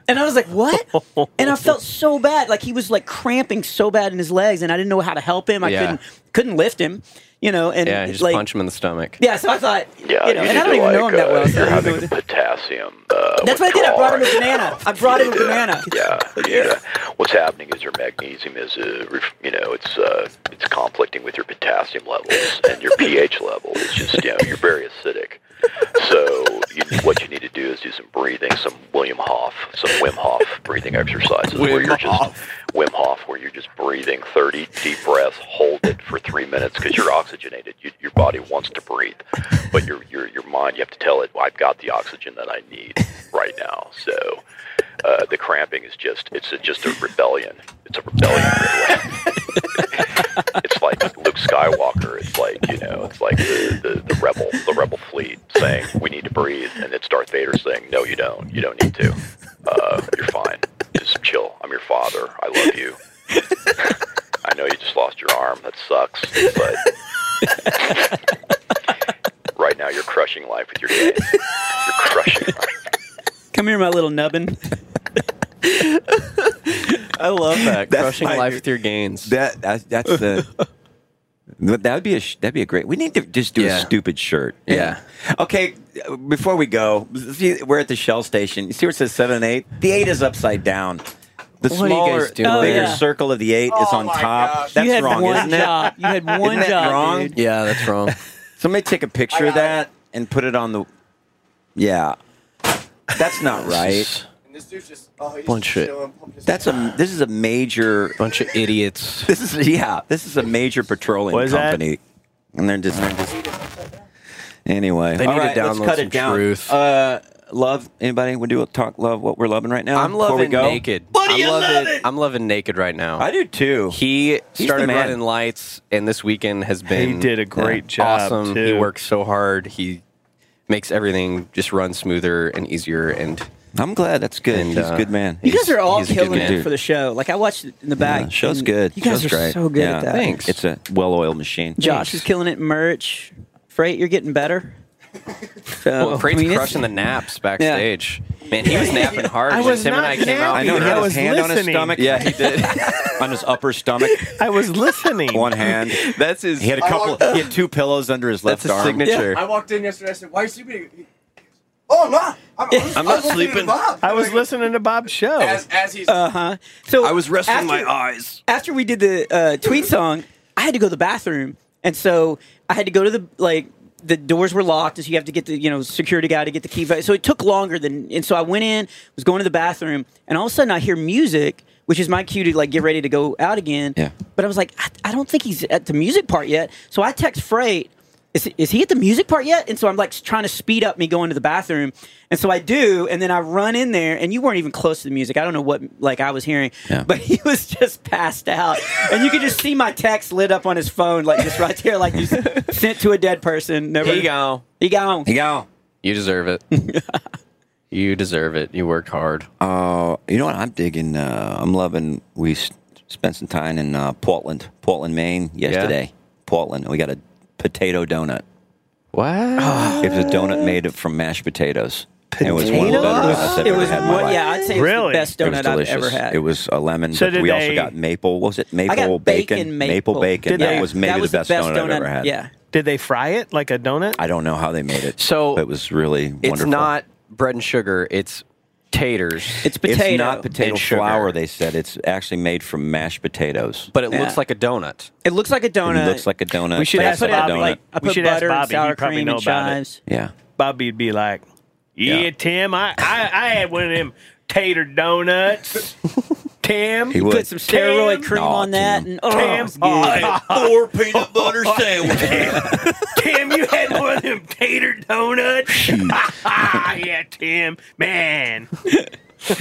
A: And I was like, "What?" and I felt so bad. Like he was like cramping so bad in his legs, and I didn't know how to help him. I
C: Yeah.
A: couldn't couldn't lift him. You know, and
C: Yeah, you just
A: like,
C: punch him in the stomach.
A: Yeah, so I thought,
J: Yeah,
A: you know,
J: you
A: and I don't
J: need to
A: even
J: like,
A: know him that
J: uh,
A: well. So
J: you're
A: I don't know
J: having
A: what
J: a
A: to-
J: potassium. Uh,
A: that's what I did. I brought him a
J: withdrawal.
A: banana. I brought him a banana.
J: Yeah, yeah. What's happening is your magnesium is, uh, ref- you know, it's uh, it's conflicting with your potassium levels and your pH level. It's just, you know, you're very acidic. So you, what you need to do is do some breathing, some William Hoff, some Wim Hof breathing exercises where you're just Wim Hof, where you're just breathing 30 deep breaths, hold it for three minutes because you're oxygenated. You, your body wants to breathe, but your your your mind, you have to tell it, I've got the oxygen that I need right now. So uh, the cramping is just it's a, just a rebellion. It's a rebellion. it's like Luke Skywalker. It's like you know, it's like the, the, the rebel the rebel fleet saying we need to breathe, and it's Darth Vader saying no, you don't. You don't need to. Uh, you're fine. Just chill. I'm your father. I love you. I know you just lost your arm. That sucks, but. Right now, you're crushing life with your game. You're crushing life.
A: Come here, my little nubbin.
C: I love that.
B: That's
C: Crushing
B: my-
C: life with your gains.
B: That, that that's the. That would be a sh- that'd be a great. We need to just do
C: Yeah.
B: a stupid shirt.
C: Yeah.
B: Okay. Before we go, see, we're at the Shell station. You see where it says seven and eight? The eight is upside down.
J: The
A: What are you
J: smaller,
A: guys doing?
J: the bigger
A: Oh, yeah.
J: circle of the eight is
H: Oh
J: on top. That's
A: you had
J: wrong,
A: one
J: isn't
A: job.
J: it?
A: You had one
J: isn't that
A: job.
J: wrong?
A: dude.
J: Yeah, that's wrong. Somebody take a picture of that and put it on the. Yeah, that's not right.
F: And this dude's just, oh, he's
J: Bunch
F: just
J: of That's a. This is a major bunch of idiots. This is yeah. This is a major petroleum
C: What is that?
J: company, and they're just. Anyway,
C: They
J: all
C: need to
J: right, let's
C: download
J: cut
C: some
J: it down.
C: truth.
J: Uh, love. Anybody? We do a talk love. What we're loving right now.
C: I'm
J: before we
C: loving
J: go?
C: naked. I'm loving, I'm loving naked right now. I
J: do too.
C: He
J: the
C: started
J: man.
C: running lights, and this weekend has been
E: He did a great job,
C: Awesome. He
E: too.
C: works so hard. He makes everything just run smoother and easier. And
J: I'm glad that's good.
C: And,
J: He's a
C: uh,
J: good man.
A: You guys are all
C: he's a good
A: killing it
C: dude.
A: for the show. Like I watched it in the back.
J: Yeah, show's
A: and
J: good.
A: You guys
J: show's
A: are
J: great.
A: so good
J: Yeah.
A: at that.
J: It's a well-oiled machine.
A: Josh is killing it. in Merch, freight, you're getting better. So
J: Oh,
C: well, Freight's
A: I mean, it's-
C: crushing the naps backstage. Man, he was napping hard. Just him and I came out.
J: I know. He had his hand on his stomach.
C: Yeah,
J: he did. on his upper stomach.
E: I was listening.
J: One hand. That's his. He had a couple. He had two pillows under his left
C: his
J: arm.
C: signature.
F: I walked in yesterday. I said, "Why are you sleeping?" He- Oh, I'm not. I'm, I'm,
J: I'm not sleeping.
E: I was listening to Bob's show.
F: As, as he's
A: Uh huh. So I was
J: resting my eyes.
A: After we did the uh, tweet song, I had to go to the bathroom, and so I had to go to the like the doors were locked, and so you have to get the you know security guy to get the key. So it took longer than, and so I went in, was going to the bathroom, and all of a sudden I hear music. Which is my cue to like get ready to go out again. Yeah. But I was like, I, I don't think he's at the music part yet. So I text Freight, is, is he at the music part yet? And so I'm like trying to speed up me going to the bathroom. And so I do, and then I run in there, and you weren't even close to the music. I don't know what like I was hearing, but he was just passed out, and you could just see my text lit up on his phone, like just right there, like you sent to a dead person. Never.
C: He gone.
A: He gone.
J: He gone.
C: You deserve it. you deserve it. You worked hard.
J: Uh, you know what? I'm digging. Uh, I'm loving. We s- spent some time in uh, Portland, Portland, Maine, yesterday. Portland, and we got a potato donut.
C: Wow!
J: it was a donut made of- from mashed potatoes. It was one of the better
A: Potatoes?
J: donuts I've
A: It
J: ever
A: was
J: had in my
A: one-
J: life.
A: yeah, I'd say it's the Really? best
J: It was
A: donut I've ever
J: delicious.
A: had.
J: It was a lemon,
A: So
J: but
A: did
J: we also
A: they-
J: got maple. What was it? Maple
A: got
J: bacon,
A: bacon
J: maple.
A: maple.
J: bacon.
A: Did
J: that
A: they-
J: was maybe
A: that was
J: the best, donut, I've ever had.
E: Did they fry it like a donut?
J: I don't know how they made it.
C: So
J: it was really
C: It's
J: wonderful.
C: not bread and sugar. It's taters.
J: It's not potato flour. They said it's actually made from mashed potatoes.
C: But it looks like a donut.
A: It looks like a donut.
J: It looks like a donut.
A: We should
J: But
A: ask
J: it's not
A: Bobby,
J: a donut.
A: like, I
E: We
A: put
E: should ask
A: butter and
E: Bobby. He
A: sour
E: probably
A: cream
E: know
A: and
E: about it.
A: chives.
J: Yeah.
E: Bobby'd be like, "Yeah, Tim, I, I, I had one of them tater donuts." Tim,
A: He would. Put some steroid cream Aw, on that Tim. and- oh,
E: Tim,
A: it's good. I had
J: four peanut butter sandwiches.
E: Tim, you had one of them tater donuts. yeah, Tim, man,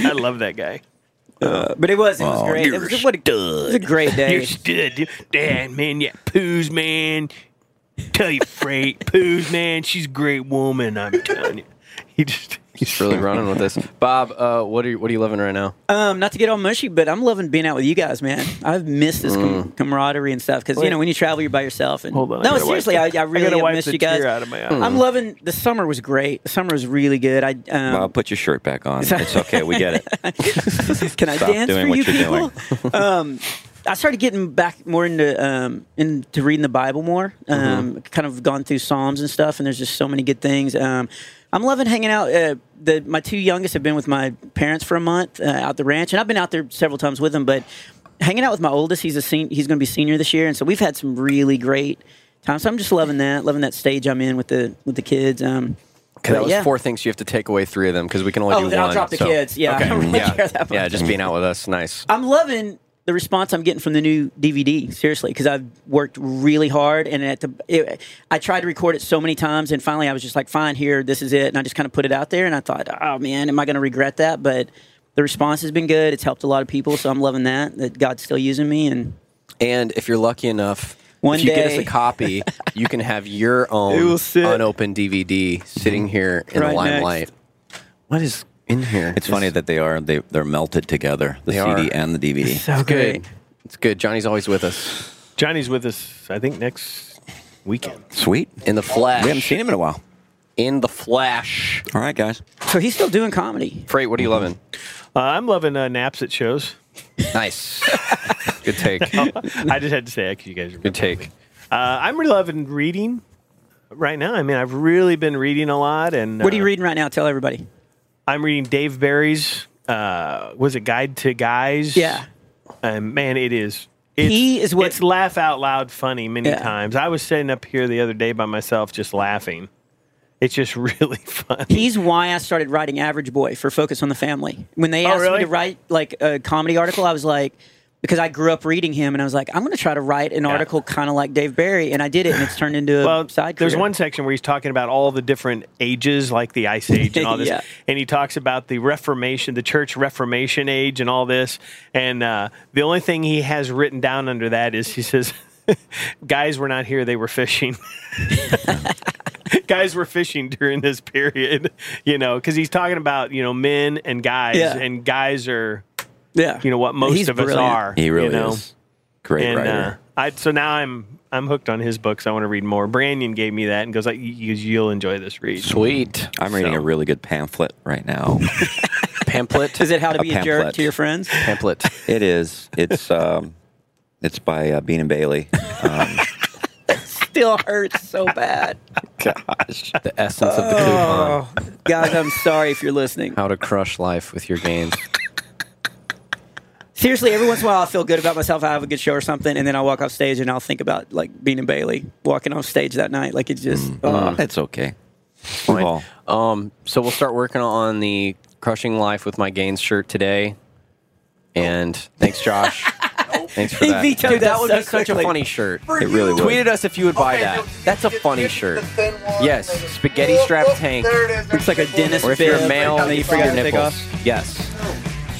E: I love that guy.
A: but it was it
J: Oh,
A: was great. It was, what a, it was a great day.
E: You stood, dude. Damn, man. Yeah, poos, man. Tell your freight, poos, man. She's a great woman. I'm telling you. He just
C: He's really running with this. Bob, uh, what are you, what are you loving right now?
A: Um, not to get all mushy, but I'm loving being out with you guys, man. I've missed
J: Mm.
A: this com- camaraderie and stuff because you
E: Wait.
A: know when you travel, you're by yourself. And
E: Hold on, I
A: no,
E: gotta wipe
A: seriously,
E: the-
A: I,
E: I
A: I
E: gotta
A: really have
E: wipe
A: missed
E: the
A: you guys.
E: tear out of my
J: Mm.
E: eye.
A: I'm loving the summer was great. The summer was really good. I
J: Well,
A: um,
J: put your shirt back on.
A: So-
J: It's okay. We get it.
A: can I
J: Stop
A: dance
J: doing
A: for
J: what
A: you
J: you're doing.
A: people? um, I started getting back more into um, into reading the Bible more. Um, Kind of gone through Psalms and stuff, and there's just so many good things. Um, I'm loving hanging out. Uh, the my two youngest have been with my parents for a month uh, out the ranch, and I've been out there several times with them. But hanging out with my oldest, he's a sen- he's going to be senior this year, and so we've had some really great times. So I'm just loving that, loving that stage I'm in with the with the kids. Um,
C: Because that
A: but
C: was
A: yeah.
C: four things you have to take away three of them because we can only
A: Oh,
C: do
A: then
C: one.
A: I'll drop the
C: so-
A: kids. Yeah, I
C: Okay.
A: don't really Uh,
C: yeah.
A: care that
C: Yeah,
A: much.
C: just being out with us. Nice.
A: I'm loving the response I'm getting from the new DVD. Seriously, because I've worked really hard, and at the it, I tried to record it so many times, and finally I was just like, "Fine, here, this is it," and I just kind of put it out there, and I thought, "Oh man, am I going to regret that?" But the response has been good. It's helped a lot of people, so I'm loving that that God's still using me, and
C: And if you're lucky enough,
A: One
C: if you get us
A: day-
C: a copy, you can have your own
A: It will sit-
C: unopened DVD sitting here in
A: Right
C: the
A: next.
C: limelight. What is in here?
J: It's funny that they are they they're melted together. The
C: They
J: CD
C: are.
J: and the DVD.
A: So
C: good. It's good. Johnny's always with us
E: Johnny's with us. I think next weekend.
J: Sweet.
C: in the flash.
J: We haven't seen him in a while.
C: In the flash.
J: All right, guys.
A: so he's still doing comedy.
C: Freight, what are you
A: Mm-hmm.
C: loving?
E: Uh, I'm loving uh, naps at shows.
C: Nice. Good take.
E: I just had to say that because you guys are
C: Good take.
E: Uh, I'm really loving reading right now. I mean, I've really been reading a lot. And
A: What are you
E: uh,
A: reading right now? Tell everybody.
E: I'm reading Dave Barry's uh, was it Guide to Guys? Yeah. And man, it is. It's,
A: He is what-
E: it's laugh out loud funny many
A: Yeah.
E: times. I was sitting up here the other day by myself just laughing. It's just really fun.
A: He's why I started writing Average Boy for Focus on the Family. When they
E: Oh,
A: asked me
E: really?
A: to write like a comedy article, I was like, because I grew up reading him, and I was like, I'm going to try to write an article kind of like Dave Barry, and I did it, and it's turned into a
E: Well,
A: side.
E: there's
A: career.
E: one section where he's talking about all the different ages, like the Ice Age and all this,
A: Yeah.
E: and he talks about the Reformation, the Church Reformation age, and all this. And uh, the only thing he has written down under that is he says, "Guys were not here; they were fishing." guys were fishing during this period, you know, because he's talking about you know men and guys,
A: Yeah.
E: and guys are,
A: yeah,
E: you know what most
A: He's
E: of
A: brilliant.
E: us are.
J: He really
E: you know?
J: is. Great
E: and,
J: writer.
E: Uh, I so now I'm I'm hooked on his books. I want to read more. Brandon gave me that and goes like, "You- "You'll enjoy this read."
C: Sweet.
J: I'm reading
E: so-
J: a really good pamphlet right now.
C: Pamphlet.
A: Is it how to
J: A
A: be a, jerk
J: pamphlet.
A: to your friends?
C: Pamphlet.
J: It is. It's um, it's by uh, Bean and Bailey. Um,
A: Still hurts so bad.
J: gosh,
C: The essence of the coupon.
A: Oh, guys, I'm sorry if you're
J: Oh.
A: listening.
C: How to crush life with your games.
A: Seriously, every once in a while I feel good about myself. I have a good show or something, and then I walk off stage and I'll think about like Bean and Bailey walking off stage that night. Like it's just oh.
J: it's okay. We've
C: Fine.
J: all-
C: Um, so we'll start working on the crushing life with my gains shirt today. And thanks, Josh. thanks for
A: He
C: that.
A: vetoed
C: Dude,
A: that
C: would
A: so
C: be such a
A: quickly.
C: funny shirt.
J: it really would.
C: Tweeted us if you would buy
K: Okay,
C: that.
K: so
C: That's a
K: get-
C: funny
K: get
C: shirt.
K: the thin one
C: Yes,
K: and then-
C: spaghetti strap tank.
K: There it is.
A: Looks like a dentist
C: Or if
A: bib,
C: you're a male,
A: that you forgot to
C: your
A: take
C: nipples.
A: off.
C: Yes.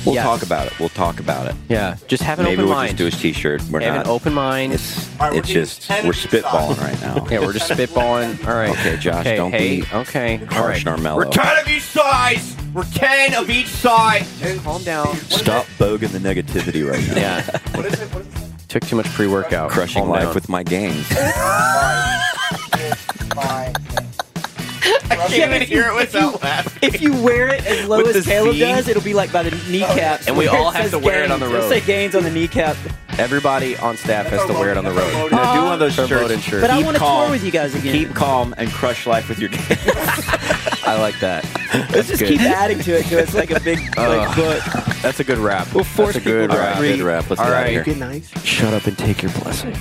J: We'll
C: Yes.
J: talk about it. We'll talk about it.
C: Yeah. Just have an
J: Maybe
C: open
J: we'll
C: mind.
J: just do his T-shirt. We're
C: have
J: not.
C: an open mind.
J: It's
K: All right, we're
J: it's
K: doing
J: just
K: ten
J: we're
K: of these
J: spitballing
K: sides.
J: right now.
C: yeah, we're just spitballing. All right.
J: Okay, Josh,
C: Okay,
J: don't
C: hey,
J: be
C: okay. All right.
J: harsh nor mellow.
B: of each size. We're ten of each side.
C: Calm down.
J: Stop bogan the negativity right now.
C: Yeah.
K: What is it? What is it?
C: Took too much pre-workout.
J: Crushing
C: Calm
J: life
C: down.
J: with my gains.
K: My
A: I can't even hear it without laughing. If you wear it as low
C: With
A: as
C: the
A: Caleb
C: V?
A: does, it'll be like by the kneecaps.
C: And we
A: where
C: all have
A: says
C: to wear it
A: gains.
C: on the
A: It'll
C: road.
A: say gains on the kneecap.
C: Everybody on staff has to wear it on the road.
J: Now do one of those
C: Promote
J: shirts.
C: insurance.
A: But I
J: Keep
A: want to tour
J: calm.
A: with you guys again.
J: Keep calm and crush life with your gains.
C: I like that.
A: Let's
C: That's
A: just
C: good.
A: keep adding to it because it's like a big like, book.
C: That's a good rap.
A: We'll force
C: That's a
A: people
C: good
A: to
C: rap.
A: read.
J: Good rap. Let's
C: All
J: get out of
C: right.
J: here.
L: Good night.
B: Shut up and take your blessing.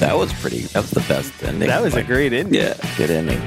J: That was pretty. That was the best ending.
E: That was a
J: like,
E: great ending.
A: Yeah.
J: good ending.